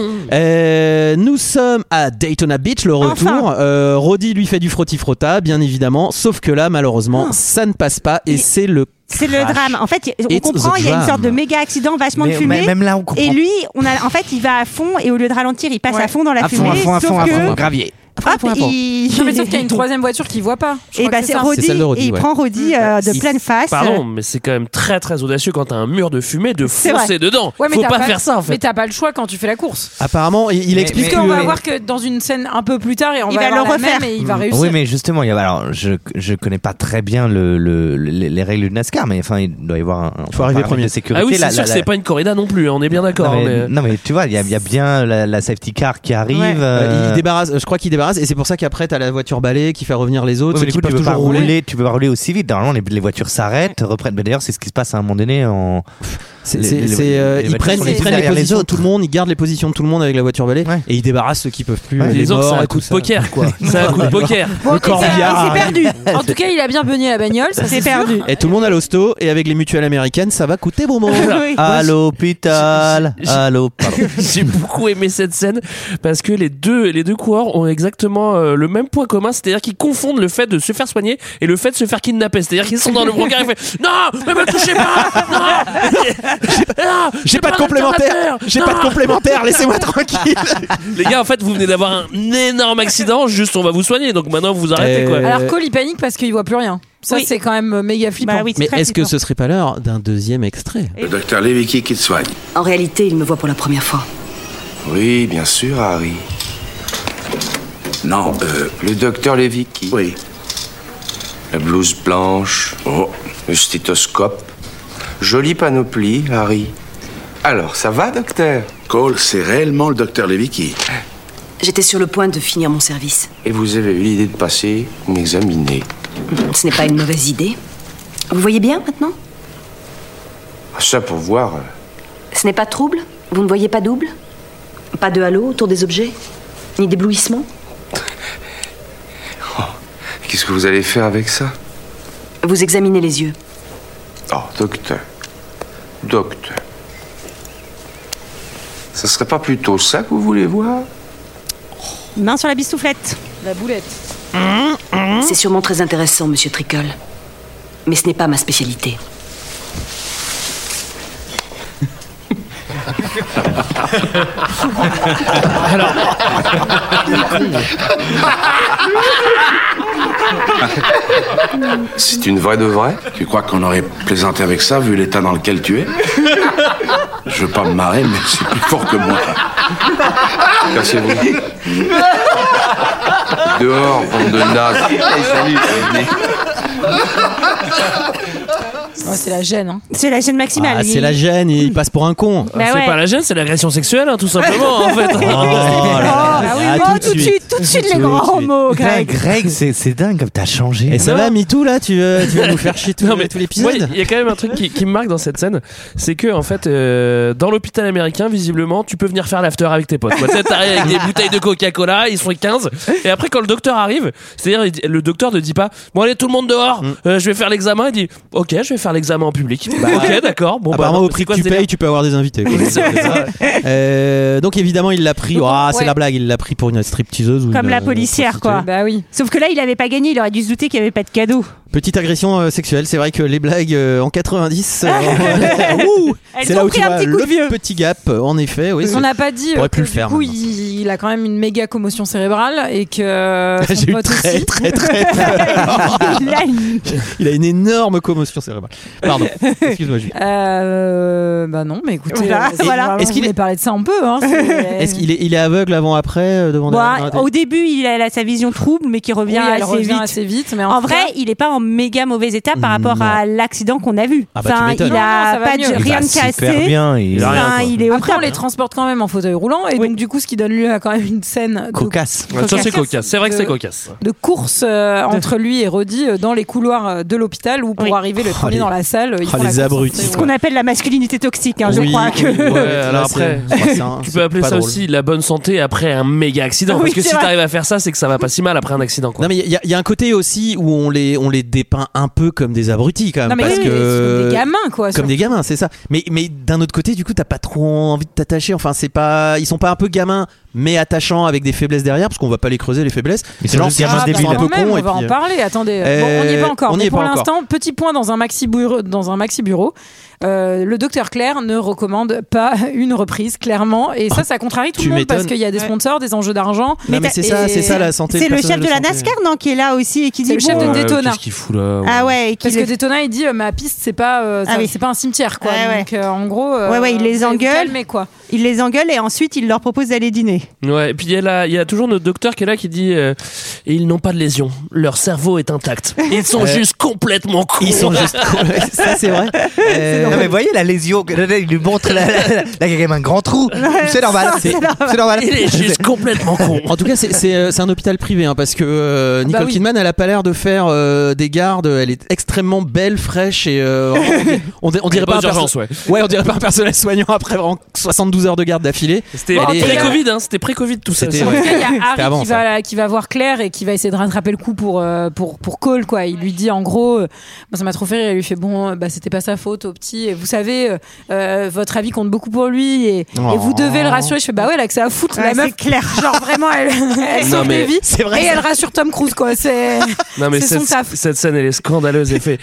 [SPEAKER 1] Euh, nous sommes à Daytona Beach, le retour. Euh, Roddy lui fait du frotti-frotta, bien évidemment. Sauf que là, malheureusement, ça ne passe pas et
[SPEAKER 11] Ah. Il-
[SPEAKER 1] c'est le.
[SPEAKER 11] C'est le
[SPEAKER 1] crash.
[SPEAKER 11] drame. En fait, on
[SPEAKER 1] It's
[SPEAKER 11] comprend,
[SPEAKER 1] the
[SPEAKER 11] il y a une
[SPEAKER 1] drame.
[SPEAKER 11] sorte de méga accident, vachement de
[SPEAKER 5] Mais-
[SPEAKER 11] fumée.
[SPEAKER 5] mais- Même là, on comprend.
[SPEAKER 11] Et lui, on a, en fait, il va à fond et au lieu de ralentir, il passe
[SPEAKER 7] Ouais.
[SPEAKER 11] à fond dans la
[SPEAKER 5] à fond,
[SPEAKER 11] fumée.
[SPEAKER 5] à fond, à
[SPEAKER 11] sauf
[SPEAKER 5] fond, à
[SPEAKER 11] que,
[SPEAKER 5] fond. Gravier.
[SPEAKER 11] hop, il...
[SPEAKER 7] non mais sauf qu'il y a une troisième voiture qui voit pas
[SPEAKER 11] Et
[SPEAKER 7] Je crois
[SPEAKER 11] bah,
[SPEAKER 7] que
[SPEAKER 11] c'est
[SPEAKER 7] c'est ça.
[SPEAKER 11] Roddy,
[SPEAKER 1] celle de Roddy,
[SPEAKER 11] et il
[SPEAKER 1] ouais.
[SPEAKER 11] prend Roddy euh, de
[SPEAKER 1] Il-
[SPEAKER 11] pleine face.
[SPEAKER 6] Pardon, mais c'est quand même très très audacieux quand t'as un mur de fumée de
[SPEAKER 11] C'est
[SPEAKER 6] foncer dedans.
[SPEAKER 7] Ouais, mais
[SPEAKER 6] Faut
[SPEAKER 7] t'as
[SPEAKER 6] pas faire ça en
[SPEAKER 7] mais
[SPEAKER 6] fait.
[SPEAKER 7] t'as pas le choix quand tu fais la course
[SPEAKER 1] Apparemment, il, il explique.
[SPEAKER 7] puisqu'on
[SPEAKER 1] que-
[SPEAKER 7] va voir que dans une scène un peu plus tard et on
[SPEAKER 11] Il
[SPEAKER 7] va,
[SPEAKER 11] va
[SPEAKER 7] avoir
[SPEAKER 11] le
[SPEAKER 7] la
[SPEAKER 11] refaire.
[SPEAKER 7] même et il va
[SPEAKER 5] Mm.
[SPEAKER 7] réussir
[SPEAKER 5] Oui, mais justement, il y a, alors je je connais pas très bien le, le- les, les règles du NASCAR, mais enfin il doit y avoir un, un
[SPEAKER 1] Faut arriver
[SPEAKER 5] paramètre
[SPEAKER 1] premier.
[SPEAKER 5] de sécurité.
[SPEAKER 6] Ah oui,
[SPEAKER 5] la-
[SPEAKER 6] c'est sûr
[SPEAKER 5] la-
[SPEAKER 6] que c'est pas une corrida non plus, hein, on est bien
[SPEAKER 5] Non
[SPEAKER 6] d'accord.
[SPEAKER 5] mais,
[SPEAKER 6] mais-
[SPEAKER 5] non, mais tu vois, il y, a- il y a bien la, la safety car qui arrive.
[SPEAKER 11] Ouais.
[SPEAKER 1] Euh,
[SPEAKER 5] euh,
[SPEAKER 1] il débarrasse, je crois qu'il débarrasse, et c'est pour ça qu'après t'as la voiture balai qui fait revenir les autres,
[SPEAKER 5] Ouais,
[SPEAKER 1] ceux
[SPEAKER 5] mais du
[SPEAKER 1] qui
[SPEAKER 5] coup, tu
[SPEAKER 1] peuvent
[SPEAKER 5] peux pas
[SPEAKER 1] toujours rouler.
[SPEAKER 5] rouler, tu peux pas rouler aussi vite. Normalement, les, les voitures s'arrêtent, reprennent. Mais d'ailleurs, c'est ce qui se passe à un moment donné. En...
[SPEAKER 1] C'est-
[SPEAKER 5] Les-
[SPEAKER 1] c'est-
[SPEAKER 5] les-
[SPEAKER 1] c'est, euh,
[SPEAKER 5] les
[SPEAKER 1] ils
[SPEAKER 5] voitures
[SPEAKER 1] prennent,
[SPEAKER 5] sont
[SPEAKER 1] ils
[SPEAKER 5] les
[SPEAKER 1] prennent les
[SPEAKER 5] derrière les
[SPEAKER 1] positions de
[SPEAKER 5] autres.
[SPEAKER 1] tout le monde, ils gardent les positions de tout le monde avec la voiture balai,
[SPEAKER 5] Ouais.
[SPEAKER 1] et ils débarrassent ceux qui peuvent plus.
[SPEAKER 5] Ouais,
[SPEAKER 1] les
[SPEAKER 6] Les autres, c'est
[SPEAKER 1] morts
[SPEAKER 6] un
[SPEAKER 1] et
[SPEAKER 6] coup
[SPEAKER 1] tout
[SPEAKER 6] de
[SPEAKER 1] ça.
[SPEAKER 6] poker quoi. C'est un coup de poker.
[SPEAKER 7] Bon, et c'est-
[SPEAKER 1] corbillard.
[SPEAKER 7] et c'est perdu en tout cas il a bien beugné la bagnole ça c'est perdu
[SPEAKER 1] Et tout le monde à l'hosto, et avec les mutuelles américaines, ça va coûter bonbon.
[SPEAKER 5] À l'hôpital.
[SPEAKER 6] j'ai- j'ai-
[SPEAKER 5] À l'hôpital.
[SPEAKER 6] J'ai beaucoup aimé cette scène parce que les deux, les deux coureurs ont exactement exactement euh, le même point commun, c'est-à-dire qu'ils confondent le fait de se faire soigner et le fait de se faire kidnapper. C'est-à-dire qu'ils sont dans le brancard et fait non, mais me touchez pas, non, Non,
[SPEAKER 1] J'ai
[SPEAKER 6] c'est
[SPEAKER 1] pas de
[SPEAKER 6] un
[SPEAKER 1] complémentaire
[SPEAKER 6] alternateur
[SPEAKER 1] J'ai pas de
[SPEAKER 6] Non
[SPEAKER 1] complémentaire, laissez-moi tranquille
[SPEAKER 6] Les gars, en fait, vous venez d'avoir un énorme accident, juste on va vous soigner, donc maintenant vous arrêtez
[SPEAKER 1] Euh,
[SPEAKER 6] quoi.
[SPEAKER 7] Alors Cole il panique parce qu'il voit plus rien. Ça
[SPEAKER 11] Oui.
[SPEAKER 7] c'est quand même euh, méga flippant.
[SPEAKER 11] Bah oui, c'est
[SPEAKER 1] Mais
[SPEAKER 11] très
[SPEAKER 1] est-ce que
[SPEAKER 11] flippant.
[SPEAKER 1] ce serait pas l'heure d'un deuxième extrait
[SPEAKER 6] Eh
[SPEAKER 9] Le docteur Levicki qui te soigne.
[SPEAKER 10] En réalité, il me voit pour la première fois.
[SPEAKER 4] Oui, bien sûr, Harry.
[SPEAKER 9] Non, euh,
[SPEAKER 4] Le docteur Levicki.
[SPEAKER 9] oui.
[SPEAKER 4] La blouse blanche. Oh, le stéthoscope. Jolie panoplie, Harry. Alors, ça va, docteur
[SPEAKER 9] Cole, c'est réellement le docteur Levicki.
[SPEAKER 10] J'étais sur le point de finir mon service.
[SPEAKER 4] Et vous avez eu l'idée de passer m'examiner.
[SPEAKER 10] Hmm, Ce n'est pas une mauvaise idée. Vous voyez bien maintenant
[SPEAKER 4] Ça pour voir. euh,
[SPEAKER 10] Ce n'est pas trouble Vous ne voyez pas double Pas de halo autour des objets Ni d'éblouissement
[SPEAKER 4] Oh, Qu'est-ce que vous allez faire avec ça
[SPEAKER 10] Vous examinez les yeux.
[SPEAKER 4] Oh, docteur. Docteur. Ça serait pas plutôt ça que vous voulez voir
[SPEAKER 11] Main sur la bistouflette.
[SPEAKER 7] La boulette. Hmm
[SPEAKER 10] C'est sûrement très intéressant, monsieur Tricol. Mais ce n'est pas ma spécialité.
[SPEAKER 4] C'est une vraie de vraie
[SPEAKER 9] Tu crois qu'on aurait plaisanté avec ça vu l'état dans lequel tu es Je veux pas me marrer, mais c'est plus fort que moi.
[SPEAKER 4] Cassez-vous. Dehors, bande de nazes.
[SPEAKER 7] Ouais, c'est la gêne. Hein.
[SPEAKER 11] C'est la gêne
[SPEAKER 6] ben
[SPEAKER 11] maximale.
[SPEAKER 1] Ah,
[SPEAKER 11] Il-
[SPEAKER 1] c'est la gêne, il passe pour un con
[SPEAKER 11] Bah
[SPEAKER 6] c'est
[SPEAKER 11] ouais.
[SPEAKER 6] pas la gêne, c'est l'agression sexuelle, hein, tout simplement, en fait.
[SPEAKER 1] Oh là là.
[SPEAKER 11] Ah,
[SPEAKER 1] Ah,
[SPEAKER 11] oui, bon, tout de suite, tout de suite les
[SPEAKER 1] Tout de
[SPEAKER 11] grands
[SPEAKER 1] suite.
[SPEAKER 11] mots,
[SPEAKER 5] Putain,
[SPEAKER 11] Greg.
[SPEAKER 5] Greg, c'est c'est dingue comme t'as changé.
[SPEAKER 1] Et ça
[SPEAKER 6] Non.
[SPEAKER 1] va, MeToo, là Tu veux, tu veux nous faire chier tout,
[SPEAKER 6] Non, mais
[SPEAKER 1] tout l'épisode
[SPEAKER 6] moi, Il y a quand même un truc qui, qui me marque dans cette scène, c'est que en fait, euh, dans l'hôpital américain, visiblement, tu peux venir faire l'after avec tes potes. quoi. Tu sais, T'arrives avec des bouteilles de Coca-Cola, ils sont 15, et après quand le docteur arrive, c'est-à-dire il dit- le docteur ne dit pas, bon allez tout le monde dehors,
[SPEAKER 1] Mm.
[SPEAKER 6] euh, je vais faire l'examen, il dit, ok, je vais faire l'examen en public. ok, d'accord. Bon, bah,
[SPEAKER 1] Apparemment,
[SPEAKER 6] non,
[SPEAKER 1] au
[SPEAKER 6] c'est
[SPEAKER 1] prix que
[SPEAKER 6] quoi
[SPEAKER 1] tu
[SPEAKER 6] ce
[SPEAKER 1] payes,
[SPEAKER 6] délire
[SPEAKER 1] tu peux avoir des invités. quoi. Euh, donc, évidemment, il l'a pris. Ah, c'est
[SPEAKER 7] ouais.
[SPEAKER 1] la blague, il l'a pris pour une stripteaseuse. ou
[SPEAKER 11] Comme
[SPEAKER 1] une,
[SPEAKER 11] la
[SPEAKER 1] euh,
[SPEAKER 11] policière, quoi.
[SPEAKER 7] Bah oui.
[SPEAKER 11] Sauf que là, il avait pas gagné, il aurait dû se douter qu'il n'y avait pas de cadeau.
[SPEAKER 1] Petite agression euh, sexuelle, c'est vrai que les blagues euh, en 90, euh, ouh,
[SPEAKER 11] Elles
[SPEAKER 1] c'est
[SPEAKER 11] ont
[SPEAKER 1] là où
[SPEAKER 11] pris
[SPEAKER 1] tu
[SPEAKER 11] un
[SPEAKER 1] vois
[SPEAKER 11] petit coup de
[SPEAKER 1] le
[SPEAKER 11] vieux.
[SPEAKER 1] petit gap, euh, en effet. Oui,
[SPEAKER 7] On
[SPEAKER 1] c'est-
[SPEAKER 7] n'a pas dit euh,
[SPEAKER 1] T'aurais
[SPEAKER 7] que
[SPEAKER 1] pu le
[SPEAKER 7] du
[SPEAKER 1] faire,
[SPEAKER 7] coup
[SPEAKER 1] maintenant.
[SPEAKER 7] il, il a quand même une méga commotion cérébrale et que son
[SPEAKER 1] J'ai eu
[SPEAKER 7] pote
[SPEAKER 1] très,
[SPEAKER 7] aussi.
[SPEAKER 1] très, très peur.
[SPEAKER 11] Là, il-
[SPEAKER 1] Il a une énorme commotion cérébrale. Pardon, excuse-moi, Julie.
[SPEAKER 7] Euh, bah non, mais écoutez,
[SPEAKER 11] Voilà,
[SPEAKER 7] euh, si
[SPEAKER 11] voilà.
[SPEAKER 7] vraiment
[SPEAKER 1] Est-ce qu'il
[SPEAKER 7] vous
[SPEAKER 1] est-
[SPEAKER 7] voulez parler de ça un peu hein, c'est-
[SPEAKER 1] Est-ce qu'il est, il est aveugle avant après euh, devant
[SPEAKER 11] Bon,
[SPEAKER 1] devant la télé
[SPEAKER 11] Euh, Bah, au début, il a, il a sa vision trouble, mais qui
[SPEAKER 7] Oui,
[SPEAKER 11] revient
[SPEAKER 7] elle
[SPEAKER 11] assez
[SPEAKER 7] revient
[SPEAKER 11] vite.
[SPEAKER 7] assez vite mais
[SPEAKER 11] En
[SPEAKER 7] tout
[SPEAKER 11] vrai,
[SPEAKER 7] cas,
[SPEAKER 11] il n'est pas en méga mauvais état par rapport
[SPEAKER 1] Non.
[SPEAKER 11] à l'accident qu'on a vu.
[SPEAKER 1] Ah bah, tu
[SPEAKER 11] Enfin,
[SPEAKER 1] m'étonnes.
[SPEAKER 11] il
[SPEAKER 7] Non, non,
[SPEAKER 11] a
[SPEAKER 7] ça va
[SPEAKER 11] pas
[SPEAKER 7] mieux. Bah,
[SPEAKER 11] de
[SPEAKER 7] Il
[SPEAKER 11] rien de
[SPEAKER 5] super
[SPEAKER 11] cassé.
[SPEAKER 5] bien. Il
[SPEAKER 6] a rien,
[SPEAKER 11] Enfin,
[SPEAKER 6] quoi.
[SPEAKER 11] il est au
[SPEAKER 7] après on
[SPEAKER 11] top.
[SPEAKER 7] les transporte quand même en fauteuil roulant et
[SPEAKER 11] Oui.
[SPEAKER 7] donc du coup ce qui donne lieu à quand même une scène de
[SPEAKER 5] cocasse.
[SPEAKER 6] Ça c'est
[SPEAKER 11] Cocasse.
[SPEAKER 6] cocasse, c'est vrai que c'est
[SPEAKER 7] De-
[SPEAKER 6] cocasse.
[SPEAKER 7] de course euh, entre lui et Roddy euh, dans les couloirs euh, de l'hôpital où pour
[SPEAKER 11] Oui.
[SPEAKER 7] arriver le
[SPEAKER 1] Oh,
[SPEAKER 7] premier
[SPEAKER 1] les-
[SPEAKER 7] dans la salle euh, ils
[SPEAKER 1] oh,
[SPEAKER 7] font la
[SPEAKER 1] les
[SPEAKER 7] course.
[SPEAKER 1] abrutis,
[SPEAKER 7] C'est-
[SPEAKER 11] Ce qu'on appelle la masculinité toxique, hein, je
[SPEAKER 1] Oui,
[SPEAKER 11] crois que.
[SPEAKER 1] oui, ouais,
[SPEAKER 6] Euh, alors
[SPEAKER 1] là,
[SPEAKER 6] après,
[SPEAKER 1] c'est- je crois que c'est un-
[SPEAKER 6] Tu
[SPEAKER 1] c'est
[SPEAKER 6] peux appeler
[SPEAKER 1] pas
[SPEAKER 6] ça
[SPEAKER 1] drôle.
[SPEAKER 6] aussi la bonne santé après un méga accident,
[SPEAKER 11] Oui,
[SPEAKER 6] parce que
[SPEAKER 11] c'est
[SPEAKER 6] si
[SPEAKER 11] vrai.
[SPEAKER 6] t'arrives à faire ça, c'est que ça va pas si mal après un accident. Quoi.
[SPEAKER 1] Non mais il y, a- il y a un côté aussi où on les on les dépeint un peu comme des abrutis quand même
[SPEAKER 7] non mais
[SPEAKER 1] parce
[SPEAKER 7] oui,
[SPEAKER 1] que
[SPEAKER 7] c'est comme des gamins quoi
[SPEAKER 1] comme des gamins, c'est ça. Mais mais d'un autre côté, du coup, t'as pas trop envie de t'attacher. Enfin, c'est pas ils sont pas un peu gamins mais attachants avec des faiblesses derrière parce qu'on va pas les creuser les faiblesses.
[SPEAKER 5] Ils sont
[SPEAKER 1] Genre,
[SPEAKER 5] juste
[SPEAKER 1] c'est
[SPEAKER 5] gamins
[SPEAKER 1] un-
[SPEAKER 5] débiles.
[SPEAKER 1] ils sont un peu
[SPEAKER 7] Quand même,
[SPEAKER 1] cons
[SPEAKER 7] on
[SPEAKER 1] et
[SPEAKER 7] va en
[SPEAKER 1] puis.
[SPEAKER 7] parler. Attendez,
[SPEAKER 1] Euh,
[SPEAKER 7] Bon, on n'y est pas encore.
[SPEAKER 1] on n'y
[SPEAKER 7] mais
[SPEAKER 1] est
[SPEAKER 7] pour
[SPEAKER 1] pas encore.
[SPEAKER 7] l'instant, petit point dans un maxi bureau, dans un maxi bureau. Euh, le docteur Claire ne recommande pas une reprise, clairement. Et ça, ça contrarie tout
[SPEAKER 1] Tu
[SPEAKER 7] le monde
[SPEAKER 1] m'étonnes.
[SPEAKER 7] parce qu'il y a des sponsors, des enjeux d'argent.
[SPEAKER 1] euh, Non mais c'est ça,
[SPEAKER 7] et-
[SPEAKER 1] c'est ça la santé.
[SPEAKER 11] C'est le
[SPEAKER 1] personnel
[SPEAKER 11] chef de la
[SPEAKER 1] santé.
[SPEAKER 11] NASCAR, non, qui est là aussi et qui dit.
[SPEAKER 7] C'est le chef
[SPEAKER 11] bon,
[SPEAKER 1] euh,
[SPEAKER 11] euh,
[SPEAKER 7] de Daytona.
[SPEAKER 6] Qu'est-ce qu'il fout là
[SPEAKER 11] Ah ouais, et qui
[SPEAKER 7] Parce que
[SPEAKER 11] les-
[SPEAKER 7] Daytona, il dit euh, ma piste, c'est pas, euh, ça-
[SPEAKER 11] Ah oui. Ah
[SPEAKER 7] c'est pas un cimetière, quoi.
[SPEAKER 11] Ouais, ouais.
[SPEAKER 7] Donc, euh, en gros, euh,
[SPEAKER 11] Ouais, ouais, il les
[SPEAKER 7] vous allez vous
[SPEAKER 11] engueule.
[SPEAKER 7] calmer, quoi.
[SPEAKER 11] il les engueule et ensuite il leur propose d'aller dîner.
[SPEAKER 6] Ouais, et puis il y, a la- il y a toujours notre docteur qui est là qui dit euh, Et ils n'ont pas de lésion, leur cerveau est intact. Ils sont juste complètement cons.
[SPEAKER 1] Ils sont juste cons. Ouais, ça c'est vrai. Euh,
[SPEAKER 5] Non mais voyez la lésion, que- là, là, il lui montre la, la, la- là, il y a quand même un grand trou. C'est normal, c'est c'est normal.
[SPEAKER 6] Il est juste complètement con.
[SPEAKER 1] En tout cas, c'est- c'est euh, c'est un hôpital privé hein, parce que euh, Nicole
[SPEAKER 7] Ah bah oui.
[SPEAKER 1] Kidman, elle a pas l'air de faire euh, des gardes. Elle est extrêmement belle, fraîche et euh, on, on- on dirait pas un
[SPEAKER 6] Bonnes urgences,
[SPEAKER 1] perso-
[SPEAKER 6] ouais.
[SPEAKER 1] Ouais, on dirait pas un personnel soignant après vraiment 72 heures de garde d'affilée.
[SPEAKER 6] C'était
[SPEAKER 1] Bon, en tout cas-
[SPEAKER 6] pré-Covid, hein, c'était pré-Covid tout ça.
[SPEAKER 1] C'était-
[SPEAKER 6] aussi.
[SPEAKER 1] ouais.
[SPEAKER 7] Il y a Harry
[SPEAKER 1] avant,
[SPEAKER 7] qui
[SPEAKER 1] ça.
[SPEAKER 7] va, qui va voir Claire et qui va essayer de rattraper le coup pour, euh, pour, pour Cole, quoi. Il lui dit en gros, euh, moi, ça m'a trop fait rire, il lui fait bon, euh, bah, c'était pas sa faute au petit, et vous savez, euh, euh, votre avis compte beaucoup pour lui, et, et
[SPEAKER 1] Oh.
[SPEAKER 7] vous devez le rassurer. Je fais bah ouais, là que ça à foutre,
[SPEAKER 11] Ouais,
[SPEAKER 7] la meuf.
[SPEAKER 11] c'est clair.
[SPEAKER 7] Genre vraiment, elle, elle
[SPEAKER 6] Non,
[SPEAKER 7] sauve
[SPEAKER 6] mais
[SPEAKER 7] des vies,
[SPEAKER 1] c'est vrai,
[SPEAKER 7] et
[SPEAKER 1] ça.
[SPEAKER 7] elle rassure Tom Cruise, quoi. C'est
[SPEAKER 6] Non mais
[SPEAKER 7] c'est son
[SPEAKER 6] cette,
[SPEAKER 7] taf.
[SPEAKER 6] cette scène elle est scandaleuse. Elle fait.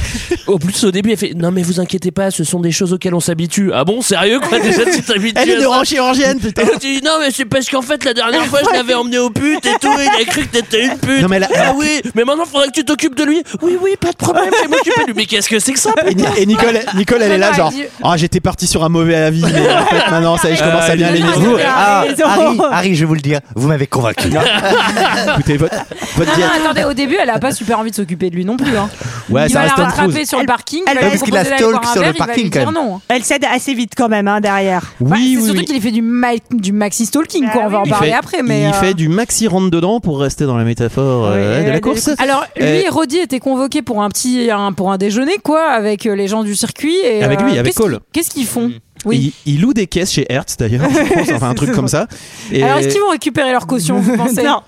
[SPEAKER 6] Au plus au début elle fait non mais vous inquiétez pas, ce sont des choses auxquelles on s'habitue. Ah bon sérieux quoi déjà tu t'habitues.
[SPEAKER 1] Elle
[SPEAKER 6] à
[SPEAKER 1] est
[SPEAKER 6] ça
[SPEAKER 1] neurochirurgienne, putain.
[SPEAKER 6] Et là, tu dis non mais c'est parce qu'en fait la dernière fois je l'avais emmené au pute et tout et il a cru que t'étais une pute.
[SPEAKER 1] Non, mais elle a-
[SPEAKER 6] ah oui mais maintenant faudrait que tu t'occupes de lui. Oui oui pas de problème je vais m'occuper de lui. Mais qu'est-ce que c'est que ça
[SPEAKER 1] Et, Ni- et Nicole, Nicole, elle est là,
[SPEAKER 7] Non,
[SPEAKER 1] genre,
[SPEAKER 7] elle dit-
[SPEAKER 1] ah, j'étais parti sur un mauvais avis, mais en fait, maintenant, ça y est, je commence à bien
[SPEAKER 6] Euh,
[SPEAKER 1] l'aimer.
[SPEAKER 7] non,
[SPEAKER 1] Vous,
[SPEAKER 7] non, non.
[SPEAKER 5] Ah,
[SPEAKER 11] raison.
[SPEAKER 5] Harry, Harry, je vais vous le dire, vous m'avez convaincu.
[SPEAKER 1] écoutez, votre, votre
[SPEAKER 7] Ah, non,
[SPEAKER 1] diète.
[SPEAKER 7] attendez, au début, elle a pas super envie de s'occuper de lui non plus. Hein.
[SPEAKER 1] Ouais,
[SPEAKER 7] il
[SPEAKER 1] ça
[SPEAKER 7] va la
[SPEAKER 1] reste Tom
[SPEAKER 7] rattraper
[SPEAKER 1] Cruise.
[SPEAKER 7] sur le parking, il
[SPEAKER 11] Elle-
[SPEAKER 7] va lui
[SPEAKER 11] parce
[SPEAKER 5] qu'il a
[SPEAKER 7] proposer d'aller
[SPEAKER 5] stalk
[SPEAKER 7] boire un
[SPEAKER 5] sur le
[SPEAKER 7] verre, il va lui
[SPEAKER 5] parking,
[SPEAKER 7] dire
[SPEAKER 5] quand même.
[SPEAKER 7] non.
[SPEAKER 11] Elle cède assez vite quand même hein, derrière.
[SPEAKER 7] Bah,
[SPEAKER 1] Oui,
[SPEAKER 7] c'est
[SPEAKER 1] oui,
[SPEAKER 7] surtout
[SPEAKER 1] oui.
[SPEAKER 7] qu'il fait du, ma- du maxi stalking, quoi.
[SPEAKER 11] Bah
[SPEAKER 7] On va en
[SPEAKER 11] oui.
[SPEAKER 1] Il
[SPEAKER 7] parler
[SPEAKER 1] fait-
[SPEAKER 7] après, mais.
[SPEAKER 1] il
[SPEAKER 7] euh,
[SPEAKER 1] fait du maxi rentre dedans pour rester dans la métaphore euh,
[SPEAKER 11] Ouais,
[SPEAKER 1] de la
[SPEAKER 11] des
[SPEAKER 1] course.
[SPEAKER 11] courses.
[SPEAKER 7] Alors lui,
[SPEAKER 1] Euh,
[SPEAKER 7] Roddy était convoqué pour un petit, un- pour un déjeuner quoi, avec euh, les gens du circuit et
[SPEAKER 1] Avec lui,
[SPEAKER 7] euh,
[SPEAKER 1] avec
[SPEAKER 7] qu'est-ce
[SPEAKER 1] Cole. Mm.
[SPEAKER 7] qu'ils- Qu'est-ce qu'ils font Oui.
[SPEAKER 1] Et Il, il loue des caisses chez Hertz d'ailleurs, je pense, enfin un truc comme ça. Et
[SPEAKER 7] Alors est-ce qu'ils vont récupérer leur caution Vous pensez
[SPEAKER 11] Non.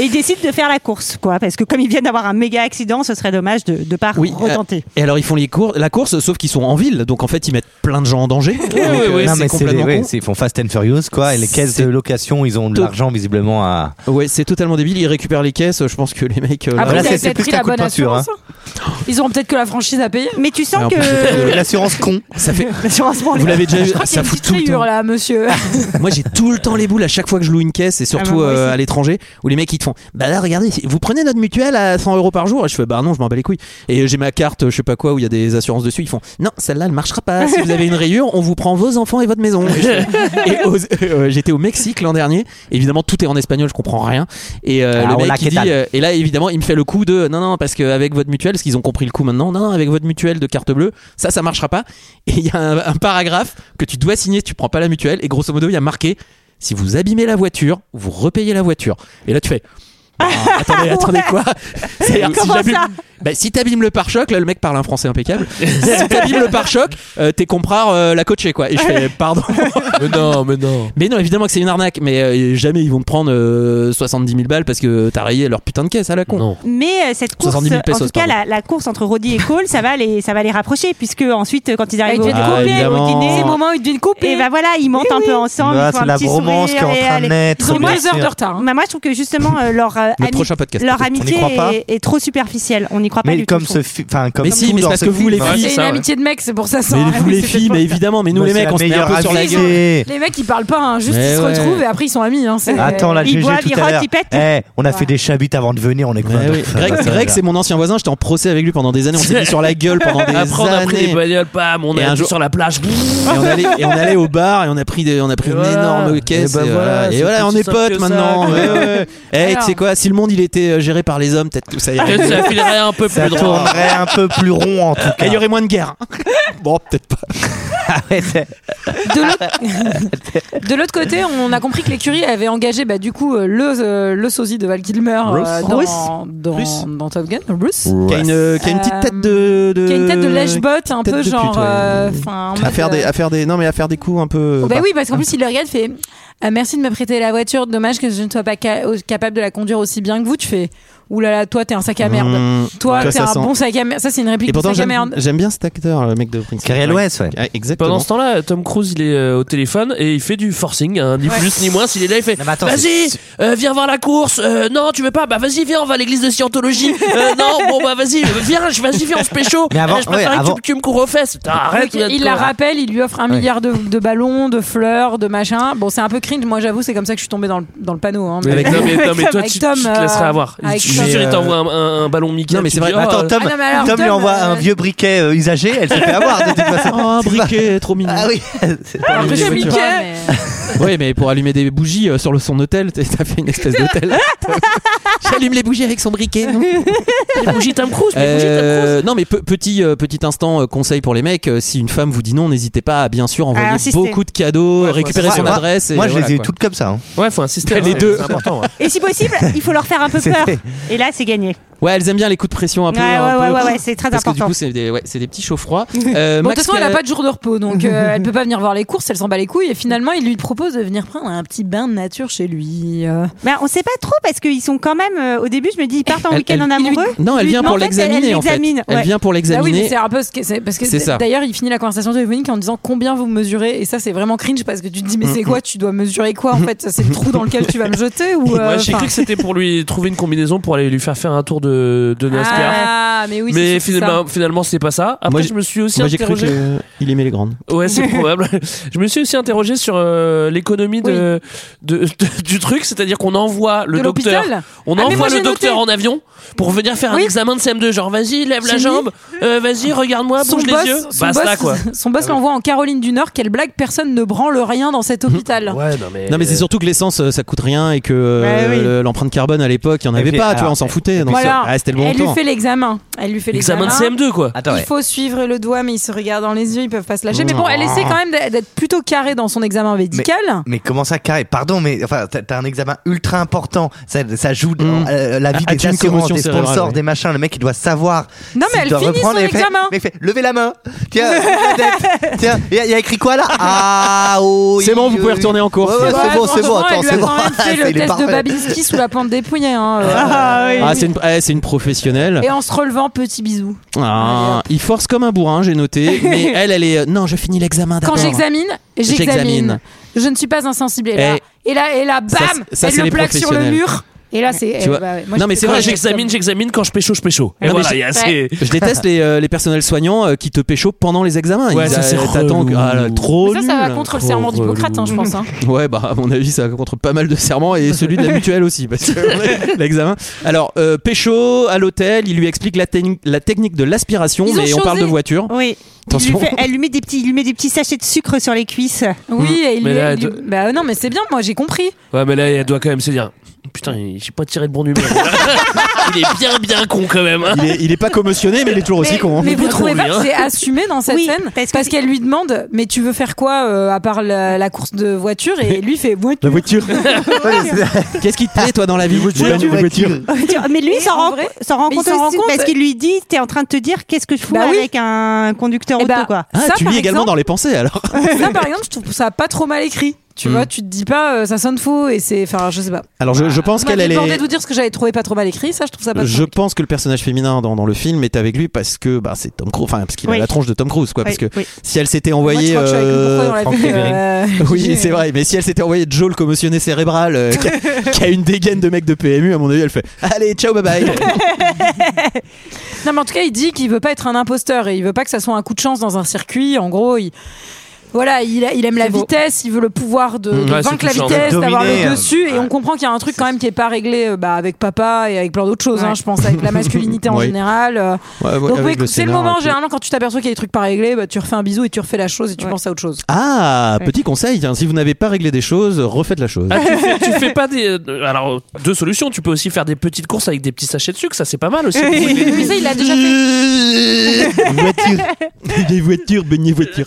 [SPEAKER 11] Et ils décident de faire la course, quoi, parce que comme ils viennent d'avoir un méga accident, ce serait dommage de ne pas
[SPEAKER 1] Oui, euh,
[SPEAKER 11] retenter.
[SPEAKER 1] et alors ils font les cours, la course, sauf qu'ils sont en ville, donc en fait ils mettent plein de gens en danger. Donc, euh,
[SPEAKER 5] Non, mais
[SPEAKER 1] c'est complètement
[SPEAKER 5] des- ouais,
[SPEAKER 1] con.
[SPEAKER 5] c'est- Ils font Fast and Furious, quoi, et les caisses
[SPEAKER 1] C'est-
[SPEAKER 5] de location, ils ont de
[SPEAKER 1] Tout-
[SPEAKER 5] l'argent visiblement à.
[SPEAKER 1] Ouais, c'est totalement débile. Ils récupèrent les caisses. Je pense que les mecs. euh,
[SPEAKER 7] Après
[SPEAKER 5] Voilà,
[SPEAKER 7] ils
[SPEAKER 5] c'est-
[SPEAKER 7] avaient
[SPEAKER 5] c'est
[SPEAKER 7] peut-être
[SPEAKER 5] plus
[SPEAKER 7] pris
[SPEAKER 5] qu'un
[SPEAKER 7] la
[SPEAKER 5] coup de
[SPEAKER 7] bonne
[SPEAKER 5] peinture,
[SPEAKER 7] assurance. hein. Ils auront peut-être que la franchise à payer.
[SPEAKER 11] Mais tu
[SPEAKER 1] Ouais, en
[SPEAKER 11] sens
[SPEAKER 1] plus,
[SPEAKER 11] que
[SPEAKER 5] L'assurance con.
[SPEAKER 1] ça fait.
[SPEAKER 11] l'assurance pour
[SPEAKER 1] Vous l'avez déjà vu
[SPEAKER 7] Je crois qu'il y
[SPEAKER 1] Ah, Ça
[SPEAKER 7] a une
[SPEAKER 1] fout tout
[SPEAKER 7] petite
[SPEAKER 1] le temps. Ah,
[SPEAKER 7] rayure là, monsieur.
[SPEAKER 1] Moi, j'ai tout le temps les boules à chaque fois que je loue une caisse et
[SPEAKER 11] Ah bah,
[SPEAKER 1] surtout
[SPEAKER 11] moi
[SPEAKER 1] euh,
[SPEAKER 11] aussi.
[SPEAKER 1] à l'étranger où les mecs ils te font Bah là, regardez, vous prenez notre mutuelle à 100 euros par jour. Et je fais Bah non, je m'en bats les couilles. Et j'ai ma carte, je sais pas quoi, où il y a des assurances dessus. Ils font Non, celle-là elle marchera pas. Si vous avez une rayure, on vous prend vos enfants et votre maison. Et je fais- et aux- euh, j'étais au Mexique l'an dernier. Évidemment, tout est en espagnol, je comprends rien. Et euh,
[SPEAKER 5] Ah,
[SPEAKER 1] le
[SPEAKER 5] hola,
[SPEAKER 1] mec il
[SPEAKER 5] ¿qué
[SPEAKER 1] dit
[SPEAKER 5] tal
[SPEAKER 1] euh, Et là, évidemment, il me fait le coup de Non, non, parce qu'avec votre mutuelle, parce qu'ils ont compris le coup maintenant, non, non, avec votre mutuelle de carte bleue, ça, ça marchera pas. Et il y a un, un paragraphe que tu dois signer si tu prends pas la mutuelle. Et grosso modo, il y a marqué si vous abîmez la voiture, vous repayez la voiture. Et là, tu fais. bah, attendez, attendez quoi C'est-à-dire que si
[SPEAKER 11] Comment
[SPEAKER 1] j'abîme-
[SPEAKER 11] ça
[SPEAKER 1] bah, si t'abîmes le pare-choc, là le mec parle un français impeccable. si t'abîmes le pare-choc, euh, t'es comprar euh, la coachée quoi. Et je fais pardon.
[SPEAKER 6] Mais non mais non.
[SPEAKER 1] mais non, évidemment que c'est une arnaque. Mais euh, jamais ils vont te prendre euh, 70 000 balles parce que t'as rayé leur putain de caisse à la con.
[SPEAKER 6] Non.
[SPEAKER 11] Mais euh, cette course,
[SPEAKER 1] 70 000 pesos,
[SPEAKER 11] en tout cas, la, la course entre Roddy et Cole, ça va les, ça va les rapprocher, puisque ensuite, quand ils
[SPEAKER 7] Ils
[SPEAKER 11] arrivent au
[SPEAKER 7] deviennent
[SPEAKER 1] Ah,
[SPEAKER 7] couplés
[SPEAKER 1] évidemment.
[SPEAKER 7] au dîner. C'est le moment où ils deviennent
[SPEAKER 11] et
[SPEAKER 7] couplés.
[SPEAKER 11] bah voilà, ils mentent un peu ensemble.
[SPEAKER 5] Ah,
[SPEAKER 11] ils font
[SPEAKER 5] c'est
[SPEAKER 11] un
[SPEAKER 5] la
[SPEAKER 11] petit
[SPEAKER 5] bromance qui est
[SPEAKER 11] sourire
[SPEAKER 5] en
[SPEAKER 11] et
[SPEAKER 5] train de
[SPEAKER 11] allez.
[SPEAKER 5] naître.
[SPEAKER 7] Ils ont
[SPEAKER 11] Moi,
[SPEAKER 5] bien
[SPEAKER 7] deux heures de
[SPEAKER 5] sûr.
[SPEAKER 7] retard. hein.
[SPEAKER 11] Bah, moi, je trouve que justement, euh, leur, euh,
[SPEAKER 1] Le
[SPEAKER 11] ami-
[SPEAKER 1] prochain podcast.
[SPEAKER 11] leur
[SPEAKER 1] peut-être.
[SPEAKER 5] n'y
[SPEAKER 11] amitié
[SPEAKER 5] croit pas
[SPEAKER 11] est, est trop superficielle. On n'y croit pas
[SPEAKER 5] Mais
[SPEAKER 11] du
[SPEAKER 5] comme
[SPEAKER 11] tout. je
[SPEAKER 5] ce fi- enfin comme
[SPEAKER 1] Mais
[SPEAKER 5] tout
[SPEAKER 1] si, mais
[SPEAKER 5] dans
[SPEAKER 1] parce
[SPEAKER 5] ce
[SPEAKER 1] que vous, les
[SPEAKER 5] film,
[SPEAKER 1] filles,
[SPEAKER 5] hein.
[SPEAKER 1] Ah, c'est
[SPEAKER 7] C'est une
[SPEAKER 1] ça, ouais.
[SPEAKER 7] amitié de mec, c'est pour ça. ça
[SPEAKER 1] Mais
[SPEAKER 7] hein.
[SPEAKER 1] vous les
[SPEAKER 7] C'est
[SPEAKER 1] filles,
[SPEAKER 7] pour
[SPEAKER 1] mais
[SPEAKER 7] ça.
[SPEAKER 1] évidemment, mais nous
[SPEAKER 5] Bah,
[SPEAKER 1] les
[SPEAKER 5] c'est
[SPEAKER 1] mecs,
[SPEAKER 5] la
[SPEAKER 1] on se met un
[SPEAKER 5] meilleure
[SPEAKER 1] peu sur la
[SPEAKER 5] amitié.
[SPEAKER 1] gueule.
[SPEAKER 7] Les mecs, ils parlent pas, hein. juste
[SPEAKER 1] Mais
[SPEAKER 7] ils se
[SPEAKER 1] ouais.
[SPEAKER 7] retrouvent et après ils sont amis. Hein. C'est-
[SPEAKER 5] Attends, la
[SPEAKER 11] Ils
[SPEAKER 5] GG
[SPEAKER 11] boivent,
[SPEAKER 5] tout
[SPEAKER 11] ils
[SPEAKER 5] à
[SPEAKER 11] rotent,
[SPEAKER 5] l'heure.
[SPEAKER 11] ils pètent.
[SPEAKER 5] Eh, on a
[SPEAKER 6] Oh,
[SPEAKER 11] Ouais.
[SPEAKER 5] fait des chabits avant de venir, on est
[SPEAKER 1] Ouais,
[SPEAKER 5] content.
[SPEAKER 1] oui. Greg, Greg, c'est mon ancien voisin, j'étais en procès avec lui pendant des années, on s'est mis sur la gueule pendant des
[SPEAKER 6] Après on a pris des
[SPEAKER 1] années.
[SPEAKER 6] bagnoles pam on
[SPEAKER 1] Et
[SPEAKER 6] est
[SPEAKER 1] un jour-
[SPEAKER 6] sur la plage.
[SPEAKER 1] et on, allait, et on allait au bar et on a pris, des, on a pris
[SPEAKER 6] Et
[SPEAKER 1] une
[SPEAKER 6] voilà.
[SPEAKER 1] énorme caisse.
[SPEAKER 6] Et ben
[SPEAKER 1] et voilà,
[SPEAKER 6] voilà,
[SPEAKER 1] Et
[SPEAKER 6] c'est
[SPEAKER 1] voilà,
[SPEAKER 6] plus
[SPEAKER 1] on est
[SPEAKER 6] simple que
[SPEAKER 1] potes
[SPEAKER 6] ça.
[SPEAKER 1] maintenant. ouais, ouais. Eh, tu
[SPEAKER 7] Alors.
[SPEAKER 1] sais quoi, si le monde il était euh, géré par les hommes, peut-être que ça irait.
[SPEAKER 6] Que ça filerait un peu
[SPEAKER 5] ça
[SPEAKER 6] plus droit.
[SPEAKER 5] tournerait un peu plus rond en tout
[SPEAKER 1] Eh,
[SPEAKER 5] cas.
[SPEAKER 1] Il y aurait moins de guerre. bon, peut-être pas.
[SPEAKER 7] De l'autre- De l'autre côté, on a compris que l'écurie avait engagé bah, du coup euh, le, euh, le sosie de Val Kilmer euh,
[SPEAKER 1] Bruce.
[SPEAKER 7] dans,
[SPEAKER 1] Bruce.
[SPEAKER 7] dans,
[SPEAKER 1] Bruce.
[SPEAKER 7] dans Top Gun, Bruce,
[SPEAKER 1] Qui a une, euh, qui a une petite tête de. de...
[SPEAKER 7] Euh, qui a une tête de lèche-botte un
[SPEAKER 1] tête
[SPEAKER 7] peu
[SPEAKER 1] de pute,
[SPEAKER 7] genre.
[SPEAKER 1] ouais.
[SPEAKER 7] euh, enfin, en
[SPEAKER 1] À faire,
[SPEAKER 7] mode,
[SPEAKER 1] des,
[SPEAKER 7] euh,
[SPEAKER 1] à faire des. Non, mais à faire des coups un peu. euh,
[SPEAKER 7] bah oui, parce qu'en plus il le regarde, fait Ah, merci de me prêter la voiture. Dommage que je ne sois pas ca- au- capable de la conduire aussi bien que vous. Tu fais oulala, là là, toi t'es un sac à ah, merde.
[SPEAKER 1] Mmh,
[SPEAKER 7] Toi,
[SPEAKER 1] ouais.
[SPEAKER 7] t'es
[SPEAKER 1] Ça
[SPEAKER 7] un
[SPEAKER 1] sent.
[SPEAKER 7] bon sac à merde. Ça, c'est une réplique
[SPEAKER 1] Et pourtant,
[SPEAKER 7] de sac à
[SPEAKER 1] j'aime
[SPEAKER 7] merde.
[SPEAKER 1] j'aime bien cet acteur, le mec de Prince.
[SPEAKER 5] Cariel West, ouais.
[SPEAKER 1] Ouais, Exactement.
[SPEAKER 6] Pendant ce temps-là, Tom Cruise, il est euh, au téléphone et il fait du forcing, hein, ni
[SPEAKER 7] Ouais.
[SPEAKER 6] plus ni moins. S'il est là, il fait
[SPEAKER 5] Non, mais attends,
[SPEAKER 6] Vas-y,
[SPEAKER 5] c'est-
[SPEAKER 6] euh, viens voir la course. Euh, non, tu veux pas Bah vas-y, viens, on va à l'église de Scientologie. Euh, non, bon bah vas-y, euh, viens, je- vas-y, viens, on se pécho.
[SPEAKER 5] Mais avant-
[SPEAKER 6] Euh, je préférais
[SPEAKER 5] ouais,
[SPEAKER 6] que
[SPEAKER 5] avant-
[SPEAKER 6] tu, tu me cours aux fesses. Putain, arrête,
[SPEAKER 7] Donc, il la rappelle, il lui offre un
[SPEAKER 5] Ouais.
[SPEAKER 7] milliard de, de ballons, de fleurs, de machin. Bon, c'est un peu cringe. Moi, j'avoue, c'est comme ça que je suis tombé dans le, dans le panneau. hein.
[SPEAKER 6] Avec, non, mais, non, mais toi,
[SPEAKER 7] Avec
[SPEAKER 6] tu,
[SPEAKER 7] Tom,
[SPEAKER 6] tu te
[SPEAKER 7] euh,
[SPEAKER 6] laisserais avoir.
[SPEAKER 7] avec
[SPEAKER 6] Je suis
[SPEAKER 7] Tom.
[SPEAKER 6] sûr, il
[SPEAKER 1] Mais,
[SPEAKER 6] t'envoie un, un- un ballon Mickey.
[SPEAKER 1] Non, mais
[SPEAKER 6] tu
[SPEAKER 1] c'est vrai.
[SPEAKER 6] dis, oh,
[SPEAKER 5] Attends,
[SPEAKER 6] euh,
[SPEAKER 5] Tom,
[SPEAKER 7] Ah non, mais alors,
[SPEAKER 5] Tom lui
[SPEAKER 7] Tom,
[SPEAKER 5] envoie
[SPEAKER 7] euh,
[SPEAKER 5] un vieux briquet euh, usagé, elle se fait avoir de toute façon.
[SPEAKER 1] Oh, un briquet, trop mignon.
[SPEAKER 5] Ah oui, c'est pas
[SPEAKER 7] Alors,
[SPEAKER 1] Allumer
[SPEAKER 7] je
[SPEAKER 1] les
[SPEAKER 7] sais
[SPEAKER 1] voitures.
[SPEAKER 7] pas, mais-
[SPEAKER 1] Oui, mais pour allumer des bougies euh, sur le son hôtel, t'es- t'as fait une espèce d'hôtel. J'allume les bougies avec son briquet. non
[SPEAKER 6] les bougies Tom Cruise, les bougies Tom Cruise.
[SPEAKER 1] Euh, non, mais pe- petit, euh, petit instant euh, conseil pour les mecs. euh, si une femme vous dit non, n'hésitez pas à bien sûr envoyer
[SPEAKER 11] À insister.
[SPEAKER 1] beaucoup de cadeaux,
[SPEAKER 6] Ouais,
[SPEAKER 1] récupérer
[SPEAKER 6] faut-
[SPEAKER 1] son
[SPEAKER 5] moi-
[SPEAKER 1] adresse. Et
[SPEAKER 5] Moi, je
[SPEAKER 1] voilà,
[SPEAKER 5] les ai
[SPEAKER 1] quoi.
[SPEAKER 5] toutes comme ça. hein.
[SPEAKER 6] Ouais, faut insister.
[SPEAKER 1] Les
[SPEAKER 6] hein,
[SPEAKER 1] deux.
[SPEAKER 6] C'est important. hein.
[SPEAKER 11] trouve. Et si possible, il faut leur faire un peu peur.
[SPEAKER 5] C'était-
[SPEAKER 11] Et là, c'est gagné.
[SPEAKER 1] Ouais, elles aiment bien les coups de pression un peu.
[SPEAKER 11] Ouais,
[SPEAKER 1] un
[SPEAKER 11] ouais,
[SPEAKER 1] peu.
[SPEAKER 11] ouais, ouais, ouais, c'est très
[SPEAKER 1] Parce que du
[SPEAKER 11] important.
[SPEAKER 1] coup, c'est des, ouais, c'est des petits chauds froids. Euh,
[SPEAKER 7] Bon, de
[SPEAKER 1] Max
[SPEAKER 7] toute façon, elle
[SPEAKER 1] Cal-
[SPEAKER 7] n'a pas de jour de repos, donc euh, elle peut pas venir voir les courses, elle s'en bat les couilles. Et finalement, il lui propose de venir prendre un petit bain de nature chez lui. euh.
[SPEAKER 11] Ben, on sait pas trop parce qu'ils sont quand même. euh, au début, je me dis, ils partent en
[SPEAKER 1] Elle-
[SPEAKER 11] week-end en
[SPEAKER 1] elle-
[SPEAKER 11] amoureux.
[SPEAKER 1] Non, elle
[SPEAKER 11] Lui-
[SPEAKER 1] vient
[SPEAKER 11] mais
[SPEAKER 1] pour
[SPEAKER 11] fait, elle-
[SPEAKER 1] l'examiner
[SPEAKER 11] Elle
[SPEAKER 1] en fait.
[SPEAKER 11] l'examine,
[SPEAKER 1] Elle
[SPEAKER 11] ouais.
[SPEAKER 1] vieint pour
[SPEAKER 7] Bah oui, mais
[SPEAKER 1] l'examiner.
[SPEAKER 7] c'est un peu ce que c'est parce que
[SPEAKER 1] C'est ça.
[SPEAKER 7] d'ailleurs il finit la conversation téléphonique en disant combien vous me mesurez et ça c'est vraiment cringe parce que tu te dis mais c'est quoi tu dois mesurer quoi en fait c'est le trou dans lequel tu vas me jeter ou euh,
[SPEAKER 6] Ouais, j'ai
[SPEAKER 7] enfin-
[SPEAKER 6] cru que c'était pour lui trouver une combinaison pour aller lui faire faire un tour de, de NASCAR.
[SPEAKER 7] ah mais oui
[SPEAKER 6] mais
[SPEAKER 7] c'est sûr que ça.
[SPEAKER 6] finalement, finalement c'est pas ça. Après,
[SPEAKER 1] Moi, j'ai-
[SPEAKER 6] je me suis aussi
[SPEAKER 1] Moi, j'ai cru
[SPEAKER 6] interrogé.
[SPEAKER 1] qu'il aimait les grandes.
[SPEAKER 6] Ouais, c'est probable. Je me suis aussi interrogé sur euh, l'économie de, de- de- du truc, c'est-à-dire qu'on envoie le
[SPEAKER 7] De
[SPEAKER 6] docteur,
[SPEAKER 7] l'hôpital
[SPEAKER 6] on
[SPEAKER 7] Ah, mais moi,
[SPEAKER 6] envoie le
[SPEAKER 7] j'ai
[SPEAKER 6] docteur
[SPEAKER 7] noté.
[SPEAKER 6] en avion pour venir faire un
[SPEAKER 7] Oui.
[SPEAKER 6] examen de CM2, genre vas-y, lève la
[SPEAKER 7] J'ai
[SPEAKER 6] jambe, euh, vas-y, regarde-moi,
[SPEAKER 7] son
[SPEAKER 6] bouge
[SPEAKER 7] boss,
[SPEAKER 6] les yeux,
[SPEAKER 7] son
[SPEAKER 6] basta
[SPEAKER 7] boss,
[SPEAKER 6] quoi. Euh.
[SPEAKER 7] son boss l'envoie en Caroline du Nord. Quelle blague, personne ne branle rien dans cet hôpital.
[SPEAKER 6] Ouais, non mais.
[SPEAKER 1] Non, mais c'est surtout que l'essence euh, ça coûte rien et que euh,
[SPEAKER 11] Ouais, oui.
[SPEAKER 1] le- l'empreinte carbone à l'époque, il n'y en avait
[SPEAKER 5] puis,
[SPEAKER 1] pas, tu
[SPEAKER 5] alors,
[SPEAKER 1] vois, on s'en foutait. donc
[SPEAKER 7] Voilà.
[SPEAKER 1] ça- ah, c'était le bon
[SPEAKER 7] Elle lui
[SPEAKER 1] temps.
[SPEAKER 7] fait l'examen. Elle lui fait l'examen.
[SPEAKER 6] Examen de CM2 quoi.
[SPEAKER 5] Attends,
[SPEAKER 7] Il
[SPEAKER 5] ouais.
[SPEAKER 7] faut suivre le doigt, mais ils se regardent dans les yeux, ils peuvent pas se lâcher. Mais bon, elle essaie quand même d'être d'être plutôt carrée dans son examen médical.
[SPEAKER 5] mais comment ça carré Pardon, mais enfin, t'as t'as un examen ultra important. Ça, ça joue dans,
[SPEAKER 1] Mm.
[SPEAKER 5] euh, la vie
[SPEAKER 1] Ah,
[SPEAKER 5] des
[SPEAKER 1] tu as une
[SPEAKER 5] assurances,
[SPEAKER 1] commotion
[SPEAKER 5] des
[SPEAKER 1] cérébrale,
[SPEAKER 5] sponsors,
[SPEAKER 1] ouais.
[SPEAKER 5] des machins. Le mec, il doit savoir.
[SPEAKER 7] Non, mais
[SPEAKER 5] s'il
[SPEAKER 7] elle
[SPEAKER 5] doit
[SPEAKER 7] finit
[SPEAKER 5] reprendre
[SPEAKER 7] son
[SPEAKER 5] et fait-
[SPEAKER 7] examen.
[SPEAKER 5] mais fait, levez la main. Tiens, peut-être. tiens, il y, a- il y a écrit quoi là Ah, oh,
[SPEAKER 1] C'est bon,
[SPEAKER 5] oui,
[SPEAKER 1] vous pouvez
[SPEAKER 5] oui.
[SPEAKER 1] retourner en cours.
[SPEAKER 5] Ouais, ouais, c'est bon, c'est bon.
[SPEAKER 7] Heureusement,
[SPEAKER 5] Attends,
[SPEAKER 7] elle lui
[SPEAKER 5] c'est
[SPEAKER 7] a
[SPEAKER 5] bon.
[SPEAKER 7] quand même fait
[SPEAKER 5] Il est
[SPEAKER 7] le test
[SPEAKER 5] parfait.
[SPEAKER 7] de Babinski sous la pente des poignets. hein, euh.
[SPEAKER 11] Ah, oui.
[SPEAKER 1] Ah, c'est une, eh, c'est une professionnelle.
[SPEAKER 7] Et en se relevant, petit bisou. Allez,
[SPEAKER 1] Ah,
[SPEAKER 7] hop.
[SPEAKER 1] il force comme un bourrin, j'ai noté. Mais elle, elle est. euh, Non, je finis l'examen
[SPEAKER 7] Quand
[SPEAKER 1] d'abord.
[SPEAKER 7] j'examine,
[SPEAKER 1] J'examine.
[SPEAKER 7] j'examine. Je ne suis pas insensible. Et là,
[SPEAKER 1] Eh.
[SPEAKER 7] et là, et là bam
[SPEAKER 1] Ça, c'est- ça, c'est
[SPEAKER 7] Elle
[SPEAKER 1] les
[SPEAKER 7] le plaque sur le
[SPEAKER 1] professionnels.
[SPEAKER 7] mur. Et là, c'est. eh, bah,
[SPEAKER 1] Tu vois. Non, mais c'est
[SPEAKER 6] Quand
[SPEAKER 1] vrai,
[SPEAKER 6] j'examine, j'examine, quand je pécho, je pécho. Et
[SPEAKER 1] Non, mais
[SPEAKER 6] voilà,
[SPEAKER 1] j'ai-
[SPEAKER 6] il y a- c'est-
[SPEAKER 1] Je déteste les, euh, les personnels soignants euh, qui te pécho pendant les examens.
[SPEAKER 6] Ouais,
[SPEAKER 1] Ils,
[SPEAKER 6] ça,
[SPEAKER 1] euh,
[SPEAKER 6] c'est
[SPEAKER 1] t'attends que- ah, là,
[SPEAKER 6] relou.
[SPEAKER 1] trop
[SPEAKER 7] Ça, ça va
[SPEAKER 1] nul.
[SPEAKER 7] contre le serment
[SPEAKER 6] relou.
[SPEAKER 7] d'Hippocrate, hein, je pense. hein.
[SPEAKER 1] Ouais, bah à mon avis, ça va contre pas mal de serments et celui de la mutuelle aussi, parce que l'examen. Alors, euh, Pécho, à l'hôtel, il lui explique la, techni- la technique de l'aspiration,
[SPEAKER 7] Ils ont
[SPEAKER 1] mais on parle
[SPEAKER 7] changé.
[SPEAKER 1] de voiture.
[SPEAKER 11] Oui. Il lui
[SPEAKER 1] Attention.
[SPEAKER 11] fait- elle lui met des petits, il lui met des petits sachets de sucre sur les cuisses.
[SPEAKER 7] Oui, et il
[SPEAKER 6] Mais
[SPEAKER 7] lui-
[SPEAKER 6] là,
[SPEAKER 7] il lui- Bah non, mais c'est bien, moi j'ai compris.
[SPEAKER 6] Ouais, mais là, elle doit quand même se dire Putain, il- j'ai pas tiré de bon numéro. il est bien, bien con quand même. hein.
[SPEAKER 1] Il est, il est pas commotionné, mais il est toujours aussi
[SPEAKER 7] Mais,
[SPEAKER 1] con. hein.
[SPEAKER 7] mais vous trouvez pas
[SPEAKER 6] Bien.
[SPEAKER 7] que c'est assumé dans cette
[SPEAKER 11] Oui,
[SPEAKER 7] scène
[SPEAKER 11] parce que
[SPEAKER 7] Parce qu'elle lui demande Mais tu veux faire quoi euh, à part la, la course de voiture Et lui fait
[SPEAKER 1] La
[SPEAKER 7] voiture.
[SPEAKER 1] voiture. Qu'est-ce qui te plaît, toi, dans la vie
[SPEAKER 5] voiture.
[SPEAKER 1] La voiture.
[SPEAKER 11] Oh, Tu vois, Mais lui,
[SPEAKER 7] Et
[SPEAKER 11] il s'en
[SPEAKER 7] en
[SPEAKER 11] rend,
[SPEAKER 7] vrai-
[SPEAKER 11] s'en rend
[SPEAKER 7] mais il
[SPEAKER 11] compte
[SPEAKER 7] s'en rend
[SPEAKER 11] aussi
[SPEAKER 7] compte.
[SPEAKER 11] parce qu'il lui dit T'es en train de te dire qu'est-ce que je fous
[SPEAKER 7] Bah oui.
[SPEAKER 11] avec un conducteur
[SPEAKER 7] Eh
[SPEAKER 11] auto,
[SPEAKER 7] bah,
[SPEAKER 11] quoi.
[SPEAKER 1] Ah,
[SPEAKER 7] Ça,
[SPEAKER 1] tu lis
[SPEAKER 7] par
[SPEAKER 1] également
[SPEAKER 7] exemple-
[SPEAKER 1] dans Hmm. les pensées alors.
[SPEAKER 7] Ça, par exemple, je trouve ça pas trop mal écrit. Tu vois, tu te dis pas, euh, ça sonne faux et c'est. Enfin, je sais pas.
[SPEAKER 1] Alors je, je pense
[SPEAKER 7] Moi,
[SPEAKER 1] qu'elle
[SPEAKER 7] j'ai
[SPEAKER 1] elle
[SPEAKER 7] demandé
[SPEAKER 1] est.
[SPEAKER 7] de vous dire ce que j'avais trouvé pas trop mal écrit, ça, je trouve ça pas trop
[SPEAKER 1] Je
[SPEAKER 7] mal écrit.
[SPEAKER 1] pense que le personnage féminin dans, dans le film est avec lui parce que bah, c'est Tom Cruise, enfin parce qu'il a
[SPEAKER 11] Oui.
[SPEAKER 1] la tronche de Tom Cruise quoi.
[SPEAKER 11] Oui,
[SPEAKER 1] Parce que
[SPEAKER 11] oui.
[SPEAKER 1] si elle s'était
[SPEAKER 7] Moi, je
[SPEAKER 1] envoyée,
[SPEAKER 7] crois que je suis avec le
[SPEAKER 1] euh,
[SPEAKER 7] pourquoi dans la
[SPEAKER 5] Franck
[SPEAKER 7] vie,
[SPEAKER 5] Levering.
[SPEAKER 7] euh,
[SPEAKER 1] oui
[SPEAKER 7] j'ai-
[SPEAKER 1] c'est vrai, mais si elle s'était envoyée Joe le commotionné cérébral euh, qui, a, qui a une dégaine de mec de PMU, à mon avis elle fait allez ciao bye bye.
[SPEAKER 7] Non, mais en tout cas, il dit qu'il veut pas être un imposteur et il veut pas que ça soit un coup de chance dans un circuit. En gros, il. Voilà, il, a- il aime la vitesse, il veut le pouvoir de, de
[SPEAKER 6] Ouais, c'est
[SPEAKER 7] vaincre la
[SPEAKER 6] tout ça.
[SPEAKER 7] vitesse,
[SPEAKER 5] De
[SPEAKER 7] d'avoir
[SPEAKER 5] dominer,
[SPEAKER 7] le
[SPEAKER 5] hein.
[SPEAKER 7] dessus. Et on comprend qu'il y a un truc quand même qui est pas réglé euh, bah, avec papa et avec plein d'autres choses. hein, je pense avec la masculinité en
[SPEAKER 1] Oui.
[SPEAKER 7] général. euh.
[SPEAKER 1] Ouais, ouais,
[SPEAKER 7] Donc
[SPEAKER 1] avec
[SPEAKER 7] oui, c'est le
[SPEAKER 1] scénar,
[SPEAKER 7] moment
[SPEAKER 1] tout.
[SPEAKER 7] généralement quand tu t'aperçois qu'il y a des trucs pas réglés, bah, tu refais un bisou et tu refais la chose et tu penses à autre chose.
[SPEAKER 1] Ah petit conseil, hein, si vous n'avez pas réglé des choses, refaites la chose.
[SPEAKER 6] Ah, tu, fais, tu fais pas des. euh, Alors, deux solutions. Tu peux aussi faire des petites courses avec des petits sachets de sucre, ça c'est pas mal aussi.
[SPEAKER 7] Mais ça, il l'a déjà
[SPEAKER 1] Euh,
[SPEAKER 7] fait.
[SPEAKER 1] voiture, des voitures, beignet voiture.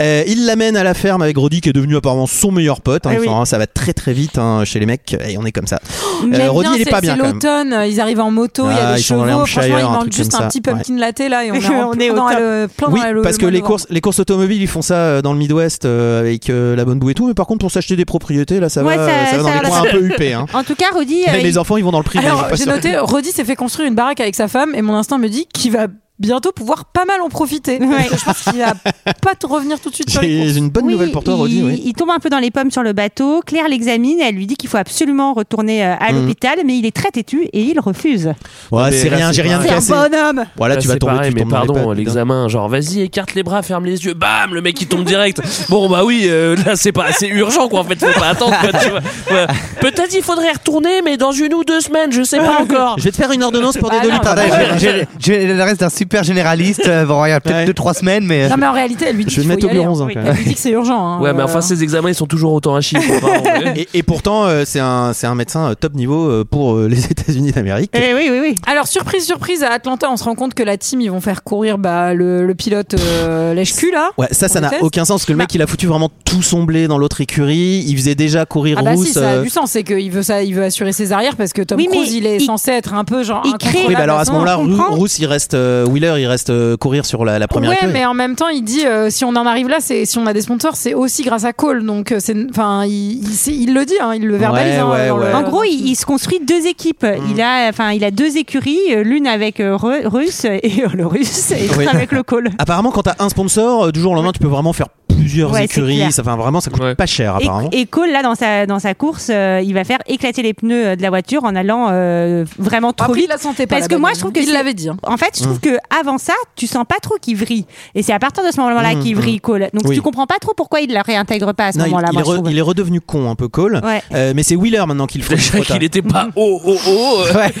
[SPEAKER 1] Euh, il l'amène à la ferme avec Roddy qui est devenu apparemment son meilleur
[SPEAKER 7] Ah
[SPEAKER 1] pote. hein,
[SPEAKER 11] Eh oui.
[SPEAKER 1] enfin, hein, ça va très très vite hein, chez les mecs et on est comme ça.
[SPEAKER 7] Oh, Mais
[SPEAKER 1] Euh, Roddy
[SPEAKER 7] bien,
[SPEAKER 1] il est
[SPEAKER 7] c'est-
[SPEAKER 1] pas bien
[SPEAKER 7] C'est
[SPEAKER 1] quand même.
[SPEAKER 7] l'automne, euh, ils arrivent en moto, il y
[SPEAKER 1] Ah,
[SPEAKER 7] a des
[SPEAKER 1] ils sont dans les
[SPEAKER 7] chevaux.
[SPEAKER 1] Hampshires,
[SPEAKER 7] Franchement, il
[SPEAKER 1] un
[SPEAKER 7] manque
[SPEAKER 1] truc
[SPEAKER 7] juste
[SPEAKER 1] comme
[SPEAKER 7] un
[SPEAKER 1] ça.
[SPEAKER 7] petit pumpkin latte là et on est, en
[SPEAKER 11] On est au
[SPEAKER 7] plein dans
[SPEAKER 11] top.
[SPEAKER 7] le plein
[SPEAKER 1] Oui,
[SPEAKER 7] dans le-
[SPEAKER 1] parce que
[SPEAKER 7] le
[SPEAKER 1] les
[SPEAKER 7] novembre.
[SPEAKER 1] courses, les courses automobiles, ils font ça euh, dans le Midwest euh, avec euh, la bonne boue et tout. Mais par contre, pour s'acheter des propriétés, là, ça va,
[SPEAKER 11] Ouais,
[SPEAKER 1] euh, ça,
[SPEAKER 11] ça-
[SPEAKER 1] va dans
[SPEAKER 11] ça-
[SPEAKER 1] les
[SPEAKER 11] là,
[SPEAKER 1] coins un
[SPEAKER 11] ça-
[SPEAKER 1] peu huppés. hein.
[SPEAKER 11] En tout cas, Rudy, euh,
[SPEAKER 1] Mais
[SPEAKER 11] il-
[SPEAKER 1] les enfants, ils vont dans le privé. je
[SPEAKER 7] Alors,
[SPEAKER 1] suis
[SPEAKER 7] j'ai
[SPEAKER 1] pas sûr.
[SPEAKER 7] noté, Roddy s'est fait construire une baraque avec sa femme et mon instinct me dit qu'il va bientôt pouvoir pas mal en profiter. Parce que Je pense qu'il va pas te revenir tout de suite sur les
[SPEAKER 1] J'ai
[SPEAKER 7] courses.
[SPEAKER 1] une bonne
[SPEAKER 11] oui,
[SPEAKER 1] nouvelle pour toi,
[SPEAKER 11] il,
[SPEAKER 1] Roddy. Oui.
[SPEAKER 11] il tombe un peu dans les pommes sur le bateau. Claire l'examine. Elle lui dit qu'il faut absolument retourner euh, à
[SPEAKER 1] Mhm.
[SPEAKER 11] l'hôpital, mais il est très têtu et il refuse.
[SPEAKER 1] Ouais, c'est
[SPEAKER 5] là,
[SPEAKER 1] rien,
[SPEAKER 5] c'est
[SPEAKER 1] j'ai rien
[SPEAKER 5] pas-
[SPEAKER 11] C'est un
[SPEAKER 1] cassé.
[SPEAKER 11] bonhomme.
[SPEAKER 1] Voilà,
[SPEAKER 6] Là,
[SPEAKER 1] tu vas
[SPEAKER 6] c'est
[SPEAKER 1] tomber.
[SPEAKER 6] pareil,
[SPEAKER 1] tu
[SPEAKER 6] mais
[SPEAKER 1] tombes dans les
[SPEAKER 6] pardon,
[SPEAKER 1] pattes, putain.
[SPEAKER 6] l'examen, genre vas-y, écarte les bras, ferme les yeux, bam, le mec il tombe direct. Bon bah oui, euh, là c'est pas assez urgent quoi, en fait, faut pas attendre quoi, tu vois. Ouais. Peut-être il faudrait retourner, mais dans une ou deux semaines, je sais pas encore.
[SPEAKER 1] Je vais te faire une ordonnance pour des
[SPEAKER 7] Ah, non,
[SPEAKER 1] doliprane.
[SPEAKER 5] Attends, j'ai- j'ai le reste d'un super généraliste. euh, bon, il y a peut-être 2-3 semaines, mais.
[SPEAKER 7] Non, mais en réalité, elle lui dit
[SPEAKER 5] Je vais
[SPEAKER 7] qu'il
[SPEAKER 5] mettre au
[SPEAKER 7] faut y aller,
[SPEAKER 5] bureau
[SPEAKER 7] hein.
[SPEAKER 5] en zinc,
[SPEAKER 7] Elle lui dit que c'est urgent. hein.
[SPEAKER 6] Ouais, mais
[SPEAKER 7] Euh,
[SPEAKER 6] enfin, ces examens, ils sont toujours autant à chier. faut pas en-
[SPEAKER 1] et, et pourtant, euh, c'est un, c'est un médecin euh, top niveau euh, pour euh, les États-Unis d'Amérique.
[SPEAKER 11] oui, oui, oui.
[SPEAKER 7] Alors, surprise, surprise, à Atlanta, on se rend compte que la team, ils vont faire courir bah, le, le pilote euh, lèche-cul, là.
[SPEAKER 1] Ouais, ça, ça
[SPEAKER 7] On
[SPEAKER 1] n'a
[SPEAKER 7] déteste.
[SPEAKER 1] aucun sens parce que le mec, il a foutu vraiment tout son blé dans l'autre écurie. Il faisait déjà courir
[SPEAKER 7] Ah bah
[SPEAKER 1] rousse.
[SPEAKER 7] si, ça a
[SPEAKER 1] euh,
[SPEAKER 7] du sens, c'est qu'il veut ça, il veut assurer ses arrières parce que Tom
[SPEAKER 11] Oui, mais
[SPEAKER 7] Cruise, il est
[SPEAKER 11] il-
[SPEAKER 7] censé être un peu genre.
[SPEAKER 11] il crée-
[SPEAKER 7] incontrôlable
[SPEAKER 1] Oui, bah alors à ce
[SPEAKER 7] son-
[SPEAKER 1] moment-là,
[SPEAKER 11] on
[SPEAKER 1] Rou-
[SPEAKER 11] comprend.
[SPEAKER 1] Rousse, il reste euh, Wheeler, il reste euh, courir sur la, la première
[SPEAKER 7] Ouais,
[SPEAKER 1] écurie.
[SPEAKER 7] mais en même temps, il dit euh, si on en arrive là, c'est si on a des sponsors, c'est aussi grâce à Cole. Donc, euh, c'est enfin, il, il, c'est- il le dit, hein, il le verbalise. hein,
[SPEAKER 1] ouais,
[SPEAKER 7] dans le-
[SPEAKER 1] ouais.
[SPEAKER 11] En gros, il, il se construit deux équipes.
[SPEAKER 1] Mm.
[SPEAKER 11] Il a, enfin, il a deux écuries, euh, l'une avec euh, Ru- Russe et euh, le Russe et l'autre
[SPEAKER 1] Oui.
[SPEAKER 11] avec le Cole.
[SPEAKER 1] Apparemment, quand t'as un sponsor, euh, du jour au lendemain, tu peux vraiment faire plusieurs
[SPEAKER 11] Ouais, c'est
[SPEAKER 1] écuries.
[SPEAKER 11] clair.
[SPEAKER 1] Ça, enfin, vraiment, ça coûte
[SPEAKER 6] Ouais.
[SPEAKER 1] pas cher,
[SPEAKER 11] Et,
[SPEAKER 1] apparemment.
[SPEAKER 11] et Cole, là, dans sa, dans sa course, euh, il va faire éclater les pneus euh, de la voiture en allant euh, vraiment trop
[SPEAKER 7] Après, il
[SPEAKER 11] vite.
[SPEAKER 7] la sentait pas.
[SPEAKER 11] Parce
[SPEAKER 7] la
[SPEAKER 11] que
[SPEAKER 7] bonne
[SPEAKER 11] moi,
[SPEAKER 7] idée.
[SPEAKER 11] je trouve que
[SPEAKER 7] il
[SPEAKER 11] c'est-
[SPEAKER 7] l'avait dit. hein.
[SPEAKER 11] En fait, je trouve
[SPEAKER 1] Mmh.
[SPEAKER 11] que avant ça, tu sens pas trop qu'il vrille. Et c'est à partir de ce moment-là
[SPEAKER 1] Mmh,
[SPEAKER 11] qu'il
[SPEAKER 1] mmh.
[SPEAKER 11] vrille Cole. Donc
[SPEAKER 1] Oui.
[SPEAKER 11] tu comprends pas trop pourquoi il la réintègre pas à ce
[SPEAKER 1] Non, il,
[SPEAKER 11] moment-là.
[SPEAKER 1] il
[SPEAKER 11] moi,
[SPEAKER 1] est
[SPEAKER 11] je
[SPEAKER 1] re-
[SPEAKER 11] trouve.
[SPEAKER 1] il est redevenu con, un peu Cole.
[SPEAKER 11] Ouais.
[SPEAKER 1] Euh, mais c'est Wheeler maintenant qui le fait.
[SPEAKER 6] Déjà qu'il était pas haut, haut, haut. euh,
[SPEAKER 1] Ouais,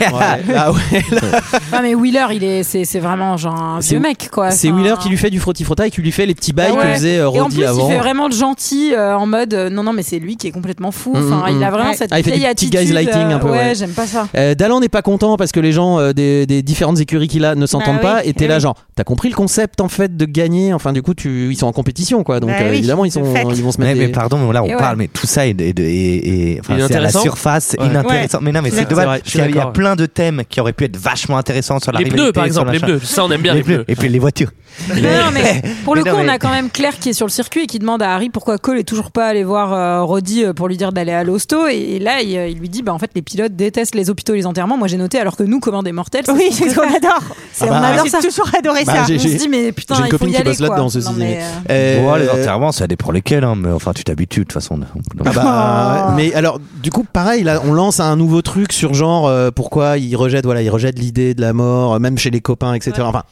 [SPEAKER 1] là, ouais, là,
[SPEAKER 7] Ah, mais Wheeler, il est, c'est, c'est vraiment genre un
[SPEAKER 1] C'est-
[SPEAKER 7] vieux mec, quoi.
[SPEAKER 1] c'est
[SPEAKER 7] Enfin,
[SPEAKER 1] Wheeler qui lui fait du frotti-frotta et qui lui fait les petits bails
[SPEAKER 7] Ouais.
[SPEAKER 1] que faisait euh,
[SPEAKER 7] Et en
[SPEAKER 1] Roddy
[SPEAKER 7] plus,
[SPEAKER 1] avant.
[SPEAKER 7] il fait vraiment le gentil euh, en mode euh, non, non, mais c'est lui qui est complètement fou.
[SPEAKER 1] Mm,
[SPEAKER 7] Enfin,
[SPEAKER 1] mm,
[SPEAKER 7] il a vraiment
[SPEAKER 11] Ouais.
[SPEAKER 7] cette
[SPEAKER 1] Ah, il fait du
[SPEAKER 7] vieille
[SPEAKER 1] petit
[SPEAKER 7] attitude.
[SPEAKER 1] guys lighting un peu,
[SPEAKER 7] euh,
[SPEAKER 1] ouais.
[SPEAKER 7] Ouais, j'aime pas ça.
[SPEAKER 1] Euh, Dallan n'est pas content parce que les gens euh, des, des différentes écuries qu'il a ne s'entendent
[SPEAKER 11] oui,
[SPEAKER 7] Bah
[SPEAKER 1] pas et t'es
[SPEAKER 11] eh
[SPEAKER 1] là
[SPEAKER 11] oui.
[SPEAKER 1] genre t'as compris le concept en fait de gagner enfin du coup tu, ils sont en compétition quoi donc
[SPEAKER 11] Bah
[SPEAKER 1] euh,
[SPEAKER 11] oui,
[SPEAKER 1] évidemment ils, sont,
[SPEAKER 11] de fait.
[SPEAKER 1] ils vont se
[SPEAKER 5] Mais,
[SPEAKER 1] mettre
[SPEAKER 5] mais
[SPEAKER 1] des-
[SPEAKER 5] pardon, mais là on
[SPEAKER 7] Et ouais.
[SPEAKER 5] parle, mais tout ça est, de- est de- est- est- enfin, c'est
[SPEAKER 6] Il est
[SPEAKER 5] à la
[SPEAKER 6] intéressant
[SPEAKER 5] surface,
[SPEAKER 6] Ouais.
[SPEAKER 5] inintéressant. Mais non, mais
[SPEAKER 11] Ouais.
[SPEAKER 5] c'est
[SPEAKER 11] C'est
[SPEAKER 5] dommage.
[SPEAKER 6] vrai, je
[SPEAKER 5] parce
[SPEAKER 6] suis
[SPEAKER 5] qu'il y a- Il y a
[SPEAKER 6] d'accord, ouais.
[SPEAKER 5] plein de thèmes qui auraient pu être vachement intéressants sur la
[SPEAKER 6] Les pneus,
[SPEAKER 5] rivalité,
[SPEAKER 6] par
[SPEAKER 5] sur
[SPEAKER 6] exemple, les
[SPEAKER 5] machin.
[SPEAKER 6] pneus. Ça, on aime bien
[SPEAKER 5] Les
[SPEAKER 6] les
[SPEAKER 5] pneus.
[SPEAKER 6] pneus.
[SPEAKER 5] Et puis les voitures.
[SPEAKER 7] Non, non, mais pour le
[SPEAKER 5] Mais
[SPEAKER 7] coup,
[SPEAKER 5] non,
[SPEAKER 7] on a
[SPEAKER 5] mais-
[SPEAKER 7] quand même Claire qui est sur le circuit et qui demande à Harry pourquoi Cole est toujours pas allé voir euh, Roddy euh, pour lui dire d'aller à l'hosto. Et, et là, il, euh, il lui dit bah, en fait, les pilotes détestent les hôpitaux et les enterrements. Moi, j'ai noté, alors que nous, commun des mortels, c'est
[SPEAKER 11] Oui,
[SPEAKER 7] ce qu'on
[SPEAKER 11] c'est ce qu'on
[SPEAKER 7] préfère.
[SPEAKER 11] adore.
[SPEAKER 7] C'est-
[SPEAKER 1] Ah bah,
[SPEAKER 11] on
[SPEAKER 7] on adore
[SPEAKER 11] J'ai
[SPEAKER 7] ça.
[SPEAKER 11] toujours adoré
[SPEAKER 1] Bah,
[SPEAKER 11] ça.
[SPEAKER 1] j'ai-
[SPEAKER 7] On se dit, mais putain,
[SPEAKER 1] J'ai une
[SPEAKER 7] il faut
[SPEAKER 1] copine
[SPEAKER 7] y
[SPEAKER 1] qui
[SPEAKER 7] aller.
[SPEAKER 1] bosse
[SPEAKER 7] quoi.
[SPEAKER 1] là-dedans, ceci
[SPEAKER 7] Non,
[SPEAKER 1] dit,
[SPEAKER 7] mais,
[SPEAKER 1] mais-
[SPEAKER 7] euh,
[SPEAKER 1] Euh,
[SPEAKER 2] Oh,
[SPEAKER 5] Bon, les enterrements, ça dépend lesquels, hein, mais enfin, tu t'habitues de toute façon.
[SPEAKER 1] Ah
[SPEAKER 7] Oh.
[SPEAKER 1] bah, mais alors du coup pareil là on lance un nouveau truc sur genre euh, pourquoi ils rejettent voilà ils rejettent l'idée de la mort euh, même chez les copains etc enfin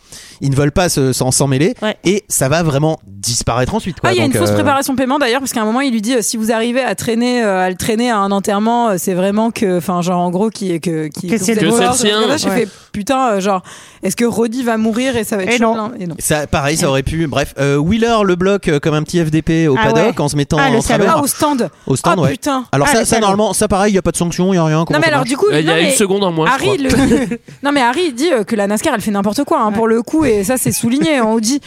[SPEAKER 1] ils ne veulent pas se- s'en s'en mêler
[SPEAKER 11] Ouais.
[SPEAKER 1] et ça va vraiment disparaître ensuite quoi.
[SPEAKER 7] Ah, il y a une
[SPEAKER 1] Donc,
[SPEAKER 7] fausse
[SPEAKER 1] euh,
[SPEAKER 7] préparation paiement d'ailleurs, parce qu'à un moment, il lui dit euh, si vous arrivez à traîner, euh, à le traîner à un enterrement, euh, c'est vraiment que, enfin, genre en gros, qui, que, qui,
[SPEAKER 11] Que
[SPEAKER 7] vous
[SPEAKER 11] c'est
[SPEAKER 7] êtes
[SPEAKER 11] le
[SPEAKER 7] mort,
[SPEAKER 11] sien.
[SPEAKER 7] parce que là, J'ai
[SPEAKER 11] Ouais.
[SPEAKER 7] fait putain, euh, genre, est-ce que Roddy va mourir et ça va
[SPEAKER 11] Et
[SPEAKER 7] être chaud,
[SPEAKER 11] non.
[SPEAKER 7] là Et non.
[SPEAKER 1] ça, pareil, ça aurait pu. Bref, euh, Wheeler le bloque euh, comme un petit FDP au
[SPEAKER 11] Ah
[SPEAKER 1] paddock
[SPEAKER 11] ouais.
[SPEAKER 1] en se mettant
[SPEAKER 11] Ah, le
[SPEAKER 1] en
[SPEAKER 11] salaud.
[SPEAKER 1] travers.
[SPEAKER 7] Ah, au stand.
[SPEAKER 1] Au stand,
[SPEAKER 7] Ah,
[SPEAKER 1] ouais.
[SPEAKER 7] putain.
[SPEAKER 1] Alors
[SPEAKER 11] Ah,
[SPEAKER 1] ça,
[SPEAKER 11] le
[SPEAKER 1] ça
[SPEAKER 11] salaud.
[SPEAKER 1] normalement, ça pareil, il y a pas de sanction, il y a rien. comment
[SPEAKER 7] Non mais
[SPEAKER 1] ça
[SPEAKER 7] alors
[SPEAKER 1] marche
[SPEAKER 7] du coup,
[SPEAKER 6] Euh, Il y
[SPEAKER 7] non,
[SPEAKER 6] a une
[SPEAKER 7] mais
[SPEAKER 6] seconde en moins. je
[SPEAKER 7] Harry,
[SPEAKER 6] crois.
[SPEAKER 7] le- non mais Harry dit euh, que la NASCAR elle fait n'importe quoi hein, pour le coup et ça c'est souligné hein, on dit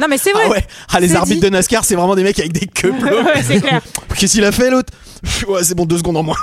[SPEAKER 7] non mais c'est vrai
[SPEAKER 1] Ah ouais, ah, les
[SPEAKER 7] C'est
[SPEAKER 1] arbitres
[SPEAKER 7] dit.
[SPEAKER 1] de NASCAR, c'est vraiment des mecs avec des queues bleues.
[SPEAKER 11] Ouais, c'est clair.
[SPEAKER 1] Qu'est-ce qu'il a fait l'autre Ouais, c'est bon, deux secondes en moins.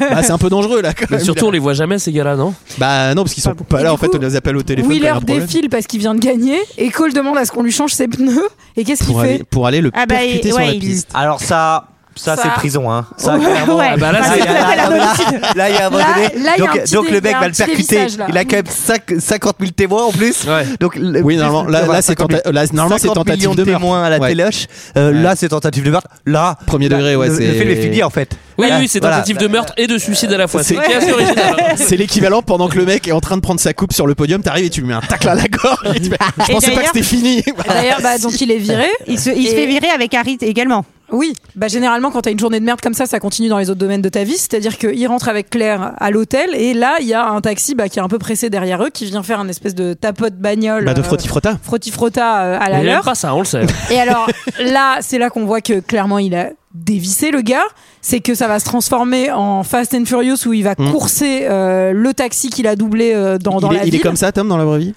[SPEAKER 1] bah, c'est un peu dangereux là. Quand
[SPEAKER 6] Mais
[SPEAKER 1] même.
[SPEAKER 6] surtout, on les voit jamais, ces gars-là, non
[SPEAKER 1] Bah non, parce qu'ils sont pas
[SPEAKER 7] Et
[SPEAKER 1] là
[SPEAKER 7] du
[SPEAKER 1] en fait,
[SPEAKER 7] coup,
[SPEAKER 1] on les appelle au téléphone. quand il y a
[SPEAKER 7] Wheeler
[SPEAKER 1] un problème.
[SPEAKER 7] défile parce qu'il vient de gagner et Cole demande à ce qu'on lui change ses pneus et qu'est-ce qu'il
[SPEAKER 1] pour aller,
[SPEAKER 7] fait
[SPEAKER 1] pour aller le
[SPEAKER 11] Ah bah,
[SPEAKER 1] percuter
[SPEAKER 11] il-
[SPEAKER 1] sur la
[SPEAKER 11] ouais, il-
[SPEAKER 1] piste.
[SPEAKER 5] Alors ça, ça,
[SPEAKER 7] Ça.
[SPEAKER 5] c'est prison, hein. Ça,
[SPEAKER 11] Ouais,
[SPEAKER 5] clairement.
[SPEAKER 11] ouais. Ah bah
[SPEAKER 6] là,
[SPEAKER 5] Là,
[SPEAKER 6] c'est-
[SPEAKER 5] il y a- là, là, là, là, il y a un moment
[SPEAKER 7] Là,
[SPEAKER 5] donné.
[SPEAKER 7] là, il y a un
[SPEAKER 5] Donc,
[SPEAKER 7] petit
[SPEAKER 5] donc
[SPEAKER 7] dé-
[SPEAKER 5] le
[SPEAKER 7] il y
[SPEAKER 5] mec
[SPEAKER 7] a un
[SPEAKER 5] va le
[SPEAKER 7] petit
[SPEAKER 5] percuter.
[SPEAKER 7] dévissage, là.
[SPEAKER 5] Il a quand même cinq- 50 000 témoins en plus.
[SPEAKER 6] Ouais.
[SPEAKER 5] Donc, le-
[SPEAKER 1] Oui, normalement, là,
[SPEAKER 5] voilà,
[SPEAKER 1] là, c'est
[SPEAKER 5] 50 000.
[SPEAKER 1] tenta- là, normalement, c'est
[SPEAKER 5] 50
[SPEAKER 1] tentative
[SPEAKER 5] millions
[SPEAKER 1] de meurtre.
[SPEAKER 5] témoins à la
[SPEAKER 1] Ouais.
[SPEAKER 5] téléche. Euh, Là, c'est tentative de meurtre. Là,
[SPEAKER 1] Premier
[SPEAKER 5] là,
[SPEAKER 1] degré, ouais,
[SPEAKER 5] le-
[SPEAKER 1] c'est-
[SPEAKER 5] Le film est fini en fait.
[SPEAKER 6] Oui,
[SPEAKER 5] Là,
[SPEAKER 6] oui, c'est
[SPEAKER 5] voilà.
[SPEAKER 6] tentative de meurtre et de suicide à la fois.
[SPEAKER 1] c'est-
[SPEAKER 6] C'est assez original. hein.
[SPEAKER 1] C'est l'équivalent pendant que le mec est en train de prendre sa coupe sur le podium, t'arrives et tu lui mets un tacle à la gorge. et tu fais, Je pensais
[SPEAKER 11] Et
[SPEAKER 1] pas que
[SPEAKER 11] d'ailleurs-
[SPEAKER 1] c'était fini.
[SPEAKER 7] D'ailleurs bah, donc il est viré
[SPEAKER 11] Il se, il se
[SPEAKER 7] Et-
[SPEAKER 11] fait virer avec Harry également.
[SPEAKER 7] oui bah généralement quand t'as une journée de merde comme ça ça continue dans les autres domaines de ta vie c'est-à-dire qu'il rentre avec Claire à l'hôtel et là il y a un taxi bah, qui est un peu pressé derrière eux qui vient faire un espèce de tapote bagnole
[SPEAKER 1] Bah de
[SPEAKER 7] euh,
[SPEAKER 1] frotti-frotta.
[SPEAKER 7] frotti-frotta euh, à la
[SPEAKER 6] Il aime
[SPEAKER 7] leur
[SPEAKER 6] pas ça, on le sait.
[SPEAKER 7] Et alors là, c'est là qu'on voit que clairement il a dévissé le gars. C'est que ça va se transformer en Fast and Furious où il va courser euh, le taxi qu'il a doublé euh, dans, dans
[SPEAKER 1] Mm. il,
[SPEAKER 7] la
[SPEAKER 1] est, il est
[SPEAKER 7] ville.
[SPEAKER 1] comme ça, Tom, dans la vraie vie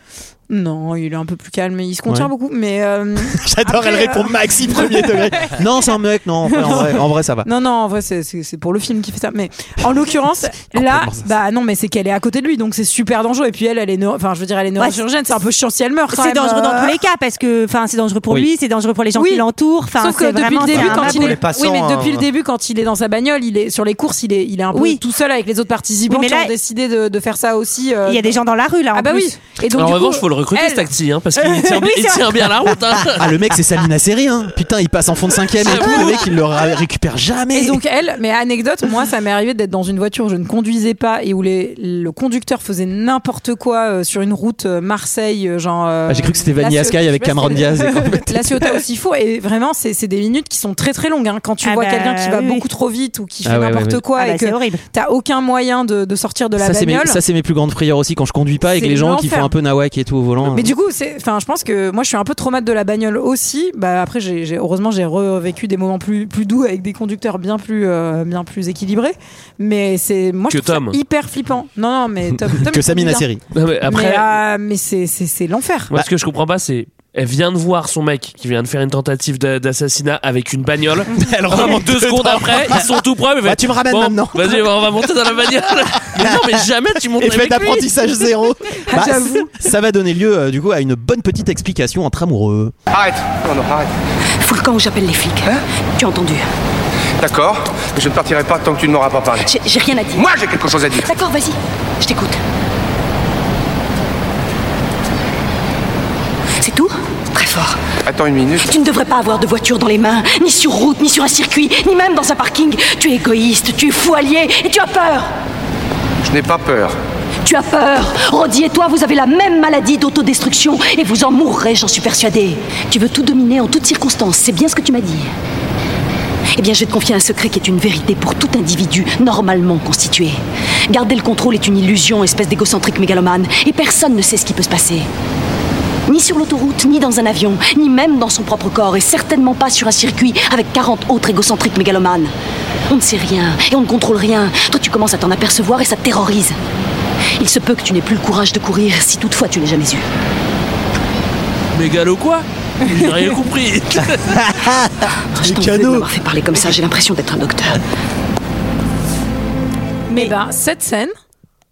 [SPEAKER 7] Non, il est un peu plus calme, il se contient
[SPEAKER 1] Ouais.
[SPEAKER 7] beaucoup. Mais euh,
[SPEAKER 1] J'adore,
[SPEAKER 7] Après,
[SPEAKER 1] elle
[SPEAKER 7] euh,
[SPEAKER 1] répond maxi premier degré. non, c'est un mec, non, en vrai, en vrai, en vrai, ça va.
[SPEAKER 7] non, non, en vrai, c'est- c'est c'est pour le film qui fait ça. Mais en l'occurrence, là,
[SPEAKER 1] complètement ça.
[SPEAKER 7] bah non, mais c'est qu'elle est à côté de lui, donc c'est super dangereux. Et puis elle, elle est, neuro- enfin, je veux dire, elle est neurochirurgienne, c'est un peu chiant si elle meurt. quand
[SPEAKER 11] C'est
[SPEAKER 7] même,
[SPEAKER 11] dangereux dans
[SPEAKER 7] euh.
[SPEAKER 11] tous les cas parce que, enfin, c'est dangereux pour
[SPEAKER 1] Oui.
[SPEAKER 11] lui, c'est dangereux pour les gens
[SPEAKER 7] Oui.
[SPEAKER 11] qui l'entourent. Enfin,
[SPEAKER 7] Sauf que
[SPEAKER 11] c'est
[SPEAKER 7] depuis
[SPEAKER 11] vraiment
[SPEAKER 7] le début,
[SPEAKER 11] c'est un
[SPEAKER 7] quand il
[SPEAKER 11] maboule.
[SPEAKER 7] est,
[SPEAKER 5] passants,
[SPEAKER 7] oui, mais
[SPEAKER 5] hein.
[SPEAKER 7] depuis le début, quand il est dans sa bagnole, il est sur les courses, il est, il est un peu
[SPEAKER 11] Oui.
[SPEAKER 7] tout seul avec les autres participants
[SPEAKER 11] Oui, mais là-
[SPEAKER 7] qui ont décidé de, de faire ça aussi. euh,
[SPEAKER 11] Il y a des gens dans la rue là. en
[SPEAKER 7] Ah bah
[SPEAKER 11] plus.
[SPEAKER 7] oui. Et donc
[SPEAKER 6] en
[SPEAKER 7] du coup,
[SPEAKER 6] revanche, faut le recruter,
[SPEAKER 7] elle-
[SPEAKER 6] ce taxi, hein, parce qu'il tient,
[SPEAKER 11] Oui,
[SPEAKER 6] il
[SPEAKER 11] c'est
[SPEAKER 6] tient bien la route. hein.
[SPEAKER 1] Ah, le mec, c'est Salina Seri, hein. Putain, il passe en fond de cinquième
[SPEAKER 7] Ah
[SPEAKER 1] et tout. Le mec, il le ra- récupère jamais.
[SPEAKER 7] Et donc elle, mais anecdote, moi ça m'est arrivé d'être dans une voiture où je ne conduisais pas et où les, le conducteur faisait n'importe quoi euh, sur une route euh, Marseille, euh, genre. euh,
[SPEAKER 1] Ah, j'ai cru que c'était
[SPEAKER 7] La
[SPEAKER 1] Vanilla
[SPEAKER 7] Ciotat-
[SPEAKER 1] Sky
[SPEAKER 7] je sais
[SPEAKER 1] avec
[SPEAKER 7] pas si
[SPEAKER 1] Cameron
[SPEAKER 7] c'est-
[SPEAKER 1] Diaz et qu'en fait-
[SPEAKER 7] La Ciotat aussi faux et vraiment c'est c'est des minutes qui sont très très longues hein. quand tu
[SPEAKER 11] Ah
[SPEAKER 7] vois
[SPEAKER 11] bah,
[SPEAKER 7] quelqu'un qui va
[SPEAKER 11] oui, oui.
[SPEAKER 7] beaucoup trop vite ou qui fait
[SPEAKER 1] Ah ouais,
[SPEAKER 7] n'importe
[SPEAKER 1] ouais, ouais.
[SPEAKER 7] quoi
[SPEAKER 11] Ah bah,
[SPEAKER 7] et
[SPEAKER 11] c'est
[SPEAKER 7] que
[SPEAKER 11] horrible.
[SPEAKER 7] t'as aucun moyen de, de sortir de la
[SPEAKER 1] ça, c'est mes,
[SPEAKER 7] bagnole.
[SPEAKER 1] ça, c'est mes plus grandes frayeurs aussi quand je conduis pas et que
[SPEAKER 7] C'est
[SPEAKER 1] les gens qui
[SPEAKER 7] l'enfer.
[SPEAKER 1] font un peu nawak et tout. volant.
[SPEAKER 7] Mais du coup, c'est, enfin, je pense que moi, je suis un peu traumate de la bagnole aussi. Bah après, j'ai, j'ai- heureusement, j'ai revécu des moments plus, plus doux avec des conducteurs bien plus, euh, bien plus équilibrés. Mais c'est, moi, je
[SPEAKER 6] Que
[SPEAKER 7] trouve ça
[SPEAKER 6] Tom.
[SPEAKER 7] hyper flippant. Non, non, mais Tom, Tom, il
[SPEAKER 1] euh, que Samina
[SPEAKER 7] conduit bien.
[SPEAKER 1] Seri.
[SPEAKER 6] Non, mais après,
[SPEAKER 7] Mais, ah, mais c'est, c'est, c'est l'enfer.
[SPEAKER 6] moi, ce que je comprends pas, c'est. Elle vient de voir son mec qui vient de faire une tentative d'a- d'assassinat avec une bagnole.
[SPEAKER 1] Elle
[SPEAKER 6] Vraiment deux secondes après, ils sont tout prêts. mais
[SPEAKER 1] Bah, tu me ramènes
[SPEAKER 6] bon,
[SPEAKER 1] maintenant.
[SPEAKER 6] Vas-y, on va monter dans la bagnole. mais non, mais jamais tu montes
[SPEAKER 1] Effet
[SPEAKER 6] avec lui.
[SPEAKER 1] d'apprentissage zéro. Bah,
[SPEAKER 7] Ah, J'avoue.
[SPEAKER 1] Ça va donner lieu euh, du coup à une bonne petite explication entre amoureux.
[SPEAKER 4] Arrête Non, non, arrête.
[SPEAKER 10] Fous le camp où j'appelle les flics.
[SPEAKER 7] Hein
[SPEAKER 10] tu as entendu
[SPEAKER 4] D'accord, mais je ne partirai pas tant que tu ne m'auras pas parlé.
[SPEAKER 10] J'ai j'ai rien à dire.
[SPEAKER 4] Moi, j'ai quelque chose à dire.
[SPEAKER 10] D'accord, vas-y, je t'écoute. C'est tout Très fort.
[SPEAKER 4] Attends une minute.
[SPEAKER 10] Tu ne devrais pas avoir de voiture dans les mains, ni sur route, ni sur un circuit, ni même dans un parking. Tu es égoïste, tu es fou allié et tu as peur.
[SPEAKER 4] Je n'ai pas peur.
[SPEAKER 10] Tu as peur. Roddy et toi, vous avez la même maladie d'autodestruction et vous en mourrez, j'en suis persuadée. Tu veux tout dominer en toutes circonstances, c'est bien ce que tu m'as dit. Eh bien, je vais te confier un secret qui est une vérité pour tout individu normalement constitué. Garder le contrôle est une illusion, espèce d'égocentrique mégalomane, et personne ne sait ce qui peut se passer. Ni sur l'autoroute, ni dans un avion, ni même dans son propre corps, et certainement pas sur un circuit avec 40 autres égocentriques mégalomanes. On ne sait rien, et on ne contrôle rien. Toi, tu commences à t'en apercevoir et ça te terrorise. Il se peut que tu n'aies plus le courage de courir, si toutefois tu l'as jamais eu.
[SPEAKER 6] Mégalo quoi J'ai rien compris.
[SPEAKER 10] Je t'en veux de m'avoir fait parler comme ça, j'ai l'impression d'être un docteur.
[SPEAKER 7] Mais ben, cette scène,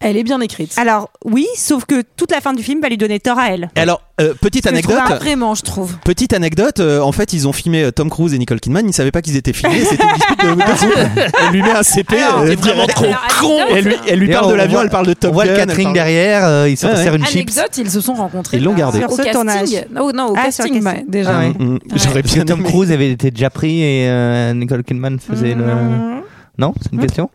[SPEAKER 7] elle est bien écrite.
[SPEAKER 11] Alors, oui, sauf que toute la fin du film va lui donner tort à elle.
[SPEAKER 1] Et Alors euh, petite anecdote.
[SPEAKER 7] Pas vraiment, je trouve.
[SPEAKER 1] Petite anecdote, euh, en fait, ils ont filmé euh, Tom Cruise et Nicole Kidman, ils savaient pas qu'ils étaient filmés, et c'était une dispute de de- Elle lui met un CP, euh,
[SPEAKER 6] T'es vraiment
[SPEAKER 1] direct.
[SPEAKER 6] trop con.
[SPEAKER 1] Elle lui, elle lui
[SPEAKER 5] Et
[SPEAKER 1] parle
[SPEAKER 5] on
[SPEAKER 1] de l'avion,
[SPEAKER 5] voit-
[SPEAKER 1] elle parle de Top
[SPEAKER 5] On voit le
[SPEAKER 1] Gun, elle
[SPEAKER 5] catering
[SPEAKER 1] parle-
[SPEAKER 5] derrière, euh, il se
[SPEAKER 1] Ouais,
[SPEAKER 5] sert
[SPEAKER 1] ouais.
[SPEAKER 5] une chips.
[SPEAKER 7] Anecdote, ils se sont rencontrés.
[SPEAKER 1] Ils l'ont
[SPEAKER 7] bah,
[SPEAKER 1] gardé.
[SPEAKER 7] Sur
[SPEAKER 11] Sur
[SPEAKER 7] au
[SPEAKER 11] ce
[SPEAKER 7] casting.
[SPEAKER 11] tournage.
[SPEAKER 7] Non, non, au
[SPEAKER 11] Ah, sur le casting.
[SPEAKER 7] casting, bah, déjà.
[SPEAKER 5] Ah ouais.
[SPEAKER 1] Mm, J'aurais
[SPEAKER 5] Parce que
[SPEAKER 1] bien
[SPEAKER 5] Tom
[SPEAKER 1] aimé.
[SPEAKER 5] Cruise avait été déjà pris et euh, Nicole Kidman faisait le.
[SPEAKER 7] Mm-hmm.
[SPEAKER 5] Non, c'est une question.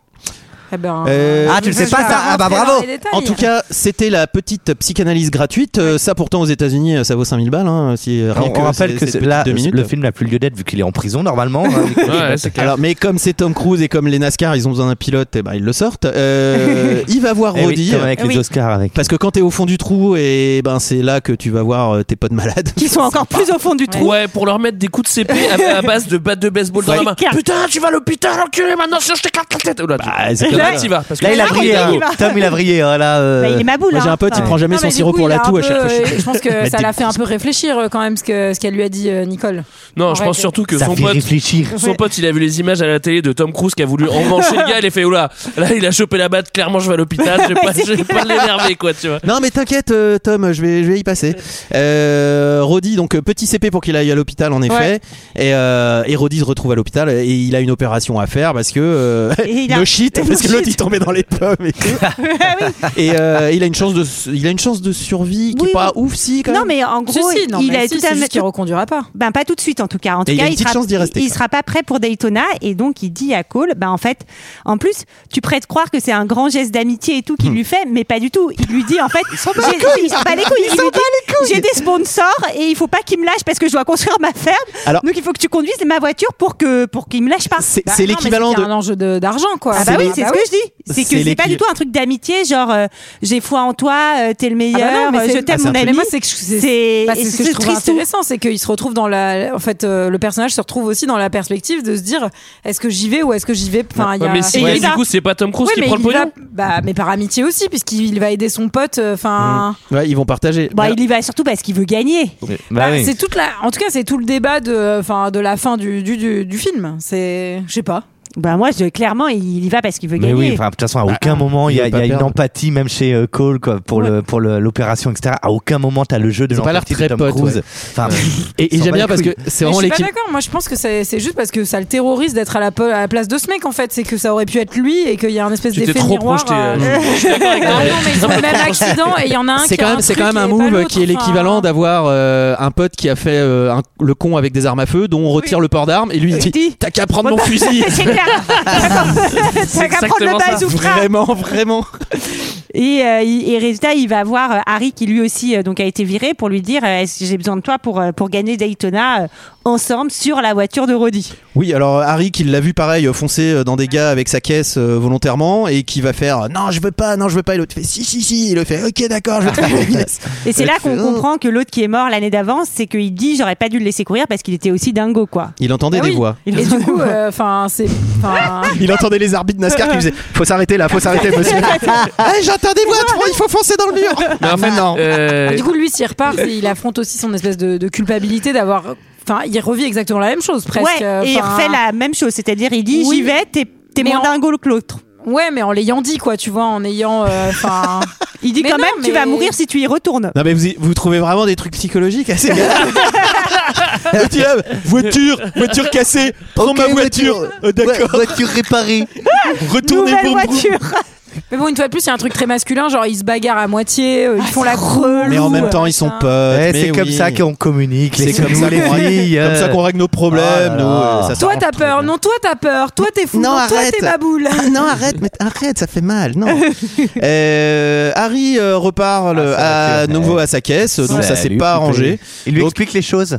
[SPEAKER 7] Eh ben,
[SPEAKER 1] Euh,
[SPEAKER 5] Ah, tu le sais
[SPEAKER 7] je
[SPEAKER 5] pas
[SPEAKER 7] vais
[SPEAKER 5] ça Ah bah
[SPEAKER 7] rentrer
[SPEAKER 5] bravo.
[SPEAKER 7] dans les détails.
[SPEAKER 1] En tout cas, c'était la petite psychanalyse gratuite. Euh, ça, pourtant, aux États-Unis, euh, ça vaut 5000 balles. Hein, si, euh, rien
[SPEAKER 5] on, on rappelle
[SPEAKER 1] ces-
[SPEAKER 5] que
[SPEAKER 1] ces
[SPEAKER 5] c'est
[SPEAKER 1] petites
[SPEAKER 5] là
[SPEAKER 1] deux minutes.
[SPEAKER 5] le film n'a plus lieu d'être vu qu'il est en prison normalement. hein, Nicole Kidman.
[SPEAKER 6] Ouais, c'est clair.
[SPEAKER 1] Alors, mais comme c'est Tom Cruise et comme les NASCAR, ils ont besoin d'un pilote, et ben ils le sortent. Euh, il va voir
[SPEAKER 5] Eh oui,
[SPEAKER 1] Roddy.
[SPEAKER 5] comme avec les
[SPEAKER 11] Oui.
[SPEAKER 5] Oscars avec.
[SPEAKER 1] parce que quand t'es au fond du trou, et ben c'est là que tu vas voir euh, tes potes malades.
[SPEAKER 11] Qui sont encore plus au fond du trou.
[SPEAKER 6] Ouais, pour leur mettre des coups de CP à, à base de batte de baseball dans
[SPEAKER 1] Ouais.
[SPEAKER 6] la main. Putain, tu vas à l'hôpital, enculé, maintenant, sinon je t'éclate la tête. Oh là, tu-
[SPEAKER 1] Bah, c'est
[SPEAKER 6] Et
[SPEAKER 1] comme
[SPEAKER 6] là,
[SPEAKER 1] ça.
[SPEAKER 6] tu y vas. Parce que
[SPEAKER 5] Là il a
[SPEAKER 11] Ah,
[SPEAKER 5] vrillé.
[SPEAKER 11] Roddy,
[SPEAKER 5] hein.
[SPEAKER 11] il va.
[SPEAKER 5] Tom il a vrillé. hein, là, euh,
[SPEAKER 11] Bah, il est ma boule.
[SPEAKER 1] Moi, j'ai
[SPEAKER 11] hein.
[SPEAKER 1] un pote, il
[SPEAKER 11] Ouais.
[SPEAKER 1] prend jamais
[SPEAKER 7] Non,
[SPEAKER 1] son
[SPEAKER 7] mais du
[SPEAKER 1] sirop
[SPEAKER 7] coup,
[SPEAKER 1] pour
[SPEAKER 7] il a
[SPEAKER 1] la toux
[SPEAKER 7] un
[SPEAKER 1] à chaque
[SPEAKER 7] peu,
[SPEAKER 1] fois.
[SPEAKER 7] euh, Je pense que
[SPEAKER 1] Mettre
[SPEAKER 7] ça
[SPEAKER 1] des
[SPEAKER 7] l'a fait un peu réfléchir euh, quand même ce que- ce qu'elle lui a dit euh, Nicole.
[SPEAKER 6] Non, je
[SPEAKER 7] Arrête.
[SPEAKER 6] pense surtout que
[SPEAKER 5] Ça
[SPEAKER 6] son
[SPEAKER 5] fait
[SPEAKER 6] pote.
[SPEAKER 5] réfléchir.
[SPEAKER 6] Son pote, il a vu les images à la télé de Tom Cruise qui a voulu emmancher le gars. Il a fait oula, là il a chopé la batte. Clairement, je vais à l'hôpital. Je vais pas, je vais pas l'énerver, quoi, tu vois.
[SPEAKER 1] Non mais t'inquiète euh, Tom, je vais, je vais y passer. Euh, Roddy, donc euh, petit CP pour qu'il aille à l'hôpital en effet. Et, euh, et Roddy se retrouve à l'hôpital et il a une opération à faire parce que... Euh,
[SPEAKER 11] Et il a-
[SPEAKER 1] no shit,
[SPEAKER 11] no
[SPEAKER 1] parce que l'autre
[SPEAKER 11] shit.
[SPEAKER 1] il tombait dans les pommes et tout. et euh, il, a une chance de, il a une chance de survie qui
[SPEAKER 11] Oui.
[SPEAKER 1] est pas ouf si quand
[SPEAKER 11] Non,
[SPEAKER 1] même.
[SPEAKER 11] mais en gros,
[SPEAKER 7] Si, si, non,
[SPEAKER 11] il
[SPEAKER 7] mais
[SPEAKER 11] a
[SPEAKER 7] si,
[SPEAKER 11] tout
[SPEAKER 7] c'est
[SPEAKER 11] à
[SPEAKER 7] juste qu'il reconduira pas.
[SPEAKER 11] Ben pas tout de suite en tout cas. En tout
[SPEAKER 1] Et il a
[SPEAKER 11] cas,
[SPEAKER 1] une petite
[SPEAKER 11] sera,
[SPEAKER 1] chance d'y rester,
[SPEAKER 11] il- il
[SPEAKER 1] quoi.
[SPEAKER 11] sera pas prêt pour Daytona et donc il dit à Cole, ben en fait, en plus, tu prêtes croire que c'est un grand geste d'amitié et tout qu'il lui fait, mais pas du tout. Il lui dit en fait, ils s'en bat les couilles, ils s'en bat les couilles. Il lui dit, J'ai des sponsors et il faut pas qu'ils me lâchent parce que je dois construire ma ferme.
[SPEAKER 1] Alors-
[SPEAKER 11] donc il faut que tu conduises ma voiture pour que pour qu'ils me lâchent pas.
[SPEAKER 1] C'est
[SPEAKER 7] Bah
[SPEAKER 1] c'est
[SPEAKER 7] non, mais
[SPEAKER 1] l'équivalent
[SPEAKER 7] c'est qu'il y
[SPEAKER 1] de...
[SPEAKER 7] a un enjeu de- d'argent quoi.
[SPEAKER 11] Ah bah oui, c'est ce que je dis. C'est
[SPEAKER 1] C'est
[SPEAKER 11] que c'est pas
[SPEAKER 1] l'équipe.
[SPEAKER 11] du tout un truc d'amitié, genre euh, j'ai foi en toi, euh, t'es le meilleur,
[SPEAKER 7] bah non, mais
[SPEAKER 11] euh,
[SPEAKER 7] c'est-
[SPEAKER 11] je
[SPEAKER 7] Ah,
[SPEAKER 11] t'aime
[SPEAKER 1] c'est
[SPEAKER 11] mon
[SPEAKER 1] un
[SPEAKER 11] ami.
[SPEAKER 7] Mais moi c'est que je- c'est
[SPEAKER 11] c'est
[SPEAKER 7] bah, c'est ce que je trouve
[SPEAKER 11] triste.
[SPEAKER 7] intéressant, c'est qu'il se retrouve dans la. En fait, euh, le personnage se retrouve aussi dans la perspective de se dire est-ce que j'y vais ou est-ce que j'y vais. Enfin, il y
[SPEAKER 6] Ouais,
[SPEAKER 7] a-
[SPEAKER 6] mais si,
[SPEAKER 11] Et
[SPEAKER 6] mais
[SPEAKER 11] il
[SPEAKER 6] du
[SPEAKER 11] va.
[SPEAKER 6] coup, c'est pas Tom Cruise
[SPEAKER 7] Ouais,
[SPEAKER 6] qui
[SPEAKER 7] mais
[SPEAKER 6] prend le
[SPEAKER 7] il va-
[SPEAKER 6] pognon.
[SPEAKER 7] bah, mais par amitié aussi, puisqu'il va aider son pote. euh, Enfin,
[SPEAKER 1] Ouais, ils vont partager.
[SPEAKER 11] Bon,
[SPEAKER 1] Alors-
[SPEAKER 11] Bah, il y va surtout parce qu'il veut gagner.
[SPEAKER 5] Bah oui.
[SPEAKER 7] c'est toute la. En tout cas, c'est tout le débat de. euh, Enfin, de la fin du du, du, du film. C'est. Je sais pas.
[SPEAKER 11] Bah moi, je, clairement, il y va parce qu'il veut
[SPEAKER 5] Mais
[SPEAKER 11] gagner.
[SPEAKER 5] oui, enfin, de toute façon, à
[SPEAKER 1] Bah, euh.
[SPEAKER 5] aucun moment il y a,
[SPEAKER 1] il veut
[SPEAKER 5] il y
[SPEAKER 1] pas
[SPEAKER 5] a une
[SPEAKER 1] perdre.
[SPEAKER 5] empathie, même chez euh, Cole, quoi, pour le pour le- l'opération, etc. À aucun moment t'as le jeu de
[SPEAKER 1] Ils ont pas
[SPEAKER 5] l'empathie
[SPEAKER 1] l'air très
[SPEAKER 5] de Tom
[SPEAKER 1] potes,
[SPEAKER 5] Cruise.
[SPEAKER 1] ouais.
[SPEAKER 5] Enfin,
[SPEAKER 1] Et, et
[SPEAKER 5] S'en
[SPEAKER 1] j'aime
[SPEAKER 5] bat
[SPEAKER 1] bien
[SPEAKER 5] les
[SPEAKER 1] parce que
[SPEAKER 5] couilles.
[SPEAKER 1] c'est vraiment
[SPEAKER 7] Mais je suis pas
[SPEAKER 1] l'équipe.
[SPEAKER 7] d'accord. Moi, je pense que c'est c'est juste parce que ça le terrorise d'être à la, pe- à la place de ce mec, en fait. C'est que ça aurait pu être lui et qu'il y a un espèce
[SPEAKER 6] Tu t'es
[SPEAKER 7] d'effet
[SPEAKER 6] trop
[SPEAKER 7] miroir.
[SPEAKER 6] projeté.
[SPEAKER 7] euh,
[SPEAKER 6] euh, je suis d'accord avec
[SPEAKER 7] Ah
[SPEAKER 6] toi.
[SPEAKER 7] non, mais ils ont le même accident et il y en a un
[SPEAKER 1] C'est
[SPEAKER 7] qui a
[SPEAKER 1] quand
[SPEAKER 7] un
[SPEAKER 1] même, c'est quand
[SPEAKER 7] truc
[SPEAKER 1] même un
[SPEAKER 7] et pas
[SPEAKER 1] move
[SPEAKER 7] l'autre,
[SPEAKER 1] qui est
[SPEAKER 7] enfin.
[SPEAKER 1] l'équivalent d'avoir euh, un pote qui a fait euh, un- le con avec des armes à feu, dont on retire le port d'armes et lui il dit t'as qu'à prendre mon fusil.
[SPEAKER 11] C'est clair. T'as qu'à prendre
[SPEAKER 6] exactement
[SPEAKER 11] le
[SPEAKER 6] ça.
[SPEAKER 11] bazooka.
[SPEAKER 1] Vraiment, vraiment.
[SPEAKER 11] Et, euh, il- et résultat, il va voir euh, Harry qui lui aussi euh, donc a été viré pour lui dire euh, Est-ce que j'ai besoin de toi pour, euh, pour gagner Daytona euh, ensemble sur la voiture de Roddy.
[SPEAKER 1] Oui, alors Harry qui l'a vu pareil euh, foncer euh, dans des gars avec sa caisse euh, volontairement et qui va faire non je veux pas, non je veux pas et l'autre fait si si si, et le fait ok d'accord je vais te faire la caisse.
[SPEAKER 11] Et c'est
[SPEAKER 1] Et
[SPEAKER 11] là
[SPEAKER 1] tu
[SPEAKER 11] qu'on
[SPEAKER 1] fais, Oh.
[SPEAKER 11] comprend que l'autre qui est mort l'année d'avant, c'est qu'il dit J'aurais pas dû le laisser courir parce qu'il était aussi dingo, quoi.
[SPEAKER 1] Il entendait
[SPEAKER 11] Ah
[SPEAKER 7] Bah
[SPEAKER 1] des
[SPEAKER 11] oui.
[SPEAKER 1] voix.
[SPEAKER 11] Il
[SPEAKER 7] Et du coup, euh, enfin, c'est. enfin,
[SPEAKER 1] Il entendait les arbitres NASCAR qui faisaient faut s'arrêter là, faut s'arrêter monsieur. Hey, J'entends des voix, tu crois, il faut foncer dans le mur.
[SPEAKER 6] Mais en fait,
[SPEAKER 1] non.
[SPEAKER 6] euh,
[SPEAKER 7] Du coup, lui, s'il repart, c'est- il affronte aussi son espèce de, de culpabilité d'avoir. Enfin, il revit exactement la même chose, presque.
[SPEAKER 11] Ouais, et il
[SPEAKER 7] Enfin,
[SPEAKER 11] refait la même chose, c'est-à-dire il dit
[SPEAKER 7] Oui.
[SPEAKER 11] J'y vais, t'es t'es
[SPEAKER 7] Mais
[SPEAKER 11] moins
[SPEAKER 7] en-
[SPEAKER 11] dingo que l'autre.
[SPEAKER 7] Ouais, mais en l'ayant dit, quoi, tu vois, en ayant. euh, Enfin.
[SPEAKER 11] Il dit
[SPEAKER 7] Mais
[SPEAKER 11] quand
[SPEAKER 7] non,
[SPEAKER 11] même Tu
[SPEAKER 7] mais-
[SPEAKER 11] vas mourir si tu y retournes.
[SPEAKER 1] Non mais vous, y- vous trouvez vraiment des trucs psychologiques à ces gars Le diable, voiture, voiture cassée, prends ma voiture. Euh, D'accord,
[SPEAKER 5] voiture réparée.
[SPEAKER 1] retournez
[SPEAKER 11] Nouvelle
[SPEAKER 1] pour me
[SPEAKER 11] voiture
[SPEAKER 7] mais bon, une fois de plus, il y a un truc très masculin, genre ils se bagarrent à moitié,
[SPEAKER 11] Ah,
[SPEAKER 7] euh, ils font la euh, creuse.
[SPEAKER 1] Mais en même temps, ils sont potes.
[SPEAKER 5] Ouais,
[SPEAKER 1] mais
[SPEAKER 5] c'est comme
[SPEAKER 1] oui.
[SPEAKER 5] ça qu'on communique.
[SPEAKER 1] C'est comme ça qu'on règle, comme ça qu'on règle nos problèmes.
[SPEAKER 5] Oh là
[SPEAKER 1] nous,
[SPEAKER 5] là.
[SPEAKER 1] euh, ça
[SPEAKER 7] Toi,
[SPEAKER 1] s'arrange
[SPEAKER 7] t'as
[SPEAKER 1] très
[SPEAKER 7] peur.
[SPEAKER 1] bien.
[SPEAKER 7] Non, toi, t'as peur. Toi, t'es fou.
[SPEAKER 1] Non,
[SPEAKER 7] Non, toi,
[SPEAKER 1] arrête.
[SPEAKER 7] t'es ma boule.
[SPEAKER 1] Ah non, arrête, mais arrête, ça fait mal. Non. Euh, Harry euh, repart le-
[SPEAKER 5] Ah,
[SPEAKER 1] à
[SPEAKER 5] ça va, tu-
[SPEAKER 1] nouveau à sa caisse, donc ça s'est pas arrangé.
[SPEAKER 5] Il lui
[SPEAKER 1] Donc-
[SPEAKER 5] explique les choses.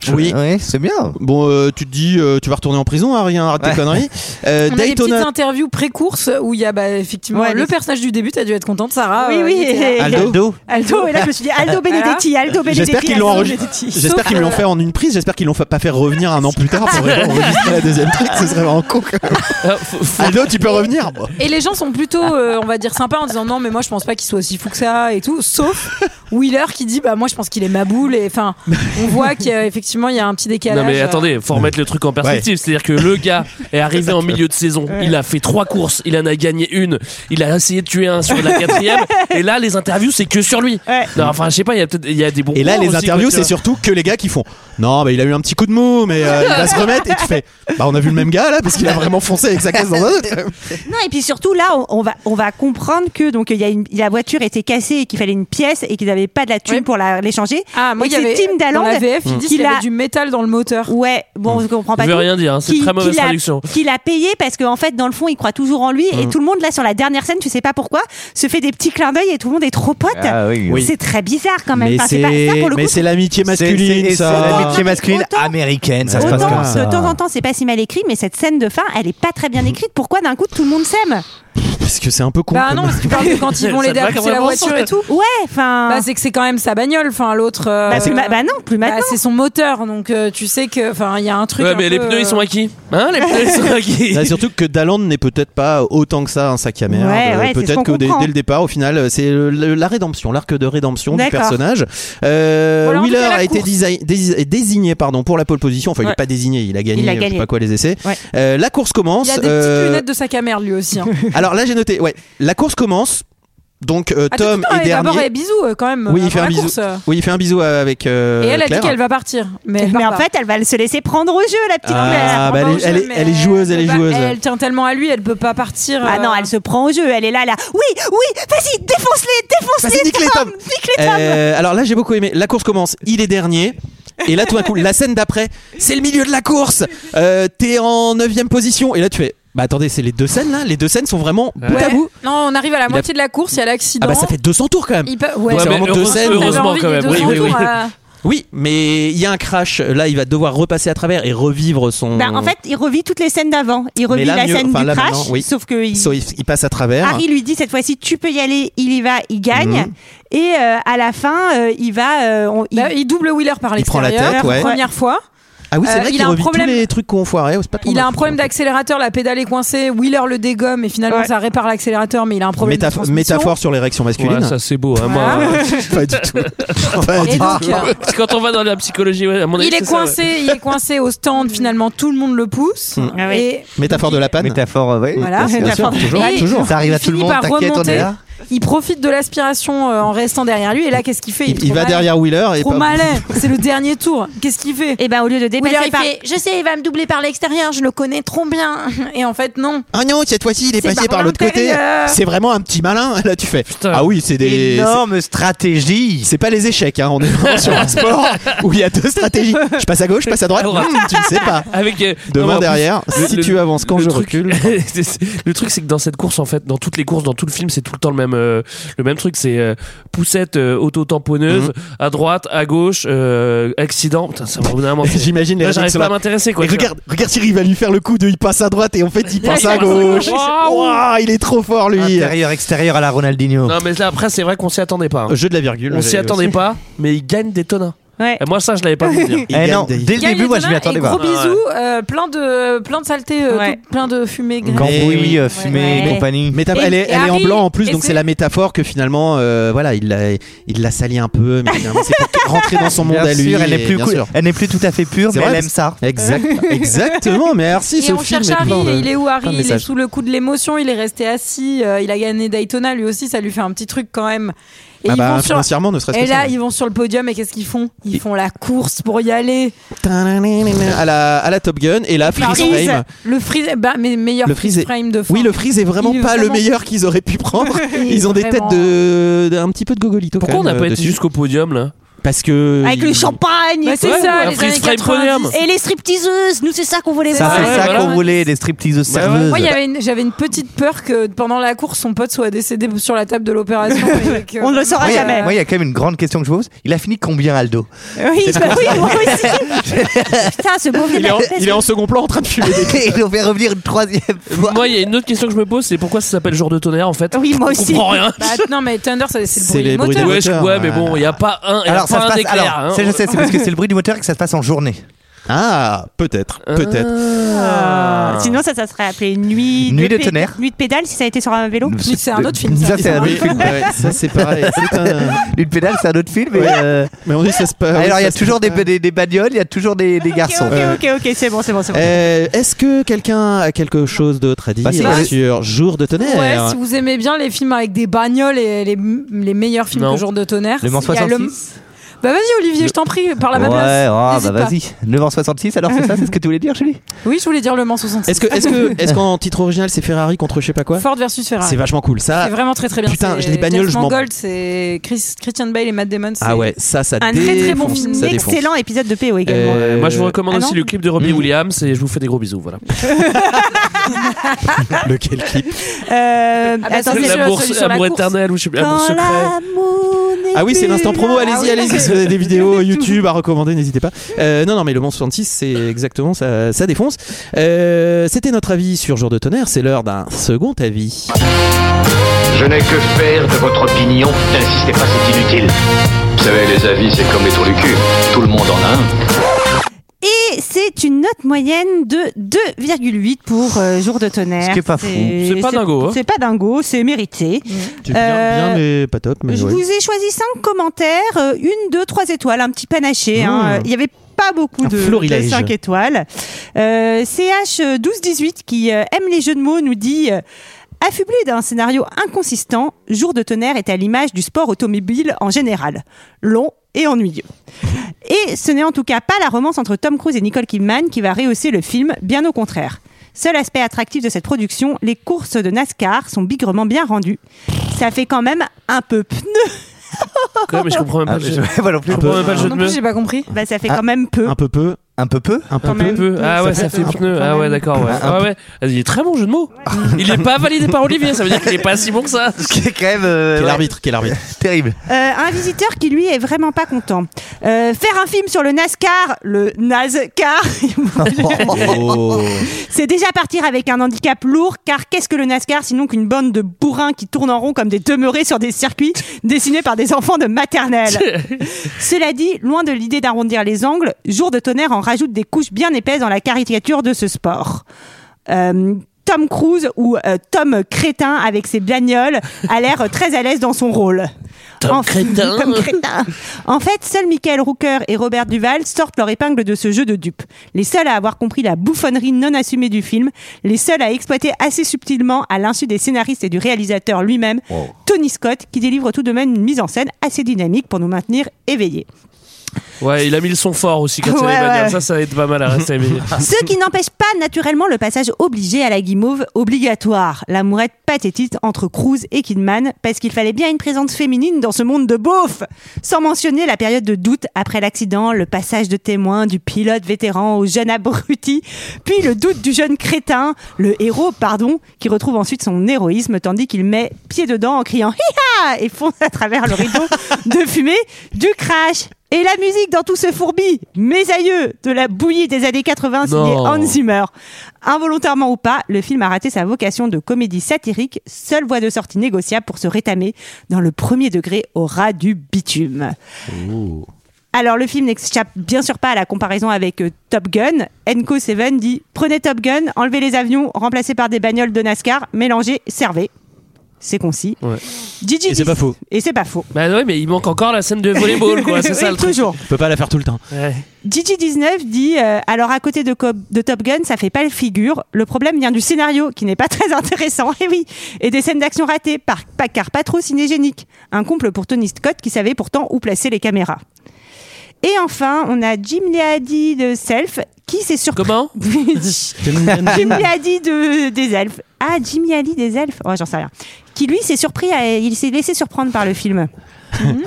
[SPEAKER 5] Je-
[SPEAKER 1] Oui.
[SPEAKER 5] Ouais, c'est bien.
[SPEAKER 1] Bon, euh, tu te dis, euh, tu vas retourner en prison, Harry, hein, arrête tes
[SPEAKER 5] Ouais.
[SPEAKER 1] conneries. Euh,
[SPEAKER 7] On a des petites
[SPEAKER 1] Daytona.
[SPEAKER 7] interviews pré-course où il y a bah, effectivement
[SPEAKER 11] Ouais,
[SPEAKER 7] le
[SPEAKER 11] les-
[SPEAKER 7] personnage du début, t'as dû être contente, Sarah.
[SPEAKER 11] Oui,
[SPEAKER 7] euh,
[SPEAKER 11] oui.
[SPEAKER 7] il était là.
[SPEAKER 11] Et-
[SPEAKER 1] Aldo.
[SPEAKER 11] Aldo, et là je me suis dit Aldo Benedetti, Aldo Benedetti.
[SPEAKER 1] J'espère qu'ils l'ont
[SPEAKER 11] Aldo
[SPEAKER 1] enregistré.
[SPEAKER 11] Benedetti.
[SPEAKER 1] J'espère qu'ils l'ont fait en une prise. J'espère qu'ils l'ont fa- pas fait revenir un an plus tard pour enregistrer la deuxième truc. Ce serait vraiment con. quand même.
[SPEAKER 6] ah, faut- faut-
[SPEAKER 1] Aldo, tu peux revenir. bon.
[SPEAKER 7] Et les gens sont plutôt, euh, on va dire, sympas en disant non, mais moi je pense pas qu'il soit aussi fou que ça et tout. Sauf Wheeler qui dit bah moi je pense qu'il est ma boule et enfin on voit qu'effectivement il y a un petit décalage. euh.
[SPEAKER 6] Non mais attendez, faut remettre le truc en perspective, c'est-à-dire que le gars est arrivé en milieu de saison, il a fait trois courses, il en a gagné une, il a essayé de tuer un sur la quatrième, et là les interviews c'est que sur lui.
[SPEAKER 11] Ouais.
[SPEAKER 6] Non, enfin je sais pas, il y a peut-être il y a des bons.
[SPEAKER 1] Et là,
[SPEAKER 6] points
[SPEAKER 1] les
[SPEAKER 6] aussi,
[SPEAKER 1] interviews,
[SPEAKER 6] quoi,
[SPEAKER 1] c'est
[SPEAKER 6] tu vois.
[SPEAKER 1] surtout que les gars qui font Non, mais il a eu un petit coup de mou, mais euh, il va se remettre. Et tu fais Bah, on a vu le même gars là, parce qu'il a vraiment foncé avec sa caisse dans un autre.
[SPEAKER 11] Non, et puis surtout là, on, on va, on va comprendre que donc il y a une, la voiture était cassée et qu'il fallait une pièce et qu'ils n'avaient pas de la thune
[SPEAKER 7] Oui.
[SPEAKER 11] pour la- l'échanger.
[SPEAKER 7] Ah moi
[SPEAKER 11] Et
[SPEAKER 7] il y
[SPEAKER 11] c'est
[SPEAKER 7] avait
[SPEAKER 11] Tim Daland
[SPEAKER 7] dans la VF ils disent
[SPEAKER 11] qui
[SPEAKER 7] qu'il y avait
[SPEAKER 11] l'a-
[SPEAKER 7] du métal dans le moteur.
[SPEAKER 11] Ouais, bon, je comprends pas
[SPEAKER 6] Je veux
[SPEAKER 7] Bah,
[SPEAKER 11] tout.
[SPEAKER 6] rien dire, hein, c'est
[SPEAKER 11] Qui-
[SPEAKER 6] très mauvaise
[SPEAKER 11] qui l'a-
[SPEAKER 6] traduction. Mmh.
[SPEAKER 11] Qu'il a payé parce qu'en fait, dans le fond, il croit toujours en lui et tout le monde là sur la dernière scène, tu sais pas pourquoi, se fait des petits clins d'œil et tout le monde est trop pote.
[SPEAKER 5] Ah oui.
[SPEAKER 1] Oui.
[SPEAKER 11] C'est très bizarre quand même. Enfin, c'est pas- ça, pour le coup,
[SPEAKER 1] c'est l'amitié
[SPEAKER 5] C'est-
[SPEAKER 1] masculine,
[SPEAKER 5] c'est- C'est
[SPEAKER 1] ça. Ah.
[SPEAKER 5] l'amitié masculine
[SPEAKER 11] Autant-
[SPEAKER 5] américaine, ça se passe
[SPEAKER 11] Autant,
[SPEAKER 5] comme
[SPEAKER 11] de
[SPEAKER 5] ça.
[SPEAKER 11] temps en temps, c'est pas si mal écrit, mais cette scène de fin, elle est pas très
[SPEAKER 6] Mmh.
[SPEAKER 11] bien écrite. Pourquoi d'un coup tout le monde s'aime
[SPEAKER 1] Parce que c'est un peu con.
[SPEAKER 7] Bah
[SPEAKER 1] comme-
[SPEAKER 7] non parce que tu parles de quand ils vont
[SPEAKER 6] Ça
[SPEAKER 7] l'aider
[SPEAKER 6] te
[SPEAKER 7] à
[SPEAKER 6] va
[SPEAKER 7] pousser la
[SPEAKER 6] vraiment,
[SPEAKER 7] voiture
[SPEAKER 6] ça
[SPEAKER 7] et tout.
[SPEAKER 11] Ouais, enfin.
[SPEAKER 7] Bah, c'est que c'est quand même sa bagnole, enfin l'autre. euh,
[SPEAKER 11] Bah, plus ma- bah non, plus
[SPEAKER 7] bah,
[SPEAKER 11] maintenant.
[SPEAKER 7] c'est son moteur, donc euh, tu sais que, enfin, il y a un truc.
[SPEAKER 6] Ouais
[SPEAKER 7] un
[SPEAKER 6] mais les
[SPEAKER 7] peu,
[SPEAKER 6] pneus ils sont
[SPEAKER 7] euh,
[SPEAKER 6] à qui Hein les pneus ils sont à qui
[SPEAKER 1] Là, surtout que Daland n'est peut-être pas autant que ça un sac à merde.
[SPEAKER 11] Ouais,
[SPEAKER 1] Euh,
[SPEAKER 11] ouais, c'est ce
[SPEAKER 1] peut-être que
[SPEAKER 11] qu'on
[SPEAKER 1] dès,
[SPEAKER 11] comprend.
[SPEAKER 1] dès le départ, au final, euh, c'est le- le- la rédemption, l'arc de rédemption du
[SPEAKER 11] D'accord.
[SPEAKER 1] personnage. Euh,
[SPEAKER 7] Voilà, en tout
[SPEAKER 1] Wheeler
[SPEAKER 7] cas, la
[SPEAKER 1] a été
[SPEAKER 7] course.
[SPEAKER 1] desi- dési- désigné pardon, pour la pole position. Enfin, il n'est
[SPEAKER 11] Ouais.
[SPEAKER 1] pas désigné, il a gagné,
[SPEAKER 11] Il a
[SPEAKER 1] euh, je sais
[SPEAKER 11] gagné.
[SPEAKER 1] pas quoi, les essais.
[SPEAKER 11] Ouais.
[SPEAKER 1] Euh, la course commence.
[SPEAKER 7] Il y a des petites
[SPEAKER 1] euh,
[SPEAKER 7] lunettes de sa caméra lui aussi. hein.
[SPEAKER 1] Alors là, j'ai noté, ouais, la course commence. Donc euh,
[SPEAKER 7] Attends,
[SPEAKER 1] Tom
[SPEAKER 7] attends,
[SPEAKER 1] est
[SPEAKER 7] et D'abord,
[SPEAKER 1] dernier.
[SPEAKER 7] elle bisous euh, quand même.
[SPEAKER 1] Oui, il
[SPEAKER 7] avant
[SPEAKER 1] fait un
[SPEAKER 7] la
[SPEAKER 1] bisou.
[SPEAKER 7] course, euh.
[SPEAKER 1] Oui, il fait un bisou euh, avec. euh,
[SPEAKER 7] Et elle a
[SPEAKER 1] Claire.
[SPEAKER 7] dit qu'elle va partir, mais elle
[SPEAKER 11] Mais
[SPEAKER 7] part
[SPEAKER 11] en
[SPEAKER 7] pas.
[SPEAKER 11] fait, elle va se laisser prendre au jeu, la petite.
[SPEAKER 1] Ah, bah,
[SPEAKER 7] Elle
[SPEAKER 1] elle,
[SPEAKER 7] va
[SPEAKER 1] est,
[SPEAKER 7] au
[SPEAKER 1] elle
[SPEAKER 7] jeu,
[SPEAKER 1] est-
[SPEAKER 7] mais
[SPEAKER 1] elle est joueuse, elle
[SPEAKER 7] peut
[SPEAKER 1] est
[SPEAKER 7] pas-
[SPEAKER 1] joueuse.
[SPEAKER 7] Elle tient tellement à lui, elle peut pas partir.
[SPEAKER 11] Ah
[SPEAKER 7] euh.
[SPEAKER 11] non, elle se prend au jeu, elle est là, là. Oui, oui, vas-y, défonce-les, défonce-les,
[SPEAKER 1] Vas-y, nique les
[SPEAKER 11] Tom,
[SPEAKER 1] tomes.
[SPEAKER 11] nique les tomes.
[SPEAKER 1] Euh, alors là, j'ai beaucoup aimé. La course commence, il est dernier. Et là, tout d'un coup, la scène d'après, c'est le milieu de la course. Euh, T'es en 9 position. Et là, tu fais. Bah attendez, c'est les deux scènes là Les deux scènes sont vraiment
[SPEAKER 6] Euh.
[SPEAKER 1] bout
[SPEAKER 7] Ouais.
[SPEAKER 1] à bout.
[SPEAKER 7] Non, on arrive à la moitié de la course, il y a l'accident.
[SPEAKER 1] Ah bah ça fait 200 tours quand même.
[SPEAKER 7] Il peut- ouais, Bah
[SPEAKER 1] Ouais,
[SPEAKER 7] c'est
[SPEAKER 1] mais
[SPEAKER 7] vraiment
[SPEAKER 1] heureusement-
[SPEAKER 7] deux scènes.
[SPEAKER 6] heureusement,
[SPEAKER 7] T'avais
[SPEAKER 6] quand
[SPEAKER 7] envie des
[SPEAKER 6] même. Oui,
[SPEAKER 7] deux
[SPEAKER 6] oui, oui.
[SPEAKER 7] tours, euh,
[SPEAKER 1] Oui, mais il y a un crash. Là, il va devoir repasser à travers et revivre son.
[SPEAKER 11] Bah, en fait, il revit toutes les scènes d'avant. Il revit
[SPEAKER 1] Hmm. là,
[SPEAKER 11] la
[SPEAKER 1] mieux.
[SPEAKER 11] scène
[SPEAKER 1] Enfin,
[SPEAKER 11] du
[SPEAKER 1] là,
[SPEAKER 11] crash,
[SPEAKER 1] maintenant, oui.
[SPEAKER 11] sauf que il-
[SPEAKER 1] So, il, il passe à travers.
[SPEAKER 11] Harry lui dit cette fois-ci, tu peux y aller. Il y va, il
[SPEAKER 1] Hmm.
[SPEAKER 11] gagne. Et euh, à la fin, euh, il va. euh, on- il-
[SPEAKER 7] Là, il double Wheeler par
[SPEAKER 1] Il prend la
[SPEAKER 7] l'extérieur.
[SPEAKER 1] tête, ouais.
[SPEAKER 7] Première fois.
[SPEAKER 1] ah oui, c'est
[SPEAKER 7] euh,
[SPEAKER 1] vrai
[SPEAKER 7] il
[SPEAKER 1] qu'il
[SPEAKER 7] a un
[SPEAKER 1] revit
[SPEAKER 7] problème-
[SPEAKER 1] tous les trucs qu'on foirait. C'est pas trop
[SPEAKER 7] Il
[SPEAKER 1] mal.
[SPEAKER 7] a un problème d'accélérateur, la pédale est coincée, Wheeler le dégomme et finalement
[SPEAKER 11] Ouais.
[SPEAKER 7] ça répare l'accélérateur, mais il a un problème. de
[SPEAKER 1] Métaph-
[SPEAKER 7] transmission.
[SPEAKER 1] métaphore sur l'érection masculine.
[SPEAKER 6] Ouais, ça c'est beau, hein, moi.
[SPEAKER 7] Voilà.
[SPEAKER 1] pas du tout. Pas
[SPEAKER 7] Et
[SPEAKER 1] du
[SPEAKER 7] donc,
[SPEAKER 1] tout.
[SPEAKER 7] euh,
[SPEAKER 6] Parce que quand on va dans la psychologie, ouais, à mon avis,
[SPEAKER 7] il est
[SPEAKER 6] c'est ça, ouais.
[SPEAKER 7] coincé, il est coincé au
[SPEAKER 5] Mm.
[SPEAKER 7] stand. Finalement, tout le monde le pousse.
[SPEAKER 11] Ah oui.
[SPEAKER 7] Et
[SPEAKER 1] Métaphore de la panne.
[SPEAKER 5] Métaphore, euh, ouais.
[SPEAKER 7] Voilà.
[SPEAKER 5] Mm. bien sûr,
[SPEAKER 7] Métaphore.
[SPEAKER 5] toujours,
[SPEAKER 7] Et
[SPEAKER 5] toujours. Ça arrive à
[SPEAKER 7] il
[SPEAKER 5] tout le
[SPEAKER 7] finit
[SPEAKER 5] monde,
[SPEAKER 7] par
[SPEAKER 5] t'inquiète, on
[SPEAKER 7] remonter.
[SPEAKER 5] est là.
[SPEAKER 7] il profite de l'aspiration euh, en restant derrière lui. Et là, qu'est-ce qu'il fait est
[SPEAKER 1] Il, il
[SPEAKER 7] trop
[SPEAKER 1] va
[SPEAKER 7] malin.
[SPEAKER 1] derrière Wheeler et
[SPEAKER 7] Trop
[SPEAKER 1] pas-
[SPEAKER 7] malin. C'est le dernier tour. Qu'est-ce qu'il fait
[SPEAKER 11] Eh ben, au lieu de
[SPEAKER 7] Wheeler,
[SPEAKER 11] dépasser
[SPEAKER 7] il
[SPEAKER 11] par.
[SPEAKER 7] fait, Je sais, il va me doubler par l'extérieur. Je le connais trop bien. Et en fait, non.
[SPEAKER 1] Ah non, cette fois-ci, il est,
[SPEAKER 7] C'est
[SPEAKER 1] passé
[SPEAKER 7] par
[SPEAKER 1] par l'autre côté.
[SPEAKER 7] l'intérieur.
[SPEAKER 1] C'est vraiment un petit malin. Là, tu fais.
[SPEAKER 6] Putain.
[SPEAKER 1] Ah oui, c'est des.
[SPEAKER 5] Énorme stratégie.
[SPEAKER 1] c'est- C'est pas les échecs, hein. on est vraiment sur un sport où il y a deux stratégies. Je passe à gauche, je passe à droite. Hmm, tu ne sais pas.
[SPEAKER 6] Avec euh, non, mais
[SPEAKER 1] Devant,
[SPEAKER 6] en plus,
[SPEAKER 1] derrière,
[SPEAKER 6] le-
[SPEAKER 1] si
[SPEAKER 6] le-
[SPEAKER 1] tu avances quand
[SPEAKER 6] le
[SPEAKER 1] je
[SPEAKER 6] truc-
[SPEAKER 1] recule.
[SPEAKER 6] le truc, c'est que dans cette course, en fait, dans toutes les courses, dans tout le film, c'est tout le temps le même, même euh, le même truc c'est euh, poussette euh,
[SPEAKER 1] Mhm.
[SPEAKER 6] auto-tamponneuse à droite à gauche euh, accident Putain, ça m'a au bout d'un moment, c'est-
[SPEAKER 1] J'imagine les
[SPEAKER 6] Là, j'arrive
[SPEAKER 1] réactions
[SPEAKER 6] pas à
[SPEAKER 1] là.
[SPEAKER 6] m'intéresser quoi
[SPEAKER 1] Et regarde, regarde Thierry va lui faire le coup de il passe à droite et en fait il passe à
[SPEAKER 6] passe à
[SPEAKER 1] gauche.
[SPEAKER 6] gauche. Waouh.
[SPEAKER 1] Waouh, il est trop fort lui.
[SPEAKER 5] Intérieur, extérieur à la Ronaldinho.
[SPEAKER 6] non mais là après c'est vrai qu'on s'y attendait pas hein.
[SPEAKER 1] Jeu de la virgule.
[SPEAKER 6] on s'y
[SPEAKER 1] j'ai-
[SPEAKER 6] attendait pas mais il gagne des tonnes hein.
[SPEAKER 11] Ouais.
[SPEAKER 6] moi ça je l'avais pas vu venir
[SPEAKER 1] Il
[SPEAKER 5] Eh
[SPEAKER 1] gagne
[SPEAKER 5] non,
[SPEAKER 1] des-
[SPEAKER 5] dès le
[SPEAKER 7] Gagne
[SPEAKER 5] début, moi je m'y attendais
[SPEAKER 7] Étonnant et
[SPEAKER 5] pas.
[SPEAKER 7] Gros bisous, euh, plein de plein de saleté, euh,
[SPEAKER 11] Ouais.
[SPEAKER 7] tout- plein de fumée.
[SPEAKER 5] Gambouille, euh, fumée,
[SPEAKER 11] Ouais.
[SPEAKER 5] compagnie.
[SPEAKER 1] Méta-
[SPEAKER 7] Et-
[SPEAKER 1] elle est,
[SPEAKER 7] et
[SPEAKER 1] elle est en
[SPEAKER 7] Harry,
[SPEAKER 1] blanc en plus,
[SPEAKER 7] et
[SPEAKER 1] donc
[SPEAKER 7] c'est-
[SPEAKER 1] c'est la métaphore que finalement, euh, voilà, il l'a, il l'a sali un peu, mais finalement, c'est pour rentrer dans son monde
[SPEAKER 5] Bien
[SPEAKER 1] à lui.
[SPEAKER 5] sûr, elle
[SPEAKER 1] et
[SPEAKER 5] n'est plus,
[SPEAKER 1] bien
[SPEAKER 5] cool-
[SPEAKER 1] sûr.
[SPEAKER 5] elle n'est plus tout à fait pure,
[SPEAKER 1] C'est
[SPEAKER 5] mais
[SPEAKER 1] vrai,
[SPEAKER 5] elle aime
[SPEAKER 1] parce-
[SPEAKER 5] ça.
[SPEAKER 1] Exact- exactement, merci
[SPEAKER 7] Et
[SPEAKER 1] ce
[SPEAKER 7] on
[SPEAKER 1] film.
[SPEAKER 7] cherche
[SPEAKER 1] est
[SPEAKER 7] Harry,
[SPEAKER 1] plein de-
[SPEAKER 7] il est où Harry
[SPEAKER 1] plein de
[SPEAKER 7] Il est
[SPEAKER 1] messages.
[SPEAKER 7] sous le coup de l'émotion, il est resté assis, euh, il a gagné Daytona, lui aussi, ça lui fait un petit truc quand même. Et,
[SPEAKER 1] Ah
[SPEAKER 7] ils
[SPEAKER 1] bah,
[SPEAKER 7] vont sur...
[SPEAKER 1] financièrement, ne serait-ce
[SPEAKER 7] et
[SPEAKER 1] que ça.
[SPEAKER 7] là, ils vont sur le podium et qu'est-ce qu'ils font Ils font la course pour y aller.
[SPEAKER 1] à la, à la Top Gun et là freeze
[SPEAKER 11] freeze.
[SPEAKER 1] frame.
[SPEAKER 7] Le freeze, bah, mais meilleur
[SPEAKER 1] Le
[SPEAKER 7] freeze,
[SPEAKER 1] freeze est-
[SPEAKER 7] frame de
[SPEAKER 1] Oui,
[SPEAKER 7] fin.
[SPEAKER 1] le freeze est vraiment
[SPEAKER 7] Il est
[SPEAKER 1] pas le
[SPEAKER 7] vraiment-
[SPEAKER 1] meilleur qu'ils auraient pu prendre.
[SPEAKER 7] Il est
[SPEAKER 1] Ils ont des
[SPEAKER 7] vraiment-
[SPEAKER 1] têtes de, d'un petit peu de gogolito.
[SPEAKER 6] pourquoi on
[SPEAKER 1] quand même,
[SPEAKER 6] n'a pas
[SPEAKER 1] euh,
[SPEAKER 6] été
[SPEAKER 1] dessus.
[SPEAKER 6] jusqu'au podium là
[SPEAKER 1] Parce que
[SPEAKER 11] Avec le
[SPEAKER 1] ils-
[SPEAKER 11] champagne
[SPEAKER 7] Bah,
[SPEAKER 11] et
[SPEAKER 7] c'est
[SPEAKER 11] tout.
[SPEAKER 7] ça,
[SPEAKER 6] un
[SPEAKER 7] les
[SPEAKER 6] freeze
[SPEAKER 7] années
[SPEAKER 6] frame
[SPEAKER 7] 90.
[SPEAKER 6] podium.
[SPEAKER 11] Et les stripteaseuses, nous c'est ça qu'on voulait
[SPEAKER 5] Ça,
[SPEAKER 11] voir.
[SPEAKER 5] c'est
[SPEAKER 6] Ouais,
[SPEAKER 5] ça
[SPEAKER 6] voilà.
[SPEAKER 5] qu'on voulait, des stripteaseuses
[SPEAKER 6] Bah ouais.
[SPEAKER 5] serveuses.
[SPEAKER 7] Moi, il y avait une- j'avais une petite peur que pendant la course, son pote soit décédé sur la table de l'opération. et que-
[SPEAKER 11] On ne le saura
[SPEAKER 1] Ah,
[SPEAKER 5] Moi, il y a-
[SPEAKER 11] jamais.
[SPEAKER 5] moi, il y a quand même une grande question que je pose. Il a fini combien, Aldo
[SPEAKER 11] Oui, bah oui, moi aussi. Putain, ce bon vieux
[SPEAKER 1] il est, en,
[SPEAKER 11] Patrick
[SPEAKER 1] il est en second plan en train de fumer des
[SPEAKER 5] Il nous fait revenir une troisième
[SPEAKER 1] Bah.
[SPEAKER 5] fois.
[SPEAKER 6] moi il y a une autre question que je me pose c'est pourquoi ça s'appelle jour de tonnerre en fait
[SPEAKER 11] Oui, moi
[SPEAKER 6] je
[SPEAKER 11] aussi.
[SPEAKER 6] comprends rien
[SPEAKER 7] Bah, non, mais Thunder, ça, c'est le
[SPEAKER 1] C'est
[SPEAKER 7] bruit
[SPEAKER 1] les
[SPEAKER 7] du
[SPEAKER 1] bruits
[SPEAKER 7] moteur.
[SPEAKER 1] des
[SPEAKER 6] ouais, je-
[SPEAKER 1] moteur,
[SPEAKER 6] ouais, mais
[SPEAKER 1] ouais.
[SPEAKER 6] bon il y a pas un il y a
[SPEAKER 5] Alors, ça
[SPEAKER 6] pas
[SPEAKER 5] se
[SPEAKER 6] un
[SPEAKER 5] passe.
[SPEAKER 6] éclair
[SPEAKER 5] alors,
[SPEAKER 6] hein.
[SPEAKER 5] c'est- je sais, c'est parce que c'est le bruit du moteur et que ça se passe en journée.
[SPEAKER 1] Ah, peut-être, peut-être.
[SPEAKER 11] Ah. Sinon, ça, ça serait appelé nuit,
[SPEAKER 5] Nuit de
[SPEAKER 11] pé-
[SPEAKER 5] tonnerre.
[SPEAKER 11] Nuit de pédale si ça a été sur un vélo.
[SPEAKER 7] Mais c'est un autre film, ça.
[SPEAKER 5] Ça, c'est un autre
[SPEAKER 1] Ah, Oui,
[SPEAKER 5] film.
[SPEAKER 1] ouais, ça c'est pareil. C'est un-
[SPEAKER 5] Une pédale, c'est un autre film. mais,
[SPEAKER 1] Ouais.
[SPEAKER 5] euh,
[SPEAKER 1] Mais on dit ça se passe.
[SPEAKER 5] Alors, il y a
[SPEAKER 1] Ah ça se-
[SPEAKER 5] toujours des, des, des bagnoles, il y a toujours des, des garçons.
[SPEAKER 11] Ok, ok, ok, ok, c'est bon, c'est bon, c'est bon.
[SPEAKER 1] Euh, Est-ce que quelqu'un a quelque chose d'autre à dire
[SPEAKER 5] Bah, c'est pas-
[SPEAKER 1] sur Jour de
[SPEAKER 7] Ouais,
[SPEAKER 1] tonnerre
[SPEAKER 7] si vous aimez bien les films avec des bagnoles et les, les meilleurs films
[SPEAKER 6] Non.
[SPEAKER 7] que Jour de tonnerre.
[SPEAKER 5] Le Mans
[SPEAKER 7] il y a
[SPEAKER 5] 66
[SPEAKER 7] Bah vas-y Olivier, je t'en prie, parle à ma
[SPEAKER 5] Ouais,
[SPEAKER 7] place.
[SPEAKER 5] ah, bah
[SPEAKER 7] N'hésite pas.
[SPEAKER 5] vas-y. 966, alors c'est ça, c'est ce que tu voulais dire, Julie
[SPEAKER 7] Oui, je voulais dire le Mans 66.
[SPEAKER 1] Est-ce que, est-ce que, est-ce qu'en titre original c'est Ferrari contre je sais pas quoi
[SPEAKER 7] Ford versus Ferrari.
[SPEAKER 1] C'est vachement cool. Ça,
[SPEAKER 7] C'est vraiment très très bien.
[SPEAKER 1] Putain,
[SPEAKER 7] C'est
[SPEAKER 1] je- les bagnoles,
[SPEAKER 7] Jeff
[SPEAKER 1] je m'en-
[SPEAKER 7] Mangold, c'est Chris- Christian Bale et Matt Damon. c'est-
[SPEAKER 1] ah ouais, ça, ça
[SPEAKER 7] un très,
[SPEAKER 1] défonce.
[SPEAKER 7] très bon film.
[SPEAKER 1] Eh, Ça défonce.
[SPEAKER 11] Excellent épisode de PO également.
[SPEAKER 1] Euh,
[SPEAKER 6] moi je vous recommande
[SPEAKER 11] ah
[SPEAKER 6] aussi
[SPEAKER 11] non
[SPEAKER 6] le clip de Robbie
[SPEAKER 1] Mm.
[SPEAKER 6] Williams et je vous fais des gros bisous voilà
[SPEAKER 1] Ah, Lequel clip Ah
[SPEAKER 11] Euh,
[SPEAKER 7] bah,
[SPEAKER 11] attendez,
[SPEAKER 7] c'est
[SPEAKER 11] je-
[SPEAKER 7] celui-
[SPEAKER 6] l'amour
[SPEAKER 7] celui sur la
[SPEAKER 6] l'amour
[SPEAKER 7] course.
[SPEAKER 6] éternel ou je sais plus l'amour
[SPEAKER 11] Quand
[SPEAKER 6] secret
[SPEAKER 11] l'amour n'est
[SPEAKER 1] Ah oui, c'est
[SPEAKER 11] plus
[SPEAKER 1] l'instant promo.
[SPEAKER 11] là.
[SPEAKER 1] Allez-y,
[SPEAKER 11] Ah oui,
[SPEAKER 1] allez-y. Si vous avez des vidéos YouTube à recommander, n'hésitez pas. Euh, non, non, mais le Mans 66, c'est exactement ça, ça défonce. Euh, C'était notre avis sur Jour de tonnerre. C'est l'heure d'un second avis.
[SPEAKER 2] Je n'ai que faire de votre opinion. N'insistez pas, c'est inutile. Vous savez, les avis, c'est comme les trous du cul. Tout le monde en a un.
[SPEAKER 11] Et c'est une note moyenne de 2,8 pour euh, Jour de tonnerre.
[SPEAKER 5] Ce qui est pas fou.
[SPEAKER 6] C'est pas dingo, hein.
[SPEAKER 11] C'est pas dingo, c'est mérité.
[SPEAKER 1] Tu viens
[SPEAKER 11] Euh,
[SPEAKER 1] bien, mais pas top. Mais
[SPEAKER 11] Je
[SPEAKER 1] ouais.
[SPEAKER 11] vous ai choisi cinq commentaires, euh, une, deux, trois étoiles, un petit panaché. hein.
[SPEAKER 1] Mmh.
[SPEAKER 11] Euh, Il n'y avait pas beaucoup
[SPEAKER 1] Un
[SPEAKER 11] de,
[SPEAKER 1] florilège.
[SPEAKER 11] de cinq étoiles. Euh, CH1218 qui euh, aime les jeux de mots nous dit. euh, Affublé d'un scénario inconsistant, Jour de tonnerre est à l'image du sport automobile en général. Long et ennuyeux. Et ce n'est en tout cas pas la romance entre Tom Cruise et Nicole Kidman qui va rehausser le film, bien au contraire. Seul aspect attractif de cette production, les courses de NASCAR sont bigrement bien rendues. Ça fait quand même un peu pneu.
[SPEAKER 6] Quoi, mais je comprends même pas
[SPEAKER 5] Ah,
[SPEAKER 6] le jeu.
[SPEAKER 5] je- moi non plus.
[SPEAKER 6] Je comprends même pas le jeu de
[SPEAKER 7] Non plus,
[SPEAKER 6] meuf.
[SPEAKER 7] j'ai pas compris.
[SPEAKER 11] Bah, ça fait
[SPEAKER 5] Ah,
[SPEAKER 11] quand même peu.
[SPEAKER 1] Un peu peu,
[SPEAKER 5] Un peu peu
[SPEAKER 1] un peu
[SPEAKER 6] Un
[SPEAKER 1] peu.
[SPEAKER 6] peu. Ah ouais, ça
[SPEAKER 11] Ça
[SPEAKER 6] fait
[SPEAKER 11] fait un
[SPEAKER 6] pneu.
[SPEAKER 11] peu.
[SPEAKER 6] Ah ouais, d'accord. Ouais. Ah ouais. Ah, Il est très bon jeu de mots. Il est pas validé par Olivier. Ça veut dire qu'il est pas si bon que ça.
[SPEAKER 5] Qui est quand même euh,
[SPEAKER 1] Quel
[SPEAKER 5] ouais,
[SPEAKER 1] arbitre, quel arbitre.
[SPEAKER 5] terrible.
[SPEAKER 11] Euh, un visiteur qui lui est vraiment pas content. Euh, faire un film sur le NASCAR, le NASCAR, Oh.
[SPEAKER 1] Oh.
[SPEAKER 11] c'est déjà partir avec un handicap lourd, car qu'est-ce que le NASCAR sinon qu'une bande de bourrins qui tournent en rond comme des demeurés sur des circuits dessinés par des enfants de maternelle. Cela dit, loin de l'idée d'arrondir les angles, Jour de tonnerre en rajoute des couches bien épaisses dans la caricature de ce sport. Euh, Tom Cruise ou euh, Tom Crétin avec ses bagnoles a l'air très à l'aise dans son rôle.
[SPEAKER 6] Tom
[SPEAKER 11] En-
[SPEAKER 6] Crétin.
[SPEAKER 11] Tom Crétin. En fait, seuls Michael Rooker et Robert Duval sortent leur épingle de ce jeu de dupes. Les seuls à avoir compris la bouffonnerie non assumée du film, les seuls à exploiter assez subtilement, à l'insu des scénaristes et du réalisateur lui-même, Tony Scott, qui délivre tout de même une mise en scène assez dynamique pour nous maintenir éveillés.
[SPEAKER 6] Ouais, il a mis le son fort aussi quand il
[SPEAKER 11] Ouais,
[SPEAKER 6] allait pas
[SPEAKER 11] ouais.
[SPEAKER 6] bien. Ça, ça aide pas mal à rester éveillé.
[SPEAKER 11] Ce qui n'empêche pas naturellement le passage obligé à la guimauve obligatoire, l'amourette pathétique entre Cruz et Kidman, parce qu'il fallait bien une présence féminine dans ce monde de beauf. Sans mentionner la période de doute après l'accident, le passage de témoin du pilote vétéran au jeune abruti, puis le doute du jeune crétin, le héros, pardon, qui retrouve ensuite son héroïsme tandis qu'il met pied dedans en criant hi Ah, et fonce à travers le rideau de fumée du crash. Et la musique dans tout ce fourbi, mes aïeux, de la bouillie des années 80 signée
[SPEAKER 12] Non.
[SPEAKER 11] Hans Zimmer. Involontairement ou pas, le film a raté sa vocation de comédie satirique, seule voie de sortie négociable pour se rétamer dans le premier degré au ras du bitume. Alors le film n'échappe bien sûr pas à la comparaison avec euh, Top Gun. Enco 7 dit prenez Top Gun, enlevez les avions, remplacez par des bagnoles de NASCAR, mélangez, servez. C'est concis.
[SPEAKER 6] Ouais.
[SPEAKER 11] Gigi
[SPEAKER 6] Et c'est
[SPEAKER 11] dit-
[SPEAKER 6] pas faux.
[SPEAKER 11] Et c'est pas faux.
[SPEAKER 6] Bah ouais, mais il manque encore la scène de volleyball, quoi. C'est ça
[SPEAKER 11] Oui,
[SPEAKER 6] le truc.
[SPEAKER 11] toujours.
[SPEAKER 1] On peut pas la faire tout le temps.
[SPEAKER 11] Gigi19 dit euh, Alors, à côté de, Co- de Top Gun, ça fait pas le figure. Le problème vient du scénario, qui n'est pas très intéressant, et oui, et des scènes d'action ratées, par, pas- car pas trop cinégéniques. Un couple pour Tony Scott qui savait pourtant où placer les caméras. Et enfin, on a Jim Leady de Self qui s'est surpris.
[SPEAKER 6] Comment
[SPEAKER 11] Jim Leady de, des Elfes. Ah, Jim Leady des Elfes. Oh, j'en sais rien. Qui lui s'est surpris, à- il s'est laissé surprendre par le film. Mhm.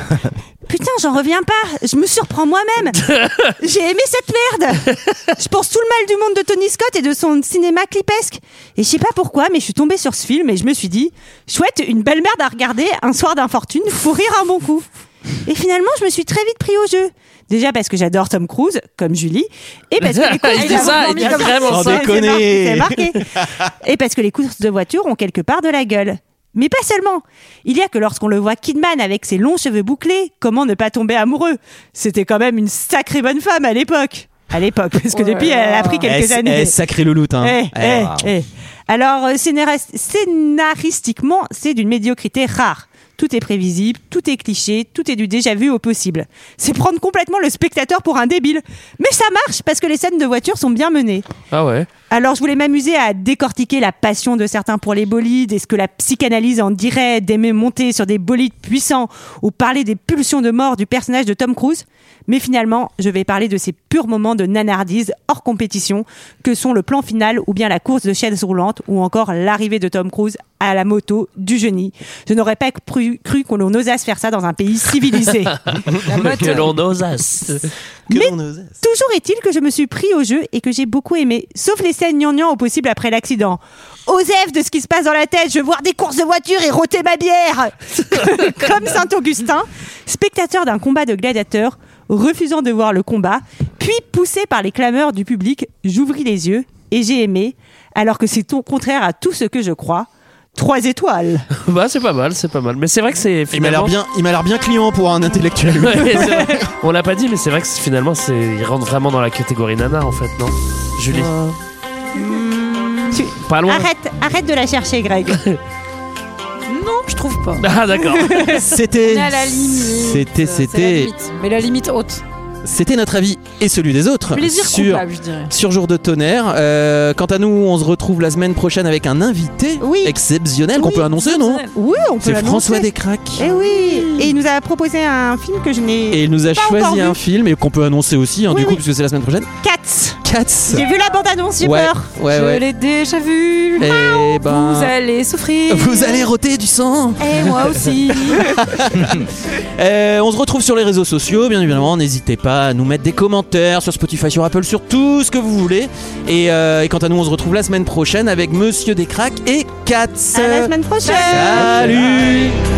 [SPEAKER 11] Putain, j'en reviens pas. Je me surprends moi-même. J'ai aimé cette merde. Je pense tout le mal du monde de Tony Scott et de son cinéma clipesque. Et je sais pas pourquoi, mais je suis tombée sur ce film et je me suis dit, chouette, une belle merde à regarder un soir d'infortune, faut rire un bon coup. Et finalement, je me suis très vite pris au jeu. Déjà parce que j'adore Tom Cruise, comme Julie, et parce que les courses-
[SPEAKER 6] Il dit ça, il dit
[SPEAKER 11] Ah,
[SPEAKER 6] vraiment
[SPEAKER 11] c'est
[SPEAKER 6] ça.
[SPEAKER 11] marqué, c'est marqué. Et parce que les courses de voiture ont quelque part de la gueule. Mais pas seulement. Il y a que lorsqu'on le voit Kidman avec ses longs cheveux bouclés, comment ne pas tomber amoureux C'était quand même une sacrée bonne femme à l'époque. À l'époque, parce que depuis, elle a pris quelques
[SPEAKER 1] Eh,
[SPEAKER 11] années.
[SPEAKER 1] eh, sacré louloute, hein.
[SPEAKER 11] Eh,
[SPEAKER 1] Eh,
[SPEAKER 11] eh,
[SPEAKER 1] waouh.
[SPEAKER 11] eh. Alors, euh, scénaras- scénaristiquement, c'est d'une médiocrité rare. Tout est prévisible, tout est cliché, tout est du déjà vu au possible. C'est prendre complètement le spectateur pour un débile. Mais ça marche parce que les scènes de voiture sont bien menées.
[SPEAKER 6] Ah ouais.
[SPEAKER 11] Alors, je voulais m'amuser à décortiquer la passion de certains pour les bolides et ce que la psychanalyse en dirait d'aimer monter sur des bolides puissants ou parler des pulsions de mort du personnage de Tom Cruise. Mais finalement, je vais parler de ces purs moments de nanardise hors compétition que sont le plan final ou bien la course de chaises roulantes ou encore l'arrivée de Tom Cruise à la moto du génie. Je n'aurais pas cru, cru qu'on osasse faire ça dans un pays civilisé.
[SPEAKER 6] Que l'on osasse.
[SPEAKER 11] Mais toujours est-il que je me suis pris au jeu et que j'ai beaucoup aimé, sauf les scènes gnangnang au possible après l'accident. Osef de ce qui se passe dans la tête, je veux voir des courses de voiture et roter ma bière Comme Saint-Augustin, spectateur d'un combat de gladiateurs, refusant de voir le combat, puis poussé par les clameurs du public, j'ouvris les yeux et j'ai aimé, alors que c'est au contraire à tout ce que je crois. Trois étoiles
[SPEAKER 6] Bah, c'est pas mal, c'est pas mal. Mais c'est vrai que c'est
[SPEAKER 1] Il m'a l'air
[SPEAKER 6] finalement.
[SPEAKER 1] bien, il m'a l'air bien client pour un intellectuel.
[SPEAKER 6] Ouais, c'est vrai. On l'a pas dit, mais c'est vrai que c'est- finalement, c'est il rentre vraiment dans la catégorie nana en fait, non Julie.
[SPEAKER 11] Tu-
[SPEAKER 6] Pas loin.
[SPEAKER 11] Arrête, arrête de la chercher, Greg
[SPEAKER 7] Non, je trouve pas.
[SPEAKER 6] Ah d'accord.
[SPEAKER 1] C'était-
[SPEAKER 7] On est à la limite.
[SPEAKER 1] Bah, c'était-
[SPEAKER 7] C'est la
[SPEAKER 1] c'était-
[SPEAKER 7] limite, Mais la limite haute.
[SPEAKER 1] C'était notre avis et celui des autres
[SPEAKER 7] Plaisir
[SPEAKER 1] sur
[SPEAKER 7] coupable, je dirais.
[SPEAKER 1] sur Jour de Tonnerre. Euh, quant à nous, on se retrouve la semaine prochaine avec un invité exceptionnel qu'on peut annoncer, non
[SPEAKER 11] Oui, on peut
[SPEAKER 1] C'est
[SPEAKER 11] l'annoncer.
[SPEAKER 1] François Descraques.
[SPEAKER 11] Eh oui, et il nous a proposé un film que je n'ai.
[SPEAKER 1] Et il nous a
[SPEAKER 11] pas encore
[SPEAKER 1] choisi
[SPEAKER 11] vu.
[SPEAKER 1] un film et qu'on peut annoncer aussi, hein,
[SPEAKER 11] Oui,
[SPEAKER 1] du coup,
[SPEAKER 11] oui.
[SPEAKER 1] puisque c'est la semaine prochaine.
[SPEAKER 11] Cats.
[SPEAKER 1] Cats.
[SPEAKER 11] J'ai vu la bande-annonce, j'ai
[SPEAKER 1] Ouais,
[SPEAKER 11] peur.
[SPEAKER 1] ouais,
[SPEAKER 7] je
[SPEAKER 1] ouais.
[SPEAKER 7] l'ai déjà vu.
[SPEAKER 1] Eh ben,
[SPEAKER 7] Vous allez souffrir.
[SPEAKER 1] vous allez roter du sang.
[SPEAKER 7] Et moi aussi.
[SPEAKER 1] Euh, on se retrouve sur les réseaux sociaux, bien évidemment. N'hésitez pas à nous mettre des commentaires sur Spotify, sur Apple, sur tout ce que vous voulez. Et, euh, et quant à nous, on se retrouve la semaine prochaine avec Monsieur Descraques et Katz.
[SPEAKER 11] À la semaine prochaine.
[SPEAKER 1] Salut